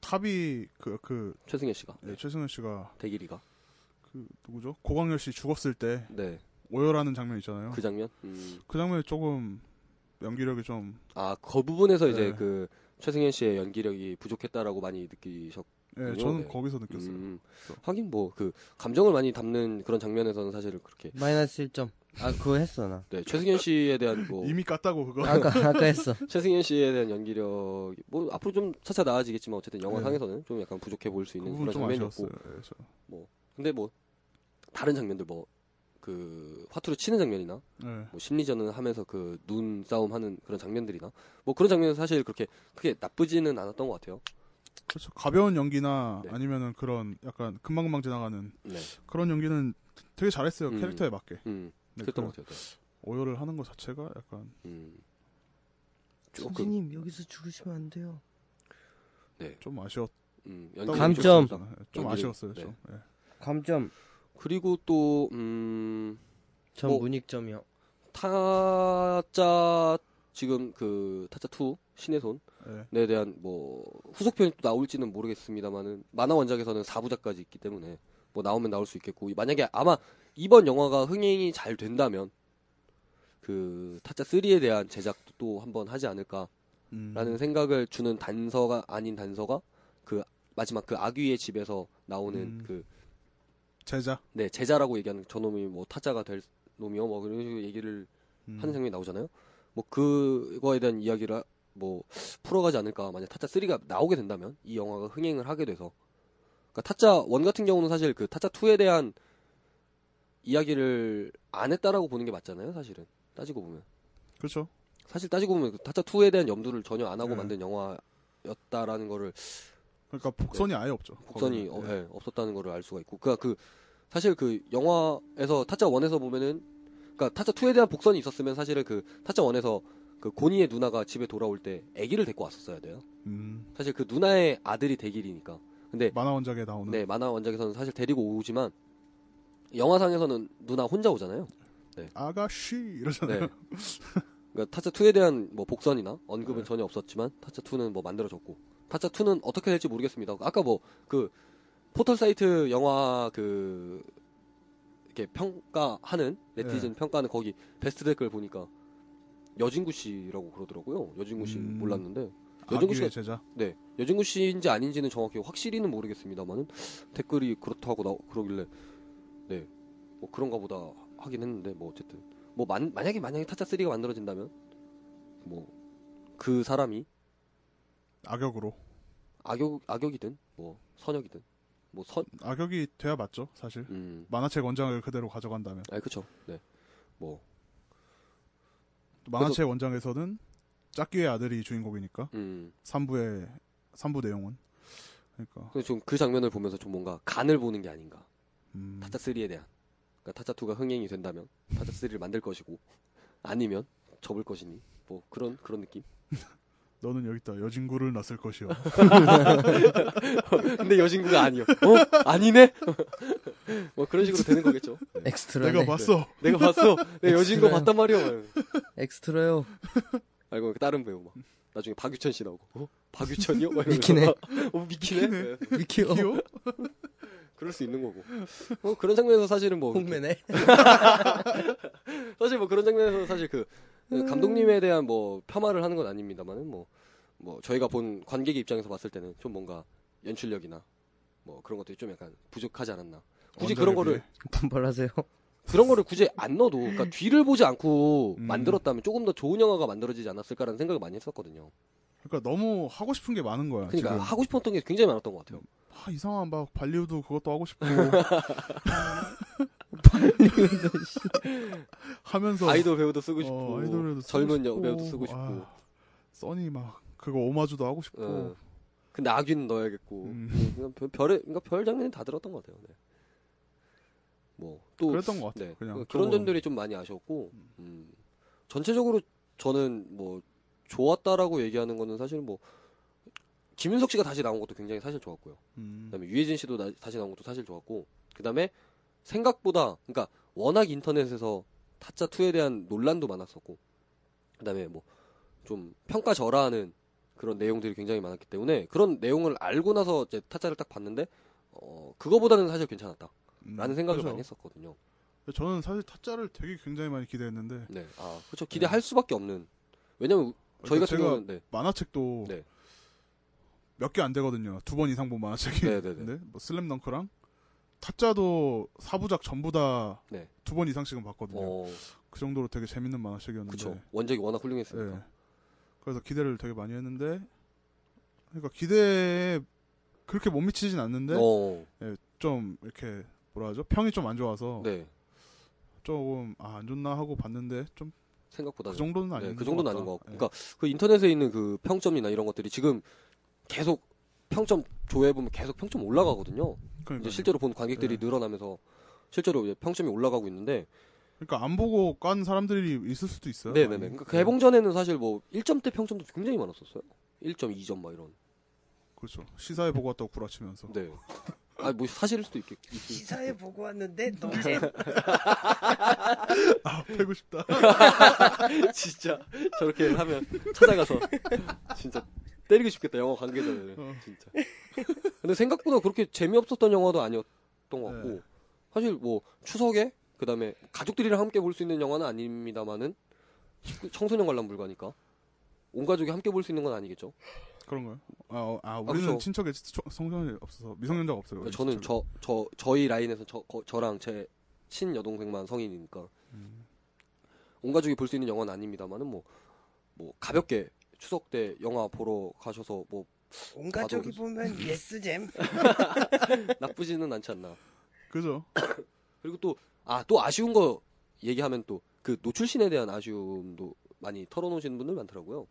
[SPEAKER 3] 탑이 그, 그,
[SPEAKER 1] 최승혜 씨가
[SPEAKER 3] 예, 최승현 씨가
[SPEAKER 1] 대길이가
[SPEAKER 3] 그, 누구죠? 고광열 씨 죽었을 때
[SPEAKER 1] 네 그
[SPEAKER 3] 오열하는 장면 있잖아요. 그,
[SPEAKER 1] 장면 음.
[SPEAKER 3] 장면이 조금 연기력이 좀,
[SPEAKER 1] 아그 부분에서 이제
[SPEAKER 3] 네.
[SPEAKER 1] 그 최승현 씨의 연기력이 부족했다라고 많이 느끼셨.
[SPEAKER 3] 예,
[SPEAKER 1] 그래요?
[SPEAKER 3] 저는
[SPEAKER 1] 네.
[SPEAKER 3] 거기서 느꼈어요.
[SPEAKER 1] 음.
[SPEAKER 3] 그래서.
[SPEAKER 1] 하긴 뭐 그 감정을 많이 담는 그런 장면에서는 사실 그렇게
[SPEAKER 2] 마이너스 1점. 아 그거 했어 나.
[SPEAKER 1] 네 최승현 씨에 대한 뭐
[SPEAKER 3] 이미 깠다고 그거.
[SPEAKER 2] 아까 아까 했어.
[SPEAKER 1] 최승현 씨에 대한 연기력 뭐 앞으로 좀 차차 나아지겠지만 어쨌든
[SPEAKER 3] 네.
[SPEAKER 1] 영화상에서는 좀 약간 부족해 보일 수
[SPEAKER 3] 그
[SPEAKER 1] 있는
[SPEAKER 3] 부분
[SPEAKER 1] 그런
[SPEAKER 3] 좀 아쉬웠어요.
[SPEAKER 1] 장면이었고
[SPEAKER 3] 예, 저.
[SPEAKER 1] 근데 뭐 다른 장면들 뭐 그 화투를 치는 장면이나
[SPEAKER 3] 예.
[SPEAKER 1] 뭐 심리전을 하면서 그 눈 싸움 하는 그런 장면들이나 뭐 그런 장면은 사실 그렇게 크게 나쁘지는 않았던 것 같아요.
[SPEAKER 3] 그렇죠. 가벼운 연기나
[SPEAKER 1] 네.
[SPEAKER 3] 아니면은 그런 약간 금방금방 지나가는
[SPEAKER 1] 네,
[SPEAKER 3] 그런 연기는 되게 잘했어요.
[SPEAKER 1] 음.
[SPEAKER 3] 캐릭터에 맞게.
[SPEAKER 1] 음
[SPEAKER 3] 네,
[SPEAKER 1] 그랬던
[SPEAKER 3] 그
[SPEAKER 1] 것 같아요. 네.
[SPEAKER 3] 오열을 하는 것 자체가 약간
[SPEAKER 1] 음 조금
[SPEAKER 2] 선생님 여기서 죽으시면 안 돼요.
[SPEAKER 3] 좀 아쉬웠다고.
[SPEAKER 1] 네. 음 연기력이
[SPEAKER 2] 감점.
[SPEAKER 1] 좀
[SPEAKER 3] 생각하잖아요. 예, 좀
[SPEAKER 1] 연기력,
[SPEAKER 3] 아쉬웠어요.
[SPEAKER 1] 네.
[SPEAKER 3] 좀. 예.
[SPEAKER 2] 감점.
[SPEAKER 1] 그리고 또, 음,
[SPEAKER 2] 전
[SPEAKER 1] 뭐.
[SPEAKER 2] 문익점이요.
[SPEAKER 1] 타짜, 지금 그, 타짜2, 신의 손에
[SPEAKER 3] 예.
[SPEAKER 1] 대한 뭐, 후속편이 또 나올지는 모르겠습니다만은, 만화 원작에서는 4부작까지 있기 때문에, 뭐, 나오면 나올 수 있겠고, 만약에 아마 이번 영화가 흥행이 잘 된다면, 그, 타짜3에 대한 제작도 또 한번 하지 않을까,
[SPEAKER 3] 음.
[SPEAKER 1] 라는 생각을 주는 단서가 아닌 단서가, 그, 마지막 그 악귀의 집에서 나오는
[SPEAKER 3] 음.
[SPEAKER 1] 그,
[SPEAKER 3] 제자.
[SPEAKER 1] 네, 제자라고 얘기하는 저놈이 뭐 타짜가 될 놈이요. 뭐 그런 식으로 얘기를
[SPEAKER 3] 음.
[SPEAKER 1] 하는 장면이 나오잖아요. 뭐 그거에 대한 이야기를 뭐 풀어가지 않을까. 만약 타짜 3가 나오게 된다면 이 영화가 흥행을 하게 돼서. 그러니까 타짜 1 같은 경우는 사실 그 타짜 2에 대한 이야기를 안 했다라고 보는 게 맞잖아요, 사실은. 따지고 보면.
[SPEAKER 3] 그렇죠.
[SPEAKER 1] 사실 따지고 보면 그 타짜 2에 대한 염두를 전혀 안 하고
[SPEAKER 3] 네.
[SPEAKER 1] 만든 영화였다라는 거를
[SPEAKER 3] 그러니까 복선이 아예 없죠.
[SPEAKER 1] 네. 복선이
[SPEAKER 3] 거기는.
[SPEAKER 1] 어, 예, 없었다는 거를 알 수가 있고 그러니까 그 사실 그 영화에서 타짜 1에서 보면은 그러니까 타짜 2에 대한 복선이 있었으면 사실은 그 타짜 1에서 그 고니의 누나가 집에 돌아올 때 아기를 데리고 왔었어야 돼요.
[SPEAKER 3] 음.
[SPEAKER 1] 사실 그 누나의 아들이 대길이니까. 근데
[SPEAKER 3] 만화 원작에 나오는
[SPEAKER 1] 네, 만화 원작에서는 사실 데리고 오지만 영화상에서는 누나 혼자 오잖아요.
[SPEAKER 3] 아가씨 이러잖아요.
[SPEAKER 1] 네. 그러니까 타짜 2에 대한 뭐 복선이나 언급은
[SPEAKER 3] 네.
[SPEAKER 1] 전혀 없었지만 타짜 2는 뭐 만들어졌고 타짜 2는 어떻게 될지 모르겠습니다. 아까 뭐 그 포털 사이트 영화 그 이렇게 평가하는 네티즌 평가하는 거기 베스트 댓글 보니까 여진구 씨라고 그러더라고요. 여진구 씨
[SPEAKER 3] 음.
[SPEAKER 1] 몰랐는데 여진구 씨가
[SPEAKER 3] 아기의 제자.
[SPEAKER 1] 네 여진구 씨인지 아닌지는 정확히 확실히는 모르겠습니다만은 댓글이 그렇다고 나 그러길래 네뭐 그런가 보다 하긴 했는데 뭐 어쨌든 뭐 만, 만약에 만약에 타짜 3가 만들어진다면 뭐 그 사람이
[SPEAKER 3] 악역으로.
[SPEAKER 1] 악역 악역이든 뭐 선역이든 뭐선
[SPEAKER 3] 네. 악역이 돼야 맞죠, 사실.
[SPEAKER 1] 음.
[SPEAKER 3] 만화책 원작을 그대로 가져간다면
[SPEAKER 1] 아니 그쵸 네뭐
[SPEAKER 3] 만화책 원작에서는 짝귀의 아들이 주인공이니까
[SPEAKER 1] 음.
[SPEAKER 3] 3부의 3부 내용은 그러니까
[SPEAKER 1] 그래서 지금 그 장면을 보면서 좀 뭔가 간을 보는 게 아닌가
[SPEAKER 3] 음,
[SPEAKER 1] 타짜 3에 대한 그러니까 타짜 2가 흥행이 된다면 타짜 3를 만들 것이고 아니면 접을 것이니 뭐 그런 그런 느낌
[SPEAKER 3] 너는 여기 있다 여진구를 낳을 것이요.
[SPEAKER 1] 근데 여진구가 아니요. 어? 아니네? 뭐 그런 식으로 되는 거겠죠. 네.
[SPEAKER 2] 엑스트라.
[SPEAKER 3] 내가 봤어.
[SPEAKER 1] 내가 봤어. 내가 여진구
[SPEAKER 2] 그래요.
[SPEAKER 1] 봤단 말이야.
[SPEAKER 2] 엑스트라요.
[SPEAKER 1] 알고 보니까 다른 배우 막. 나중에 박유천 씨 나오고. 어? 박유천이요? 막 이러면서.
[SPEAKER 2] 미키네.
[SPEAKER 1] 어, 미키네? 네.
[SPEAKER 2] 미키오.
[SPEAKER 3] 귀여워.
[SPEAKER 1] 그럴 수 있는 거고. 어, 그런 장면에서 사실은 뭐.
[SPEAKER 2] 홍매네.
[SPEAKER 1] 사실 뭐 그런 장면에서 사실 그, 그 감독님에 대한 뭐 폄하를 하는 건 아닙니다만은 뭐, 뭐 저희가 본 관객의 입장에서 봤을 때는 좀 뭔가 연출력이나 뭐 그런 것들이 좀 약간 부족하지 않았나. 굳이 그런
[SPEAKER 3] 원작에
[SPEAKER 1] 거를
[SPEAKER 3] 비해.
[SPEAKER 2] 분발하세요.
[SPEAKER 1] 그런 거를 굳이 안 넣어도 그러니까 뒤를 보지 않고
[SPEAKER 3] 음.
[SPEAKER 1] 만들었다면 조금 더 좋은 영화가 만들어지지 않았을까라는 생각을 많이 했었거든요.
[SPEAKER 3] 그러니까 너무 하고 싶은 게 많은 거야.
[SPEAKER 1] 그러니까
[SPEAKER 3] 아, 지금.
[SPEAKER 1] 하고 싶었던 게 굉장히 많았던 것 같아요.
[SPEAKER 3] 아, 이상한 막 발리우드 그것도 하고 싶고
[SPEAKER 2] 이러면서 씨.
[SPEAKER 3] 하면서
[SPEAKER 1] 아이돌 배우도 쓰고
[SPEAKER 3] 어,
[SPEAKER 1] 싶고
[SPEAKER 3] 아이돌에도 쓰고
[SPEAKER 1] 젊은
[SPEAKER 3] 싶고,
[SPEAKER 1] 여배우도 쓰고 싶고
[SPEAKER 3] 아, 써니 막 그거 오마주도 하고 싶고
[SPEAKER 1] 어. 근데 아귀는 넣어야겠고
[SPEAKER 3] 음.
[SPEAKER 1] 그냥 별, 별의 그러니까 별 장면이 다 들었던 것 같아요. 네. 뭐또
[SPEAKER 3] 그랬던 것 같아.
[SPEAKER 1] 네.
[SPEAKER 3] 그냥
[SPEAKER 1] 그-
[SPEAKER 3] 저거-
[SPEAKER 1] 그런 점들이 좀 많이 아쉬웠고 음. 전체적으로 저는 뭐 좋았다라고 얘기하는 거는 사실 뭐 김윤석 씨가 다시 나온 것도 굉장히 사실 좋았고요.
[SPEAKER 3] 음.
[SPEAKER 1] 그다음에 유해진 씨도 나- 다시 나온 것도 사실 좋았고 그다음에 생각보다 그러니까 워낙 인터넷에서 타짜 2에 대한 논란도 많았었고 그다음에 뭐 좀 평가 절하하는 그런 내용들이 굉장히 많았기 때문에 그런 내용을 알고 나서 이제 타짜를 딱 봤는데 어 그거보다는 사실 괜찮았다라는
[SPEAKER 3] 음,
[SPEAKER 1] 생각을
[SPEAKER 3] 그래서
[SPEAKER 1] 많이 했었거든요.
[SPEAKER 3] 저는 사실 타짜를 되게 굉장히 많이 기대했는데
[SPEAKER 1] 네, 아 그렇죠 기대할 수밖에 없는 왜냐면 저희
[SPEAKER 3] 그러니까
[SPEAKER 1] 같은
[SPEAKER 3] 제가
[SPEAKER 1] 경우는 네,
[SPEAKER 3] 만화책도
[SPEAKER 1] 네.
[SPEAKER 3] 몇 개 안 되거든요. 두 번 이상 본 만화책이.
[SPEAKER 1] 네, 네, 네.
[SPEAKER 3] 근데 뭐 슬램덩크랑 타짜도 사부작 전부 다 두 번
[SPEAKER 1] 네.
[SPEAKER 3] 이상씩은 봤거든요. 네.
[SPEAKER 1] 어
[SPEAKER 3] 그 정도로 되게 재밌는 만화책이었는데.
[SPEAKER 1] 그쵸 원작이 워낙 훌륭했으니까
[SPEAKER 3] 예. 그래서 기대를 되게 많이 했는데, 그러니까 기대에 그렇게 못 미치진 않는데,
[SPEAKER 1] 어,
[SPEAKER 3] 좀 이렇게 뭐라 하죠? 평이 좀 안 좋아서
[SPEAKER 1] 네
[SPEAKER 3] 조금 아, 안 좋나 하고 봤는데 좀 그
[SPEAKER 1] 생각보다
[SPEAKER 3] 정도는 아닌
[SPEAKER 1] 네, 그 정도는
[SPEAKER 3] 것
[SPEAKER 1] 아닌 것 같고.
[SPEAKER 3] 같다. 예.
[SPEAKER 1] 그러니까 그 인터넷에 있는 그 평점이나 이런 것들이 지금 계속 평점 조회해 보면 계속 평점 올라가거든요.
[SPEAKER 3] 그러니까요.
[SPEAKER 1] 이제 실제로 본 관객들이
[SPEAKER 3] 네.
[SPEAKER 1] 늘어나면서 실제로 이제 평점이 올라가고 있는데
[SPEAKER 3] 그러니까 안 보고 깐 사람들이 있을 수도 있어요.
[SPEAKER 1] 네, 네,
[SPEAKER 3] 많이.
[SPEAKER 1] 네. 그 개봉 전에는 사실 뭐 1점대 평점도 굉장히 많았었어요. 1점, 2점 막 이런.
[SPEAKER 3] 그렇죠. 시사회 보고 왔다고 구라치면서.
[SPEAKER 1] 네. 아, 뭐 사실일 수도 있겠.
[SPEAKER 4] 시사에 보고 왔는데
[SPEAKER 2] 네.
[SPEAKER 4] 너무
[SPEAKER 3] 아, 패고 싶다.
[SPEAKER 1] 진짜 저렇게 하면 찾아가서 진짜 때리고 싶겠다 영화 관계자들은
[SPEAKER 3] 어.
[SPEAKER 1] 진짜 근데 생각보다 그렇게 재미없었던 영화도 아니었던 것 같고
[SPEAKER 3] 네.
[SPEAKER 1] 사실 뭐 추석에 그다음에 가족들이랑 함께 볼 수 있는 영화는 아닙니다만은 청소년 관람 불가니까 온 가족이 함께 볼 수 있는 건 아니겠죠
[SPEAKER 3] 그런가요? 아, 어, 아 우리는
[SPEAKER 1] 그렇죠.
[SPEAKER 3] 친척에 저- 성년이 없어서 미성년자가 없어요. 우리
[SPEAKER 1] 저는
[SPEAKER 3] 친척에.
[SPEAKER 1] 저, 저 저희 라인에서 저, 거- 저랑 제 친여동생만 성인이니까
[SPEAKER 3] 음.
[SPEAKER 1] 온 가족이 볼 수 있는 영화는 아닙니다만은 뭐, 뭐 가볍게 추석 때 영화 보러 가셔서 뭐
[SPEAKER 4] 온 가족이
[SPEAKER 1] 나도 그러지.
[SPEAKER 4] 보면 예스잼
[SPEAKER 1] 나쁘지는 않지 않나.
[SPEAKER 3] 그죠?
[SPEAKER 1] 그리고 또, 아, 또 아쉬운 거 얘기하면 또, 그 노출신에 대한 아쉬움도 많이 털어놓으시는 분들 많더라고요.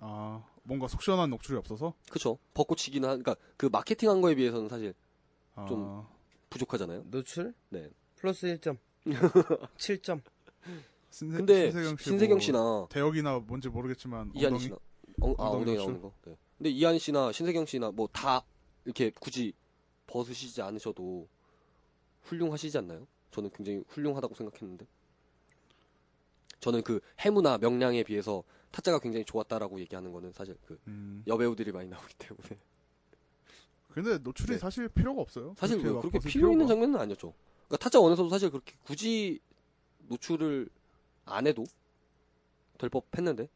[SPEAKER 3] 아, 뭔가 속 시원한 녹출이 없어서
[SPEAKER 1] 그쵸. 벚꽃이기는 한, 그니까 그 마케팅 한 거에 비해서는 사실
[SPEAKER 3] 아,
[SPEAKER 1] 좀. 부족하잖아요.
[SPEAKER 2] 어, 노출?
[SPEAKER 1] 네.
[SPEAKER 2] 플러스 1점. 7점.
[SPEAKER 3] 신세,
[SPEAKER 1] 근데
[SPEAKER 3] 신세경, 씨
[SPEAKER 1] 신세경
[SPEAKER 3] 뭐
[SPEAKER 1] 씨나
[SPEAKER 3] 대역이나 뭔지 모르겠지만
[SPEAKER 1] 이한희
[SPEAKER 3] 엉덩이?
[SPEAKER 1] 씨나, 엉, 아,
[SPEAKER 3] 엉덩이
[SPEAKER 1] 엉덩이
[SPEAKER 3] 노출?
[SPEAKER 1] 나오는 거. 네. 근데 이한희 씨나 신세경 씨나 뭐 다 이렇게 굳이 벗으시지 않으셔도 훌륭하시지 않나요? 저는 굉장히 훌륭하다고 생각했는데. 저는 그 해무나 명량에 비해서 타짜가 굉장히 좋았다라고 얘기하는 거는 사실 그
[SPEAKER 3] 음.
[SPEAKER 1] 여배우들이 많이 나오기 때문에
[SPEAKER 3] 근데 노출이
[SPEAKER 1] 네.
[SPEAKER 3] 사실 필요가 없어요.
[SPEAKER 1] 사실 뭐 그렇게,
[SPEAKER 3] 막 벗을
[SPEAKER 1] 필요 있는
[SPEAKER 3] 필요가.
[SPEAKER 1] 장면은 아니었죠. 그러니까 타짜 원에서도 사실 그렇게 굳이 노출을 안 해도 될 법했는데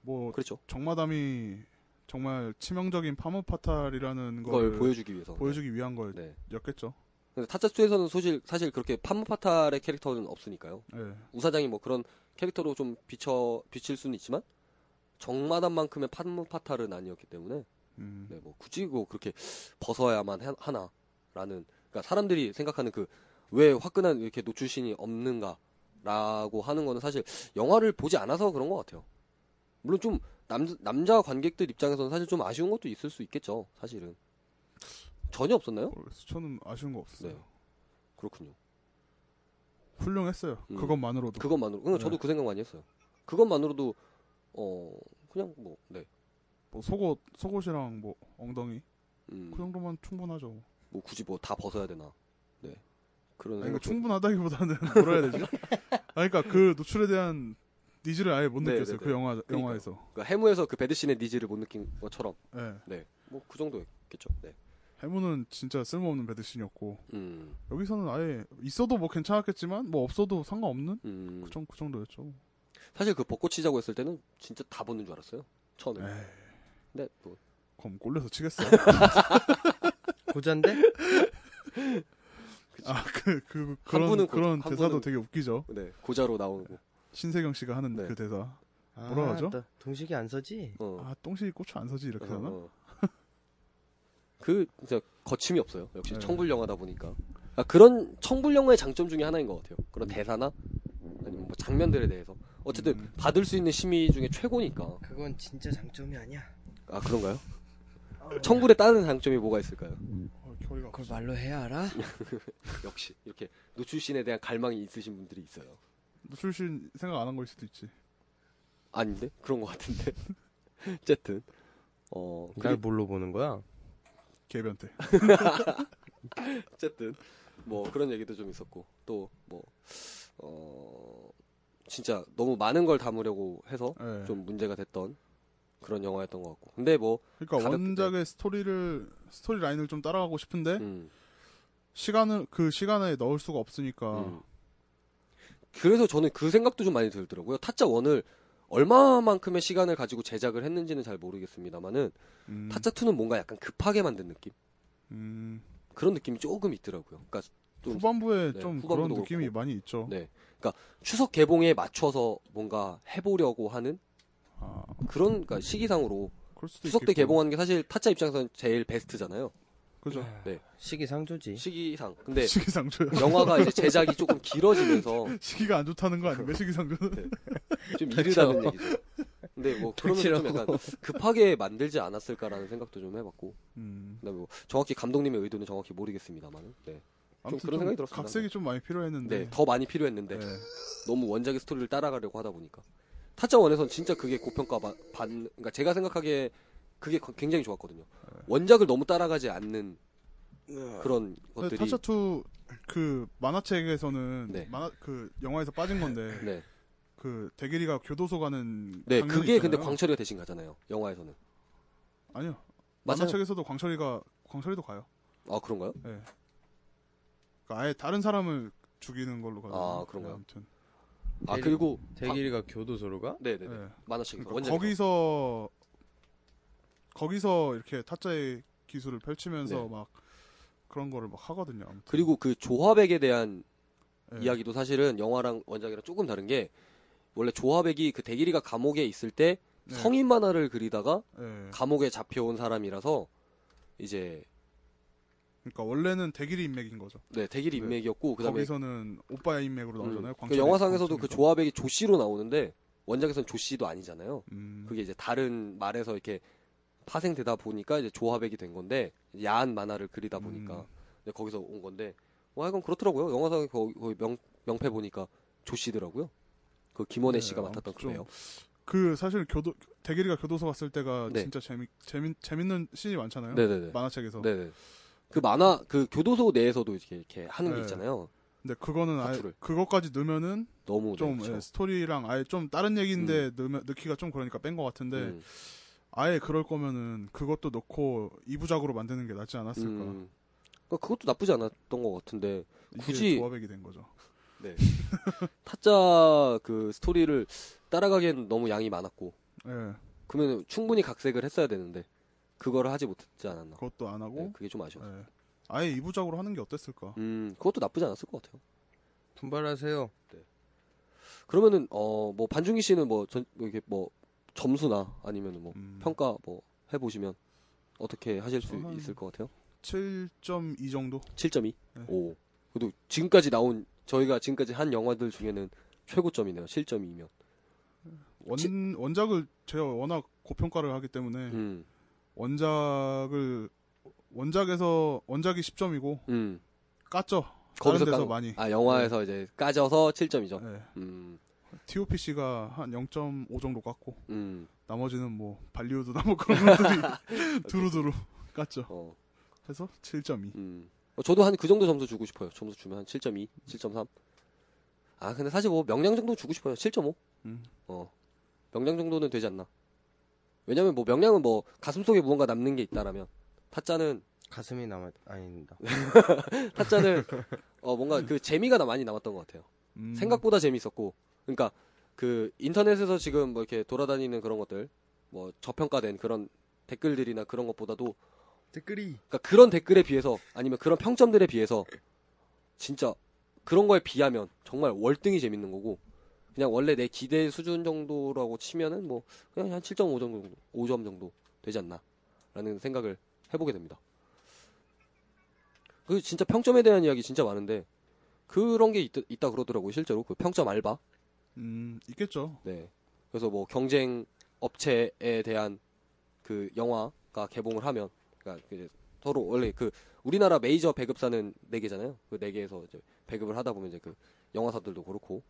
[SPEAKER 3] 뭐
[SPEAKER 1] 그렇죠.
[SPEAKER 3] 정마담이 정말 치명적인 파모 파탈이라는
[SPEAKER 1] 그걸
[SPEAKER 3] 걸
[SPEAKER 1] 보여주기 위해서.
[SPEAKER 3] 주기 위한
[SPEAKER 1] 네.
[SPEAKER 3] 거였겠죠.
[SPEAKER 1] 근데 타짜 2에서는 사실 사실 그렇게 판무파탈의 캐릭터는 없으니까요.
[SPEAKER 3] 예.
[SPEAKER 1] 우사장이 뭐 그런 캐릭터로 좀 비춰 비칠 수는 있지만 정마담만큼의 판무파탈은 아니었기 때문에
[SPEAKER 3] 음.
[SPEAKER 1] 네, 뭐 굳이 뭐 그렇게 벗어야만 하- 하나라는 그러니까 사람들이 생각하는 그 왜 화끈한 이렇게 노출신이 없는가라고 하는 거는 사실 영화를 보지 않아서 그런 것 같아요. 물론 좀 남, 남자 관객들 입장에서는 사실 좀 아쉬운 것도 있을 수 있겠죠. 사실은 전혀 없었나요?
[SPEAKER 3] 모르겠어요. 저는 아쉬운 거 없어요.
[SPEAKER 1] 네. 그렇군요.
[SPEAKER 3] 훌륭했어요.
[SPEAKER 1] 음.
[SPEAKER 3] 그것만으로도.
[SPEAKER 1] 그것만으로. 그러니까 저도
[SPEAKER 3] 네.
[SPEAKER 1] 그 생각 많이 했어요. 그것만으로도 어 그냥 뭐 네.
[SPEAKER 3] 뭐 속옷, 속옷이랑 뭐 엉덩이
[SPEAKER 1] 음,
[SPEAKER 3] 그 정도만 충분하죠.
[SPEAKER 1] 뭐 굳이 뭐 다 벗어야 되나. 네. 그런
[SPEAKER 3] 아니, 그러니까
[SPEAKER 1] 생각.
[SPEAKER 3] 충분하다기보다는 뭐라 해야 되지? 아니, 그러니까 그 노출에 대한 니즈를 아예 못
[SPEAKER 1] 네,
[SPEAKER 3] 느꼈어요.
[SPEAKER 1] 네,
[SPEAKER 3] 그
[SPEAKER 1] 네.
[SPEAKER 3] 영화
[SPEAKER 1] 그러니까요.
[SPEAKER 3] 영화에서.
[SPEAKER 1] 그러니까 해무에서 그 배드신의 니즈를 못 느낀 것처럼
[SPEAKER 3] 예.
[SPEAKER 1] 뭐 그 정도였겠죠. 네.
[SPEAKER 3] 해무는 진짜 쓸모없는 배드신이었고
[SPEAKER 1] 음,
[SPEAKER 3] 여기서는 아예 있어도 뭐 괜찮았겠지만 뭐 없어도 상관없는
[SPEAKER 1] 음.
[SPEAKER 3] 그, 정, 그 정도였죠.
[SPEAKER 1] 사실 그 벚꽃 치자고 했을 때는 진짜 다 보는 줄 알았어요. 처음에.
[SPEAKER 3] 에이.
[SPEAKER 1] 근데 뭐
[SPEAKER 3] 그럼 꼴려서 치겠어요.
[SPEAKER 2] 고잔데?
[SPEAKER 3] 아그 그,
[SPEAKER 1] 분은
[SPEAKER 3] 그런
[SPEAKER 1] 고-
[SPEAKER 3] 그런
[SPEAKER 1] 한
[SPEAKER 3] 대사도
[SPEAKER 1] 분은-
[SPEAKER 3] 되게 웃기죠.
[SPEAKER 1] 네. 고자로 나오고.
[SPEAKER 3] 신세경 씨가 하는
[SPEAKER 1] 네.
[SPEAKER 3] 그 대사.
[SPEAKER 2] 아,
[SPEAKER 3] 뭐라 하죠?
[SPEAKER 2] 또 동식이 안 서지?
[SPEAKER 1] 어.
[SPEAKER 3] 아 똥식이 고추 안 서지 이렇게
[SPEAKER 1] 어,
[SPEAKER 3] 하나?
[SPEAKER 1] 어. 그 진짜 거침이 없어요. 역시
[SPEAKER 3] 네.
[SPEAKER 1] 청불 영화다 보니까. 아, 그런 청불 영화의 장점 중에 하나인 것 같아요. 그런 대사나 아니면 뭐 장면들에 대해서 어쨌든
[SPEAKER 3] 음.
[SPEAKER 1] 받을 수 있는 심의 중에 최고니까
[SPEAKER 4] 그건 진짜 장점이 아니야.
[SPEAKER 1] 아 그런가요?
[SPEAKER 4] 어,
[SPEAKER 1] 청불에 따른 장점이 뭐가 있을까요?
[SPEAKER 3] 어, 결의가
[SPEAKER 4] 그걸 말로 해야 알아?
[SPEAKER 1] 역시 이렇게 노출신에 대한 갈망이 있으신 분들이 있어요.
[SPEAKER 3] 출신 생각 안 한 걸 수도 있지.
[SPEAKER 1] 아닌데 그런 것 같은데 어쨌든 어
[SPEAKER 2] 날 뭘로 보는 거야?
[SPEAKER 3] 개변태.
[SPEAKER 1] 어쨌든 뭐 그런 얘기도 좀 있었고 또 뭐 어 진짜 너무 많은 걸 담으려고 해서
[SPEAKER 3] 예.
[SPEAKER 1] 좀 문제가 됐던 그런 영화였던 것 같고 근데 뭐
[SPEAKER 3] 그러니까
[SPEAKER 1] 가볍게
[SPEAKER 3] 원작의 스토리를 스토리 라인을 좀 따라가고 싶은데
[SPEAKER 1] 음,
[SPEAKER 3] 시간을 그 시간에 넣을 수가 없으니까
[SPEAKER 1] 음. 그래서 저는 그 생각도 좀 많이 들더라고요 타짜 원을 얼마만큼의 시간을 가지고 제작을 했는지는 잘 모르겠습니다만은
[SPEAKER 3] 음,
[SPEAKER 1] 타짜 2는 뭔가 약간 급하게 만든 느낌
[SPEAKER 3] 음,
[SPEAKER 1] 그런 느낌이 조금 있더라고요 그러니까 좀
[SPEAKER 3] 후반부에
[SPEAKER 1] 네,
[SPEAKER 3] 좀
[SPEAKER 1] 후반부도
[SPEAKER 3] 그런 느낌이
[SPEAKER 1] 그렇고.
[SPEAKER 3] 많이 있죠.
[SPEAKER 1] 네. 그러니까 추석 개봉에 맞춰서 뭔가 해보려고 하는
[SPEAKER 3] 아,
[SPEAKER 1] 그런 그러니까 시기상으로
[SPEAKER 3] 그럴 수도
[SPEAKER 1] 추석 때
[SPEAKER 3] 있겠고.
[SPEAKER 1] 개봉하는 게 사실 타짜 입장에서는 제일 베스트잖아요.
[SPEAKER 3] 그죠.
[SPEAKER 2] 네. 시기상조지.
[SPEAKER 1] 시기상. 근데
[SPEAKER 3] 예. 시기상조야.
[SPEAKER 1] 영화가 이제 제작이 조금 길어지면서
[SPEAKER 3] 시기가 안 좋다는 거 아닌가 시기상조는.
[SPEAKER 1] 좀
[SPEAKER 3] 그렇죠.
[SPEAKER 1] 이르다는 얘기죠. 근데 뭐 그러면 좀 약간 급하게 만들지 않았을까라는 생각도 좀 해봤고,
[SPEAKER 3] 음.
[SPEAKER 1] 그다음에 뭐 정확히 감독님의 의도는 정확히 모르겠습니다만, 네,
[SPEAKER 3] 아무튼
[SPEAKER 1] 그런 생각이 들었습니다.
[SPEAKER 3] 각색이 좀 많이 필요했는데.
[SPEAKER 1] 네, 더 많이 필요했는데
[SPEAKER 3] 네.
[SPEAKER 1] 너무 원작의 스토리를 따라가려고 하다 보니까 타짜 원에서는 진짜 그게 고평가 받, 받 그러니까 제가 생각하기에 그게 거- 굉장히 좋았거든요.
[SPEAKER 3] 네.
[SPEAKER 1] 원작을 너무 따라가지 않는 그런
[SPEAKER 3] 근데
[SPEAKER 1] 것들이
[SPEAKER 3] 네. 타짜 2그 만화책에서는
[SPEAKER 1] 네.
[SPEAKER 3] 만화 그 영화에서 빠진 건데
[SPEAKER 1] 네,
[SPEAKER 3] 그 대길이가 교도소 가는
[SPEAKER 1] 네
[SPEAKER 3] 장면이
[SPEAKER 1] 그게 근데
[SPEAKER 3] 있잖아요.
[SPEAKER 1] 광철이가 대신 가잖아요. 영화에서는
[SPEAKER 3] 아니요.
[SPEAKER 1] 맞아요.
[SPEAKER 3] 만화책에서도 광철이가 광철이도 가요.
[SPEAKER 1] 아 그런가요?
[SPEAKER 3] 그러니까 아예 다른 사람을 죽이는 걸로 가요.
[SPEAKER 1] 아, 그런가요?
[SPEAKER 3] 아무튼.
[SPEAKER 1] 아
[SPEAKER 2] 대리-
[SPEAKER 1] 그리고
[SPEAKER 2] 대길이가 교도소로 가?
[SPEAKER 1] 네네
[SPEAKER 3] 네.
[SPEAKER 1] 네. 만화책
[SPEAKER 3] 그러니까
[SPEAKER 1] 원작
[SPEAKER 3] 거기서 거기서 이렇게 타짜의 기술을 펼치면서
[SPEAKER 1] 네.
[SPEAKER 3] 막 그런 거를 막 하거든요. 아무튼.
[SPEAKER 1] 그리고 그 조화백에 대한
[SPEAKER 3] 예.
[SPEAKER 1] 이야기도 사실은 영화랑 원작이랑 조금 다른 게 원래 조화백이 그 대길이가 감옥에 있을 때
[SPEAKER 3] 네.
[SPEAKER 1] 성인 만화를 그리다가
[SPEAKER 3] 예.
[SPEAKER 1] 감옥에 잡혀온 사람이라서 이제
[SPEAKER 3] 그러니까 원래는 대길이 인맥인 거죠.
[SPEAKER 1] 네 대길이
[SPEAKER 3] 네.
[SPEAKER 1] 인맥이었고 그다음에
[SPEAKER 3] 거기서는 오빠의 인맥으로 나오잖아요.
[SPEAKER 1] 음, 그
[SPEAKER 3] 광철이-
[SPEAKER 1] 영화상에서도 그
[SPEAKER 3] 광철이가.
[SPEAKER 1] 조화백이 조씨로 나오는데 원작에서는 조씨도 아니잖아요.
[SPEAKER 3] 음,
[SPEAKER 1] 그게 이제 다른 말에서 이렇게 파생되다 보니까 이제 조화백이 된 건데 야한 만화를 그리다 보니까
[SPEAKER 3] 음.
[SPEAKER 1] 이제 거기서 온 건데 뭐 하여간 그렇더라고요. 영화상에 거의, 거의 명, 명패 보니까 조씨더라고요. 그 김원혜
[SPEAKER 3] 네,
[SPEAKER 1] 씨가 맡았던
[SPEAKER 3] 아무튼
[SPEAKER 1] 그래요.
[SPEAKER 3] 그 사실 교도 대길이가 교도소 갔을 때가
[SPEAKER 1] 네.
[SPEAKER 3] 진짜 재미 재미 재밌는 씬이 많잖아요.
[SPEAKER 1] 네네네.
[SPEAKER 3] 만화책에서.
[SPEAKER 1] 네네. 그 만화 그 교도소 내에서도 이렇게, 이렇게 하는 게
[SPEAKER 3] 네.
[SPEAKER 1] 있잖아요.
[SPEAKER 3] 근데 그거는 아예
[SPEAKER 1] 화투를.
[SPEAKER 3] 그것까지 넣으면은
[SPEAKER 1] 너무
[SPEAKER 3] 좀
[SPEAKER 1] 네, 그쵸.
[SPEAKER 3] 예, 스토리랑 아예 좀 다른 얘기인데 넣으면, 넣기가 좀 그러니까 뺀 것 같은데
[SPEAKER 1] 음,
[SPEAKER 3] 아예 그럴 거면은 그것도 넣고 2부작으로 만드는 게 낫지 않았을까.
[SPEAKER 1] 음. 그러니까 그것도 나쁘지 않았던 것 같은데
[SPEAKER 3] 이게
[SPEAKER 1] 굳이-
[SPEAKER 3] 조합액이 된 거죠.
[SPEAKER 1] 타짜 그 스토리를 따라가기엔 너무 양이 많았고 음.
[SPEAKER 3] 예,
[SPEAKER 1] 그러면 충분히 각색을 했어야 되는데 그거를 하지 못했지 않았나.
[SPEAKER 3] 그것도 안
[SPEAKER 1] 네,
[SPEAKER 3] 하고
[SPEAKER 1] 그게 좀 아쉬워. 요
[SPEAKER 3] 예. 아예 2부작으로 하는 게 어땠을까.
[SPEAKER 1] 음, 그것도 나쁘지 않았을 것 같아요.
[SPEAKER 2] 분발하세요.
[SPEAKER 1] 그러면은 어 뭐 반중기 씨는 뭐 전 이렇게 뭐 점수나 아니면은 뭐
[SPEAKER 3] 음,
[SPEAKER 1] 평가 뭐해 보시면 어떻게 하실 수
[SPEAKER 3] 저는-
[SPEAKER 1] 있을 것 같아요?
[SPEAKER 3] 7.2 정도.
[SPEAKER 1] 7.2.
[SPEAKER 3] 네.
[SPEAKER 1] 오. 그래도 지금까지 나온 저희가 지금까지 한 영화들 중에는 최고점이네요. 7.2면.
[SPEAKER 3] 원
[SPEAKER 1] 치-
[SPEAKER 3] 원작을 제가 워낙 고평가를 하기 때문에
[SPEAKER 1] 음.
[SPEAKER 3] 원작을 원작에서 원작이 10점이고
[SPEAKER 1] 음.
[SPEAKER 3] 깠죠.
[SPEAKER 1] 거기서
[SPEAKER 3] 다른 데서
[SPEAKER 1] 깐-
[SPEAKER 3] 많이. 네.
[SPEAKER 1] 아, 영화에서 이제 까져서 7점이죠.
[SPEAKER 3] 예.
[SPEAKER 1] 음.
[SPEAKER 3] TOPC가 한 0.5 정도 깠고
[SPEAKER 1] 음.
[SPEAKER 3] 나머지는 뭐 발리우드나 뭐 그런 것들이 두루두루 깠죠.
[SPEAKER 1] 어.
[SPEAKER 3] 해서 7.2.
[SPEAKER 1] 음. 어, 저도 한 그 정도 점수 주고 싶어요. 점수 주면 한 7.2, 7.3. 아, 근데 사실 뭐 명량 정도 주고 싶어요. 7.5.
[SPEAKER 3] 음.
[SPEAKER 1] 어. 명량 정도는 되지 않나. 왜냐면 뭐 명량은 뭐 가슴속에 무언가 남는 게 있다라면 타짜는
[SPEAKER 2] 가슴이 남아 아닙니다.
[SPEAKER 1] 타짜는 어 뭔가 그 재미가 나- 많이 남았던 것 같아요.
[SPEAKER 3] 음.
[SPEAKER 1] 생각보다 재밌었고. 그러니까 그 인터넷에서 지금 뭐 이렇게 돌아다니는 그런 것들 뭐 저평가된 그런 댓글들이나 그런 것보다도
[SPEAKER 4] 댓글이
[SPEAKER 1] 그러니까 그런 댓글에 비해서 아니면 그런 평점들에 비해서 진짜 그런 거에 비하면 정말 월등히 재밌는 거고 그냥 원래 내 기대 수준 정도라고 치면은 뭐 그냥 한 7.5 정도 5점 정도 되지 않나라는 생각을 해보게 됩니다. 그 진짜 평점에 대한 이야기 진짜 많은데 그런 게 있, 있다 그러더라고요 실제로 그 평점 알바
[SPEAKER 3] 음, 있겠죠.
[SPEAKER 1] 네. 그래서 뭐 경쟁 업체에 대한 그 영화가 개봉을 하면, 그러니까 이제 서로 원래 그 우리나라 메이저 배급사는 네 개잖아요. 그 네 개에서 이제 배급을 하다 보면 이제 그 영화사들도 그렇고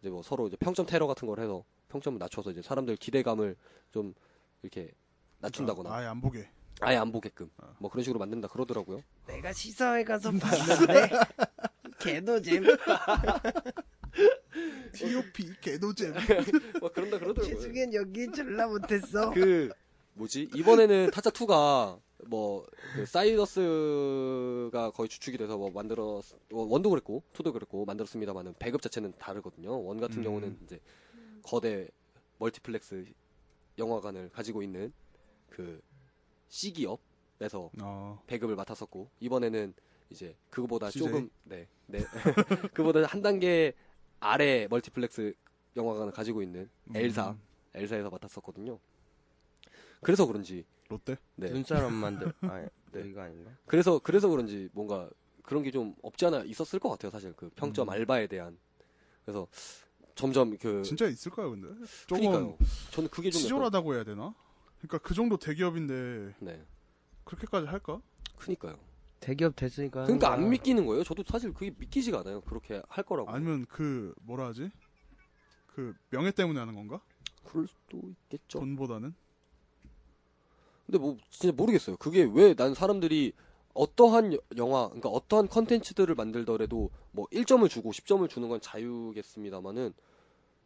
[SPEAKER 1] 이제 뭐 서로 이제 평점 테러 같은 걸 해서 평점을 낮춰서 이제 사람들 기대감을 좀 이렇게 낮춘다거나
[SPEAKER 3] 아, 아예 안 보게.
[SPEAKER 1] 아예 안 보게끔 뭐 그런 식으로 만든다 그러더라고요.
[SPEAKER 4] 내가 시사회 가서
[SPEAKER 2] 음,
[SPEAKER 4] 봤는데 개노잼
[SPEAKER 3] T.O.P. 개노잼.
[SPEAKER 1] 뭐 그런다 그러더라고요.
[SPEAKER 4] 최승현 연기 졸라 못했어
[SPEAKER 1] 그 뭐지 이번에는 타짜 2가 뭐그 사이더스가 거의 주축이 돼서 뭐 만들었 어, 원도 그랬고 투도 그랬고 만들었습니다만은 배급 자체는 다르거든요. 원 같은
[SPEAKER 3] 음.
[SPEAKER 1] 경우는 이제 거대 멀티플렉스 영화관을 가지고 있는 그 C 기업에서
[SPEAKER 3] 어,
[SPEAKER 1] 배급을 맡았었고 이번에는 이제 그거보다
[SPEAKER 3] CJ?
[SPEAKER 1] 조금 네, 네. 그보다 한 단계 아래 멀티플렉스 영화관을 가지고 있는 엘사
[SPEAKER 3] 음,
[SPEAKER 1] 엘사에서 맡았었거든요. 그래서 그런지
[SPEAKER 3] 롯데?
[SPEAKER 1] 네.
[SPEAKER 2] 눈사람 만들 아니
[SPEAKER 1] 네.
[SPEAKER 2] 여기가 아닌가?
[SPEAKER 1] 그래서 그래서 그런지 뭔가 그런 게 좀 없지 않아 있었을 것 같아요. 사실 그 평점
[SPEAKER 3] 음.
[SPEAKER 1] 알바에 대한 그래서 점점 그
[SPEAKER 3] 진짜 있을까요, 근데? 조금
[SPEAKER 1] 그러니까요. 저는 그게 좀 약간-
[SPEAKER 3] 치졸하다고 해야 되나? 그러니까 그 정도 대기업인데
[SPEAKER 1] 네.
[SPEAKER 3] 그렇게까지 할까?
[SPEAKER 1] 그니까요.
[SPEAKER 3] 음.
[SPEAKER 2] 대기업 됐으니까 하는
[SPEAKER 1] 그러니까 안
[SPEAKER 2] 거야.
[SPEAKER 1] 믿기는 거예요. 저도 사실 그게 믿기지가 않아요. 그렇게 할 거라고.
[SPEAKER 3] 아니면 그 뭐라 하지? 그 명예 때문에 하는 건가?
[SPEAKER 1] 그럴 수도 있겠죠.
[SPEAKER 3] 돈보다는?
[SPEAKER 1] 근데 뭐 진짜 모르겠어요. 그게 왜 난 사람들이 어떠한 여- 영화, 그러니까 어떠한 컨텐츠들을 만들더라도 뭐 1점을 주고 10점을 주는 건 자유겠습니다만은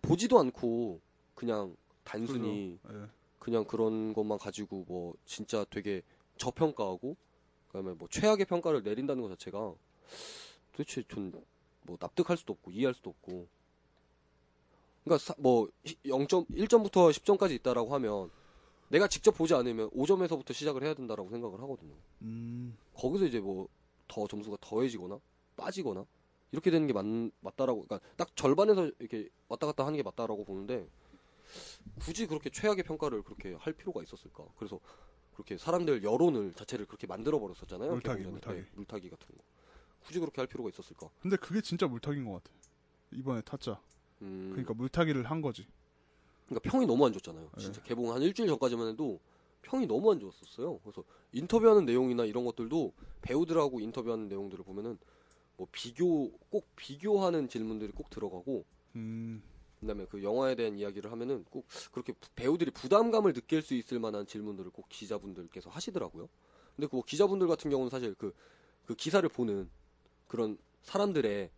[SPEAKER 1] 보지도 않고 그냥 단순히
[SPEAKER 3] 그죠? 예.
[SPEAKER 1] 그냥 그런 것만 가지고 뭐 진짜 되게 저평가하고 그다음에 뭐 최악의 평가를 내린다는 것 자체가 도대체 전 뭐 납득할 수도 없고 이해할 수도 없고 그러니까 사- 뭐 0점 1점부터 10점까지 있다라고 하면 내가 직접 보지 않으면 5점에서부터 시작을 해야 된다라고 생각을 하거든요.
[SPEAKER 3] 음,
[SPEAKER 1] 거기서 이제 뭐 더 점수가 더해지거나 빠지거나 이렇게 되는 게 맞, 맞다라고 그러니까 딱 절반에서 이렇게 왔다 갔다 하는 게 맞다라고 보는데 굳이 그렇게 최악의 평가를 그렇게 할 필요가 있었을까? 그래서 그렇게 사람들 여론을 자체를 그렇게 만들어 버렸었잖아요.
[SPEAKER 3] 물타기,
[SPEAKER 1] 개봉 전에.
[SPEAKER 3] 물타기.
[SPEAKER 1] 네, 물타기 같은 거. 굳이 그렇게 할 필요가 있었을까?
[SPEAKER 3] 근데 그게 진짜 물타기인 것 같아. 이번에 타짜.
[SPEAKER 1] 음,
[SPEAKER 3] 그러니까 물타기를 한 거지.
[SPEAKER 1] 그러니까 평이 너무 안 좋잖아요.
[SPEAKER 3] 네.
[SPEAKER 1] 진짜 개봉 한 일주일 전까지만 해도 평이 너무 안 좋았었어요. 그래서 인터뷰하는 내용이나 이런 것들도 배우들하고 인터뷰하는 내용들을 보면은 뭐 비교 꼭 비교하는 질문들이 꼭 들어가고
[SPEAKER 3] 음,
[SPEAKER 1] 그다음에 그 영화에 대한 이야기를 하면은 꼭 그렇게 부- 배우들이 부담감을 느낄 수 있을 만한 질문들을 꼭 기자분들께서 하시더라고요. 근데 그 기자분들 같은 경우는 사실 그, 그 기사를 보는 그런 사람들의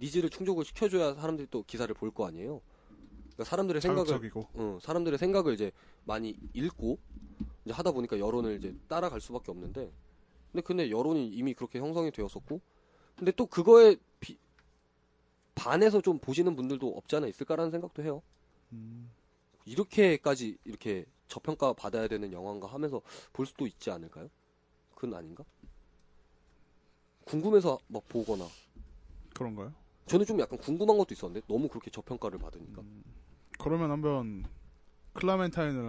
[SPEAKER 1] 니즈를 충족을 시켜줘야 사람들이 또 기사를 볼 거 아니에요. 그러니까 사람들의 생각을
[SPEAKER 3] 자극적이고.
[SPEAKER 1] 어, 사람들의 생각을 이제 많이 읽고 이제 하다 보니까 여론을 이제 따라갈 수밖에 없는데 근데 근데 여론이 이미 그렇게 형성이 되었었고 근데 또 그거에 비- 반해서 좀 보시는 분들도 없지 않아 있을까라는 생각도 해요.
[SPEAKER 3] 음,
[SPEAKER 1] 이렇게까지 이렇게 저평가 받아야 되는 영화인가 하면서 볼 수도 있지 않을까요? 그건 아닌가? 궁금해서 막 보거나
[SPEAKER 3] 그런가요?
[SPEAKER 1] 저는 좀 약간 궁금한 것도 있었는데 너무 그렇게 저평가를 받으니까
[SPEAKER 3] 그러면 한번 클라멘타인을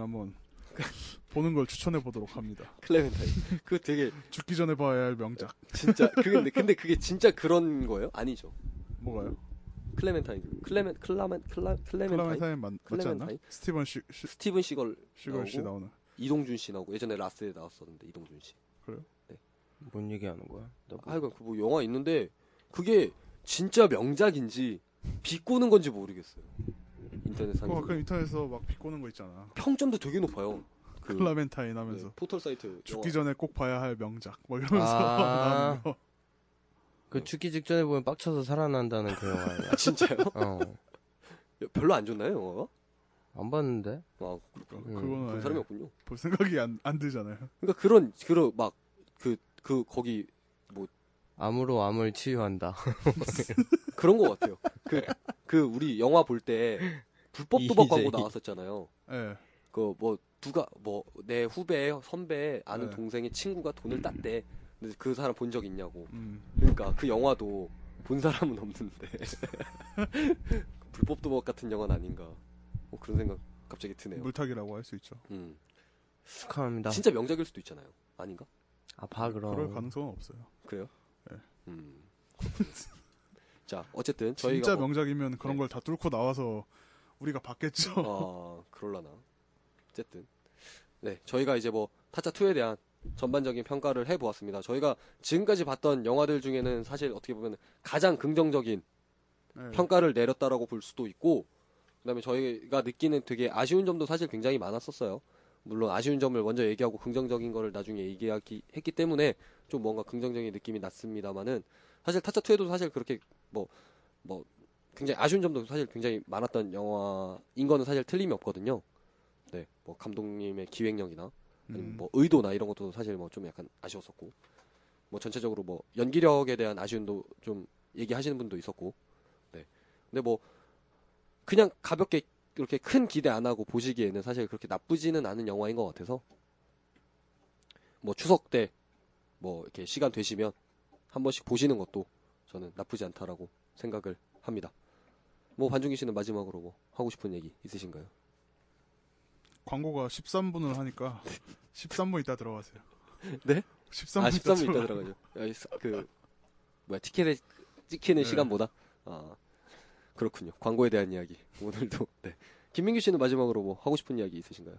[SPEAKER 3] 한번 보는 걸 추천해 보도록 합니다.
[SPEAKER 1] 클레멘타인 그 되게
[SPEAKER 3] 죽기 전에 봐야 할 명작.
[SPEAKER 1] 진짜 그 근데 근데 그게 진짜 그런 거예요? 아니죠.
[SPEAKER 3] 뭐가요?
[SPEAKER 1] 클레멘타인 클레멘 클라멘 클라 클레멘타인
[SPEAKER 3] 클라멘타인 맞, 맞지 않나?
[SPEAKER 1] 클라멘타인? 어,
[SPEAKER 3] 스티븐 시, 시,
[SPEAKER 1] 스티븐 시걸
[SPEAKER 3] 시걸 씨 나오는.
[SPEAKER 1] 이동준 씨 나오고 예전에 라스에 나왔었는데 이동준 씨.
[SPEAKER 2] 뭔 얘기하는 거야? 나 뭐-
[SPEAKER 1] 아이고 그뭐 영화 있는데 그게 진짜 명작인지 비꼬는 건지 모르겠어요. 인터넷상에
[SPEAKER 3] 어, 가끔 인터넷에서 막 비꼬는 거 있잖아.
[SPEAKER 1] 평점도 되게 높아요. 그
[SPEAKER 3] 클라멘타인
[SPEAKER 1] 네, 뭐?
[SPEAKER 3] 하면서
[SPEAKER 1] 포털 사이트
[SPEAKER 3] 죽기
[SPEAKER 1] 영화.
[SPEAKER 3] 전에 꼭 봐야 할 명작. 막 이러면서
[SPEAKER 2] 아.
[SPEAKER 3] 나오는 거.
[SPEAKER 2] 그 죽기 직전에 보면 빡쳐서 살아난다는 그 영화.
[SPEAKER 1] 아 진짜요?
[SPEAKER 2] 어.
[SPEAKER 1] 별로 안 좋나요 영화가?
[SPEAKER 2] 안 봤는데?
[SPEAKER 1] 아
[SPEAKER 3] 그러니까
[SPEAKER 2] 음,
[SPEAKER 3] 그거는
[SPEAKER 1] 그런
[SPEAKER 3] 아예
[SPEAKER 1] 사람이 없군요.
[SPEAKER 3] 볼 생각이 안, 안 들잖아요.
[SPEAKER 1] 그러니까 그런 그런 막 그 그 거기
[SPEAKER 2] 암으로 암을 치유한다.
[SPEAKER 1] 그런 것 같아요. 그, 그, 우리 영화 볼 때 불법
[SPEAKER 2] 네. 이-
[SPEAKER 1] 도박
[SPEAKER 2] 이제
[SPEAKER 1] 광고
[SPEAKER 2] 이-
[SPEAKER 1] 나왔었잖아요.
[SPEAKER 3] 예.
[SPEAKER 1] 그, 뭐, 누가, 뭐, 내 후배, 선배, 아는
[SPEAKER 3] 네.
[SPEAKER 1] 동생의 친구가 돈을 땄대. 근데 그 사람 본 적 있냐고.
[SPEAKER 3] 음.
[SPEAKER 1] 그러니까 그 영화도 본 사람은 없는데. 불법 도박 같은 영화는 아닌가. 뭐 그런 생각 갑자기 드네요.
[SPEAKER 3] 물타기라고 할 수 있죠.
[SPEAKER 1] 음.
[SPEAKER 2] 축하합니다.
[SPEAKER 1] 진짜 명작일 수도 있잖아요. 아닌가?
[SPEAKER 2] 아파 그럼.
[SPEAKER 1] 어.
[SPEAKER 3] 그럴 가능성은 없어요.
[SPEAKER 1] 그래요? 음. 자, 어쨌든 저희가
[SPEAKER 3] 진짜
[SPEAKER 1] 뭐-
[SPEAKER 3] 명작이면 그런
[SPEAKER 1] 네.
[SPEAKER 3] 걸 다 뚫고 나와서 우리가 봤겠죠.
[SPEAKER 1] 아, 그럴라나. 어쨌든. 네, 저희가 이제 뭐, 타짜2에 대한 전반적인 평가를 해보았습니다. 저희가 지금까지 봤던 영화들 중에는 사실 어떻게 보면 가장 긍정적인
[SPEAKER 3] 네.
[SPEAKER 1] 평가를 내렸다라고 볼 수도 있고, 그 다음에 저희가 느끼는 되게 아쉬운 점도 사실 굉장히 많았었어요. 물론 아쉬운 점을 먼저 얘기하고 긍정적인 거를 나중에 얘기하기 했기 때문에 좀 뭔가 긍정적인 느낌이 났습니다만은 사실 타짜2에도 사실 그렇게 뭐, 뭐, 굉장히 아쉬운 점도 사실 굉장히 많았던 영화인 거는 사실 틀림이 없거든요. 네, 뭐 감독님의 기획력이나 아니면
[SPEAKER 3] 음.
[SPEAKER 1] 뭐 의도나 이런 것도 사실 뭐 좀 약간 아쉬웠었고 뭐 전체적으로 뭐 연기력에 대한 아쉬움도 좀 얘기하시는 분도 있었고 네 근데 뭐 그냥 가볍게 이렇게 큰 기대 안 하고 보시기에는 사실 그렇게 나쁘지는 않은 영화인 것 같아서 뭐 추석 때 뭐 이렇게 시간 되시면 한 번씩 보시는 것도 저는 나쁘지 않다라고 생각을 합니다. 뭐 반중기 씨는 마지막으로 뭐 하고 싶은 얘기 있으신가요?
[SPEAKER 3] 광고가 13분을 하니까 13분 있다 들어가세요.
[SPEAKER 1] 네?
[SPEAKER 3] 13분
[SPEAKER 1] 아,
[SPEAKER 3] 있다
[SPEAKER 1] 13분 있다
[SPEAKER 3] 들어가-
[SPEAKER 1] 들어가죠. 아, 이 사- 그 뭐야 티켓에 찍히는
[SPEAKER 3] 네.
[SPEAKER 1] 시간보다 아 그렇군요. 광고에 대한 이야기 오늘도 네. 김민규 씨는 마지막으로 뭐 하고 싶은 이야기 있으신가요?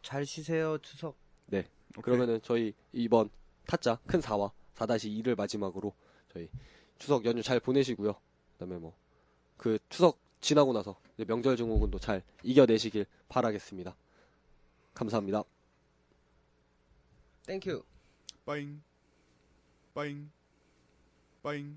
[SPEAKER 2] 잘 쉬세요 추석.
[SPEAKER 3] 오케이.
[SPEAKER 1] 네. 그러면은 저희 이번 타짜 큰 4와 4-2를 마지막으로 저희 추석 연휴 잘 보내시고요. 그다음에 뭐 그 추석 지나고 나서 이제 명절 증후군도 잘 이겨내시길 바라겠습니다. 감사합니다.
[SPEAKER 2] 땡큐.
[SPEAKER 3] 빠잉 빠잉 빠잉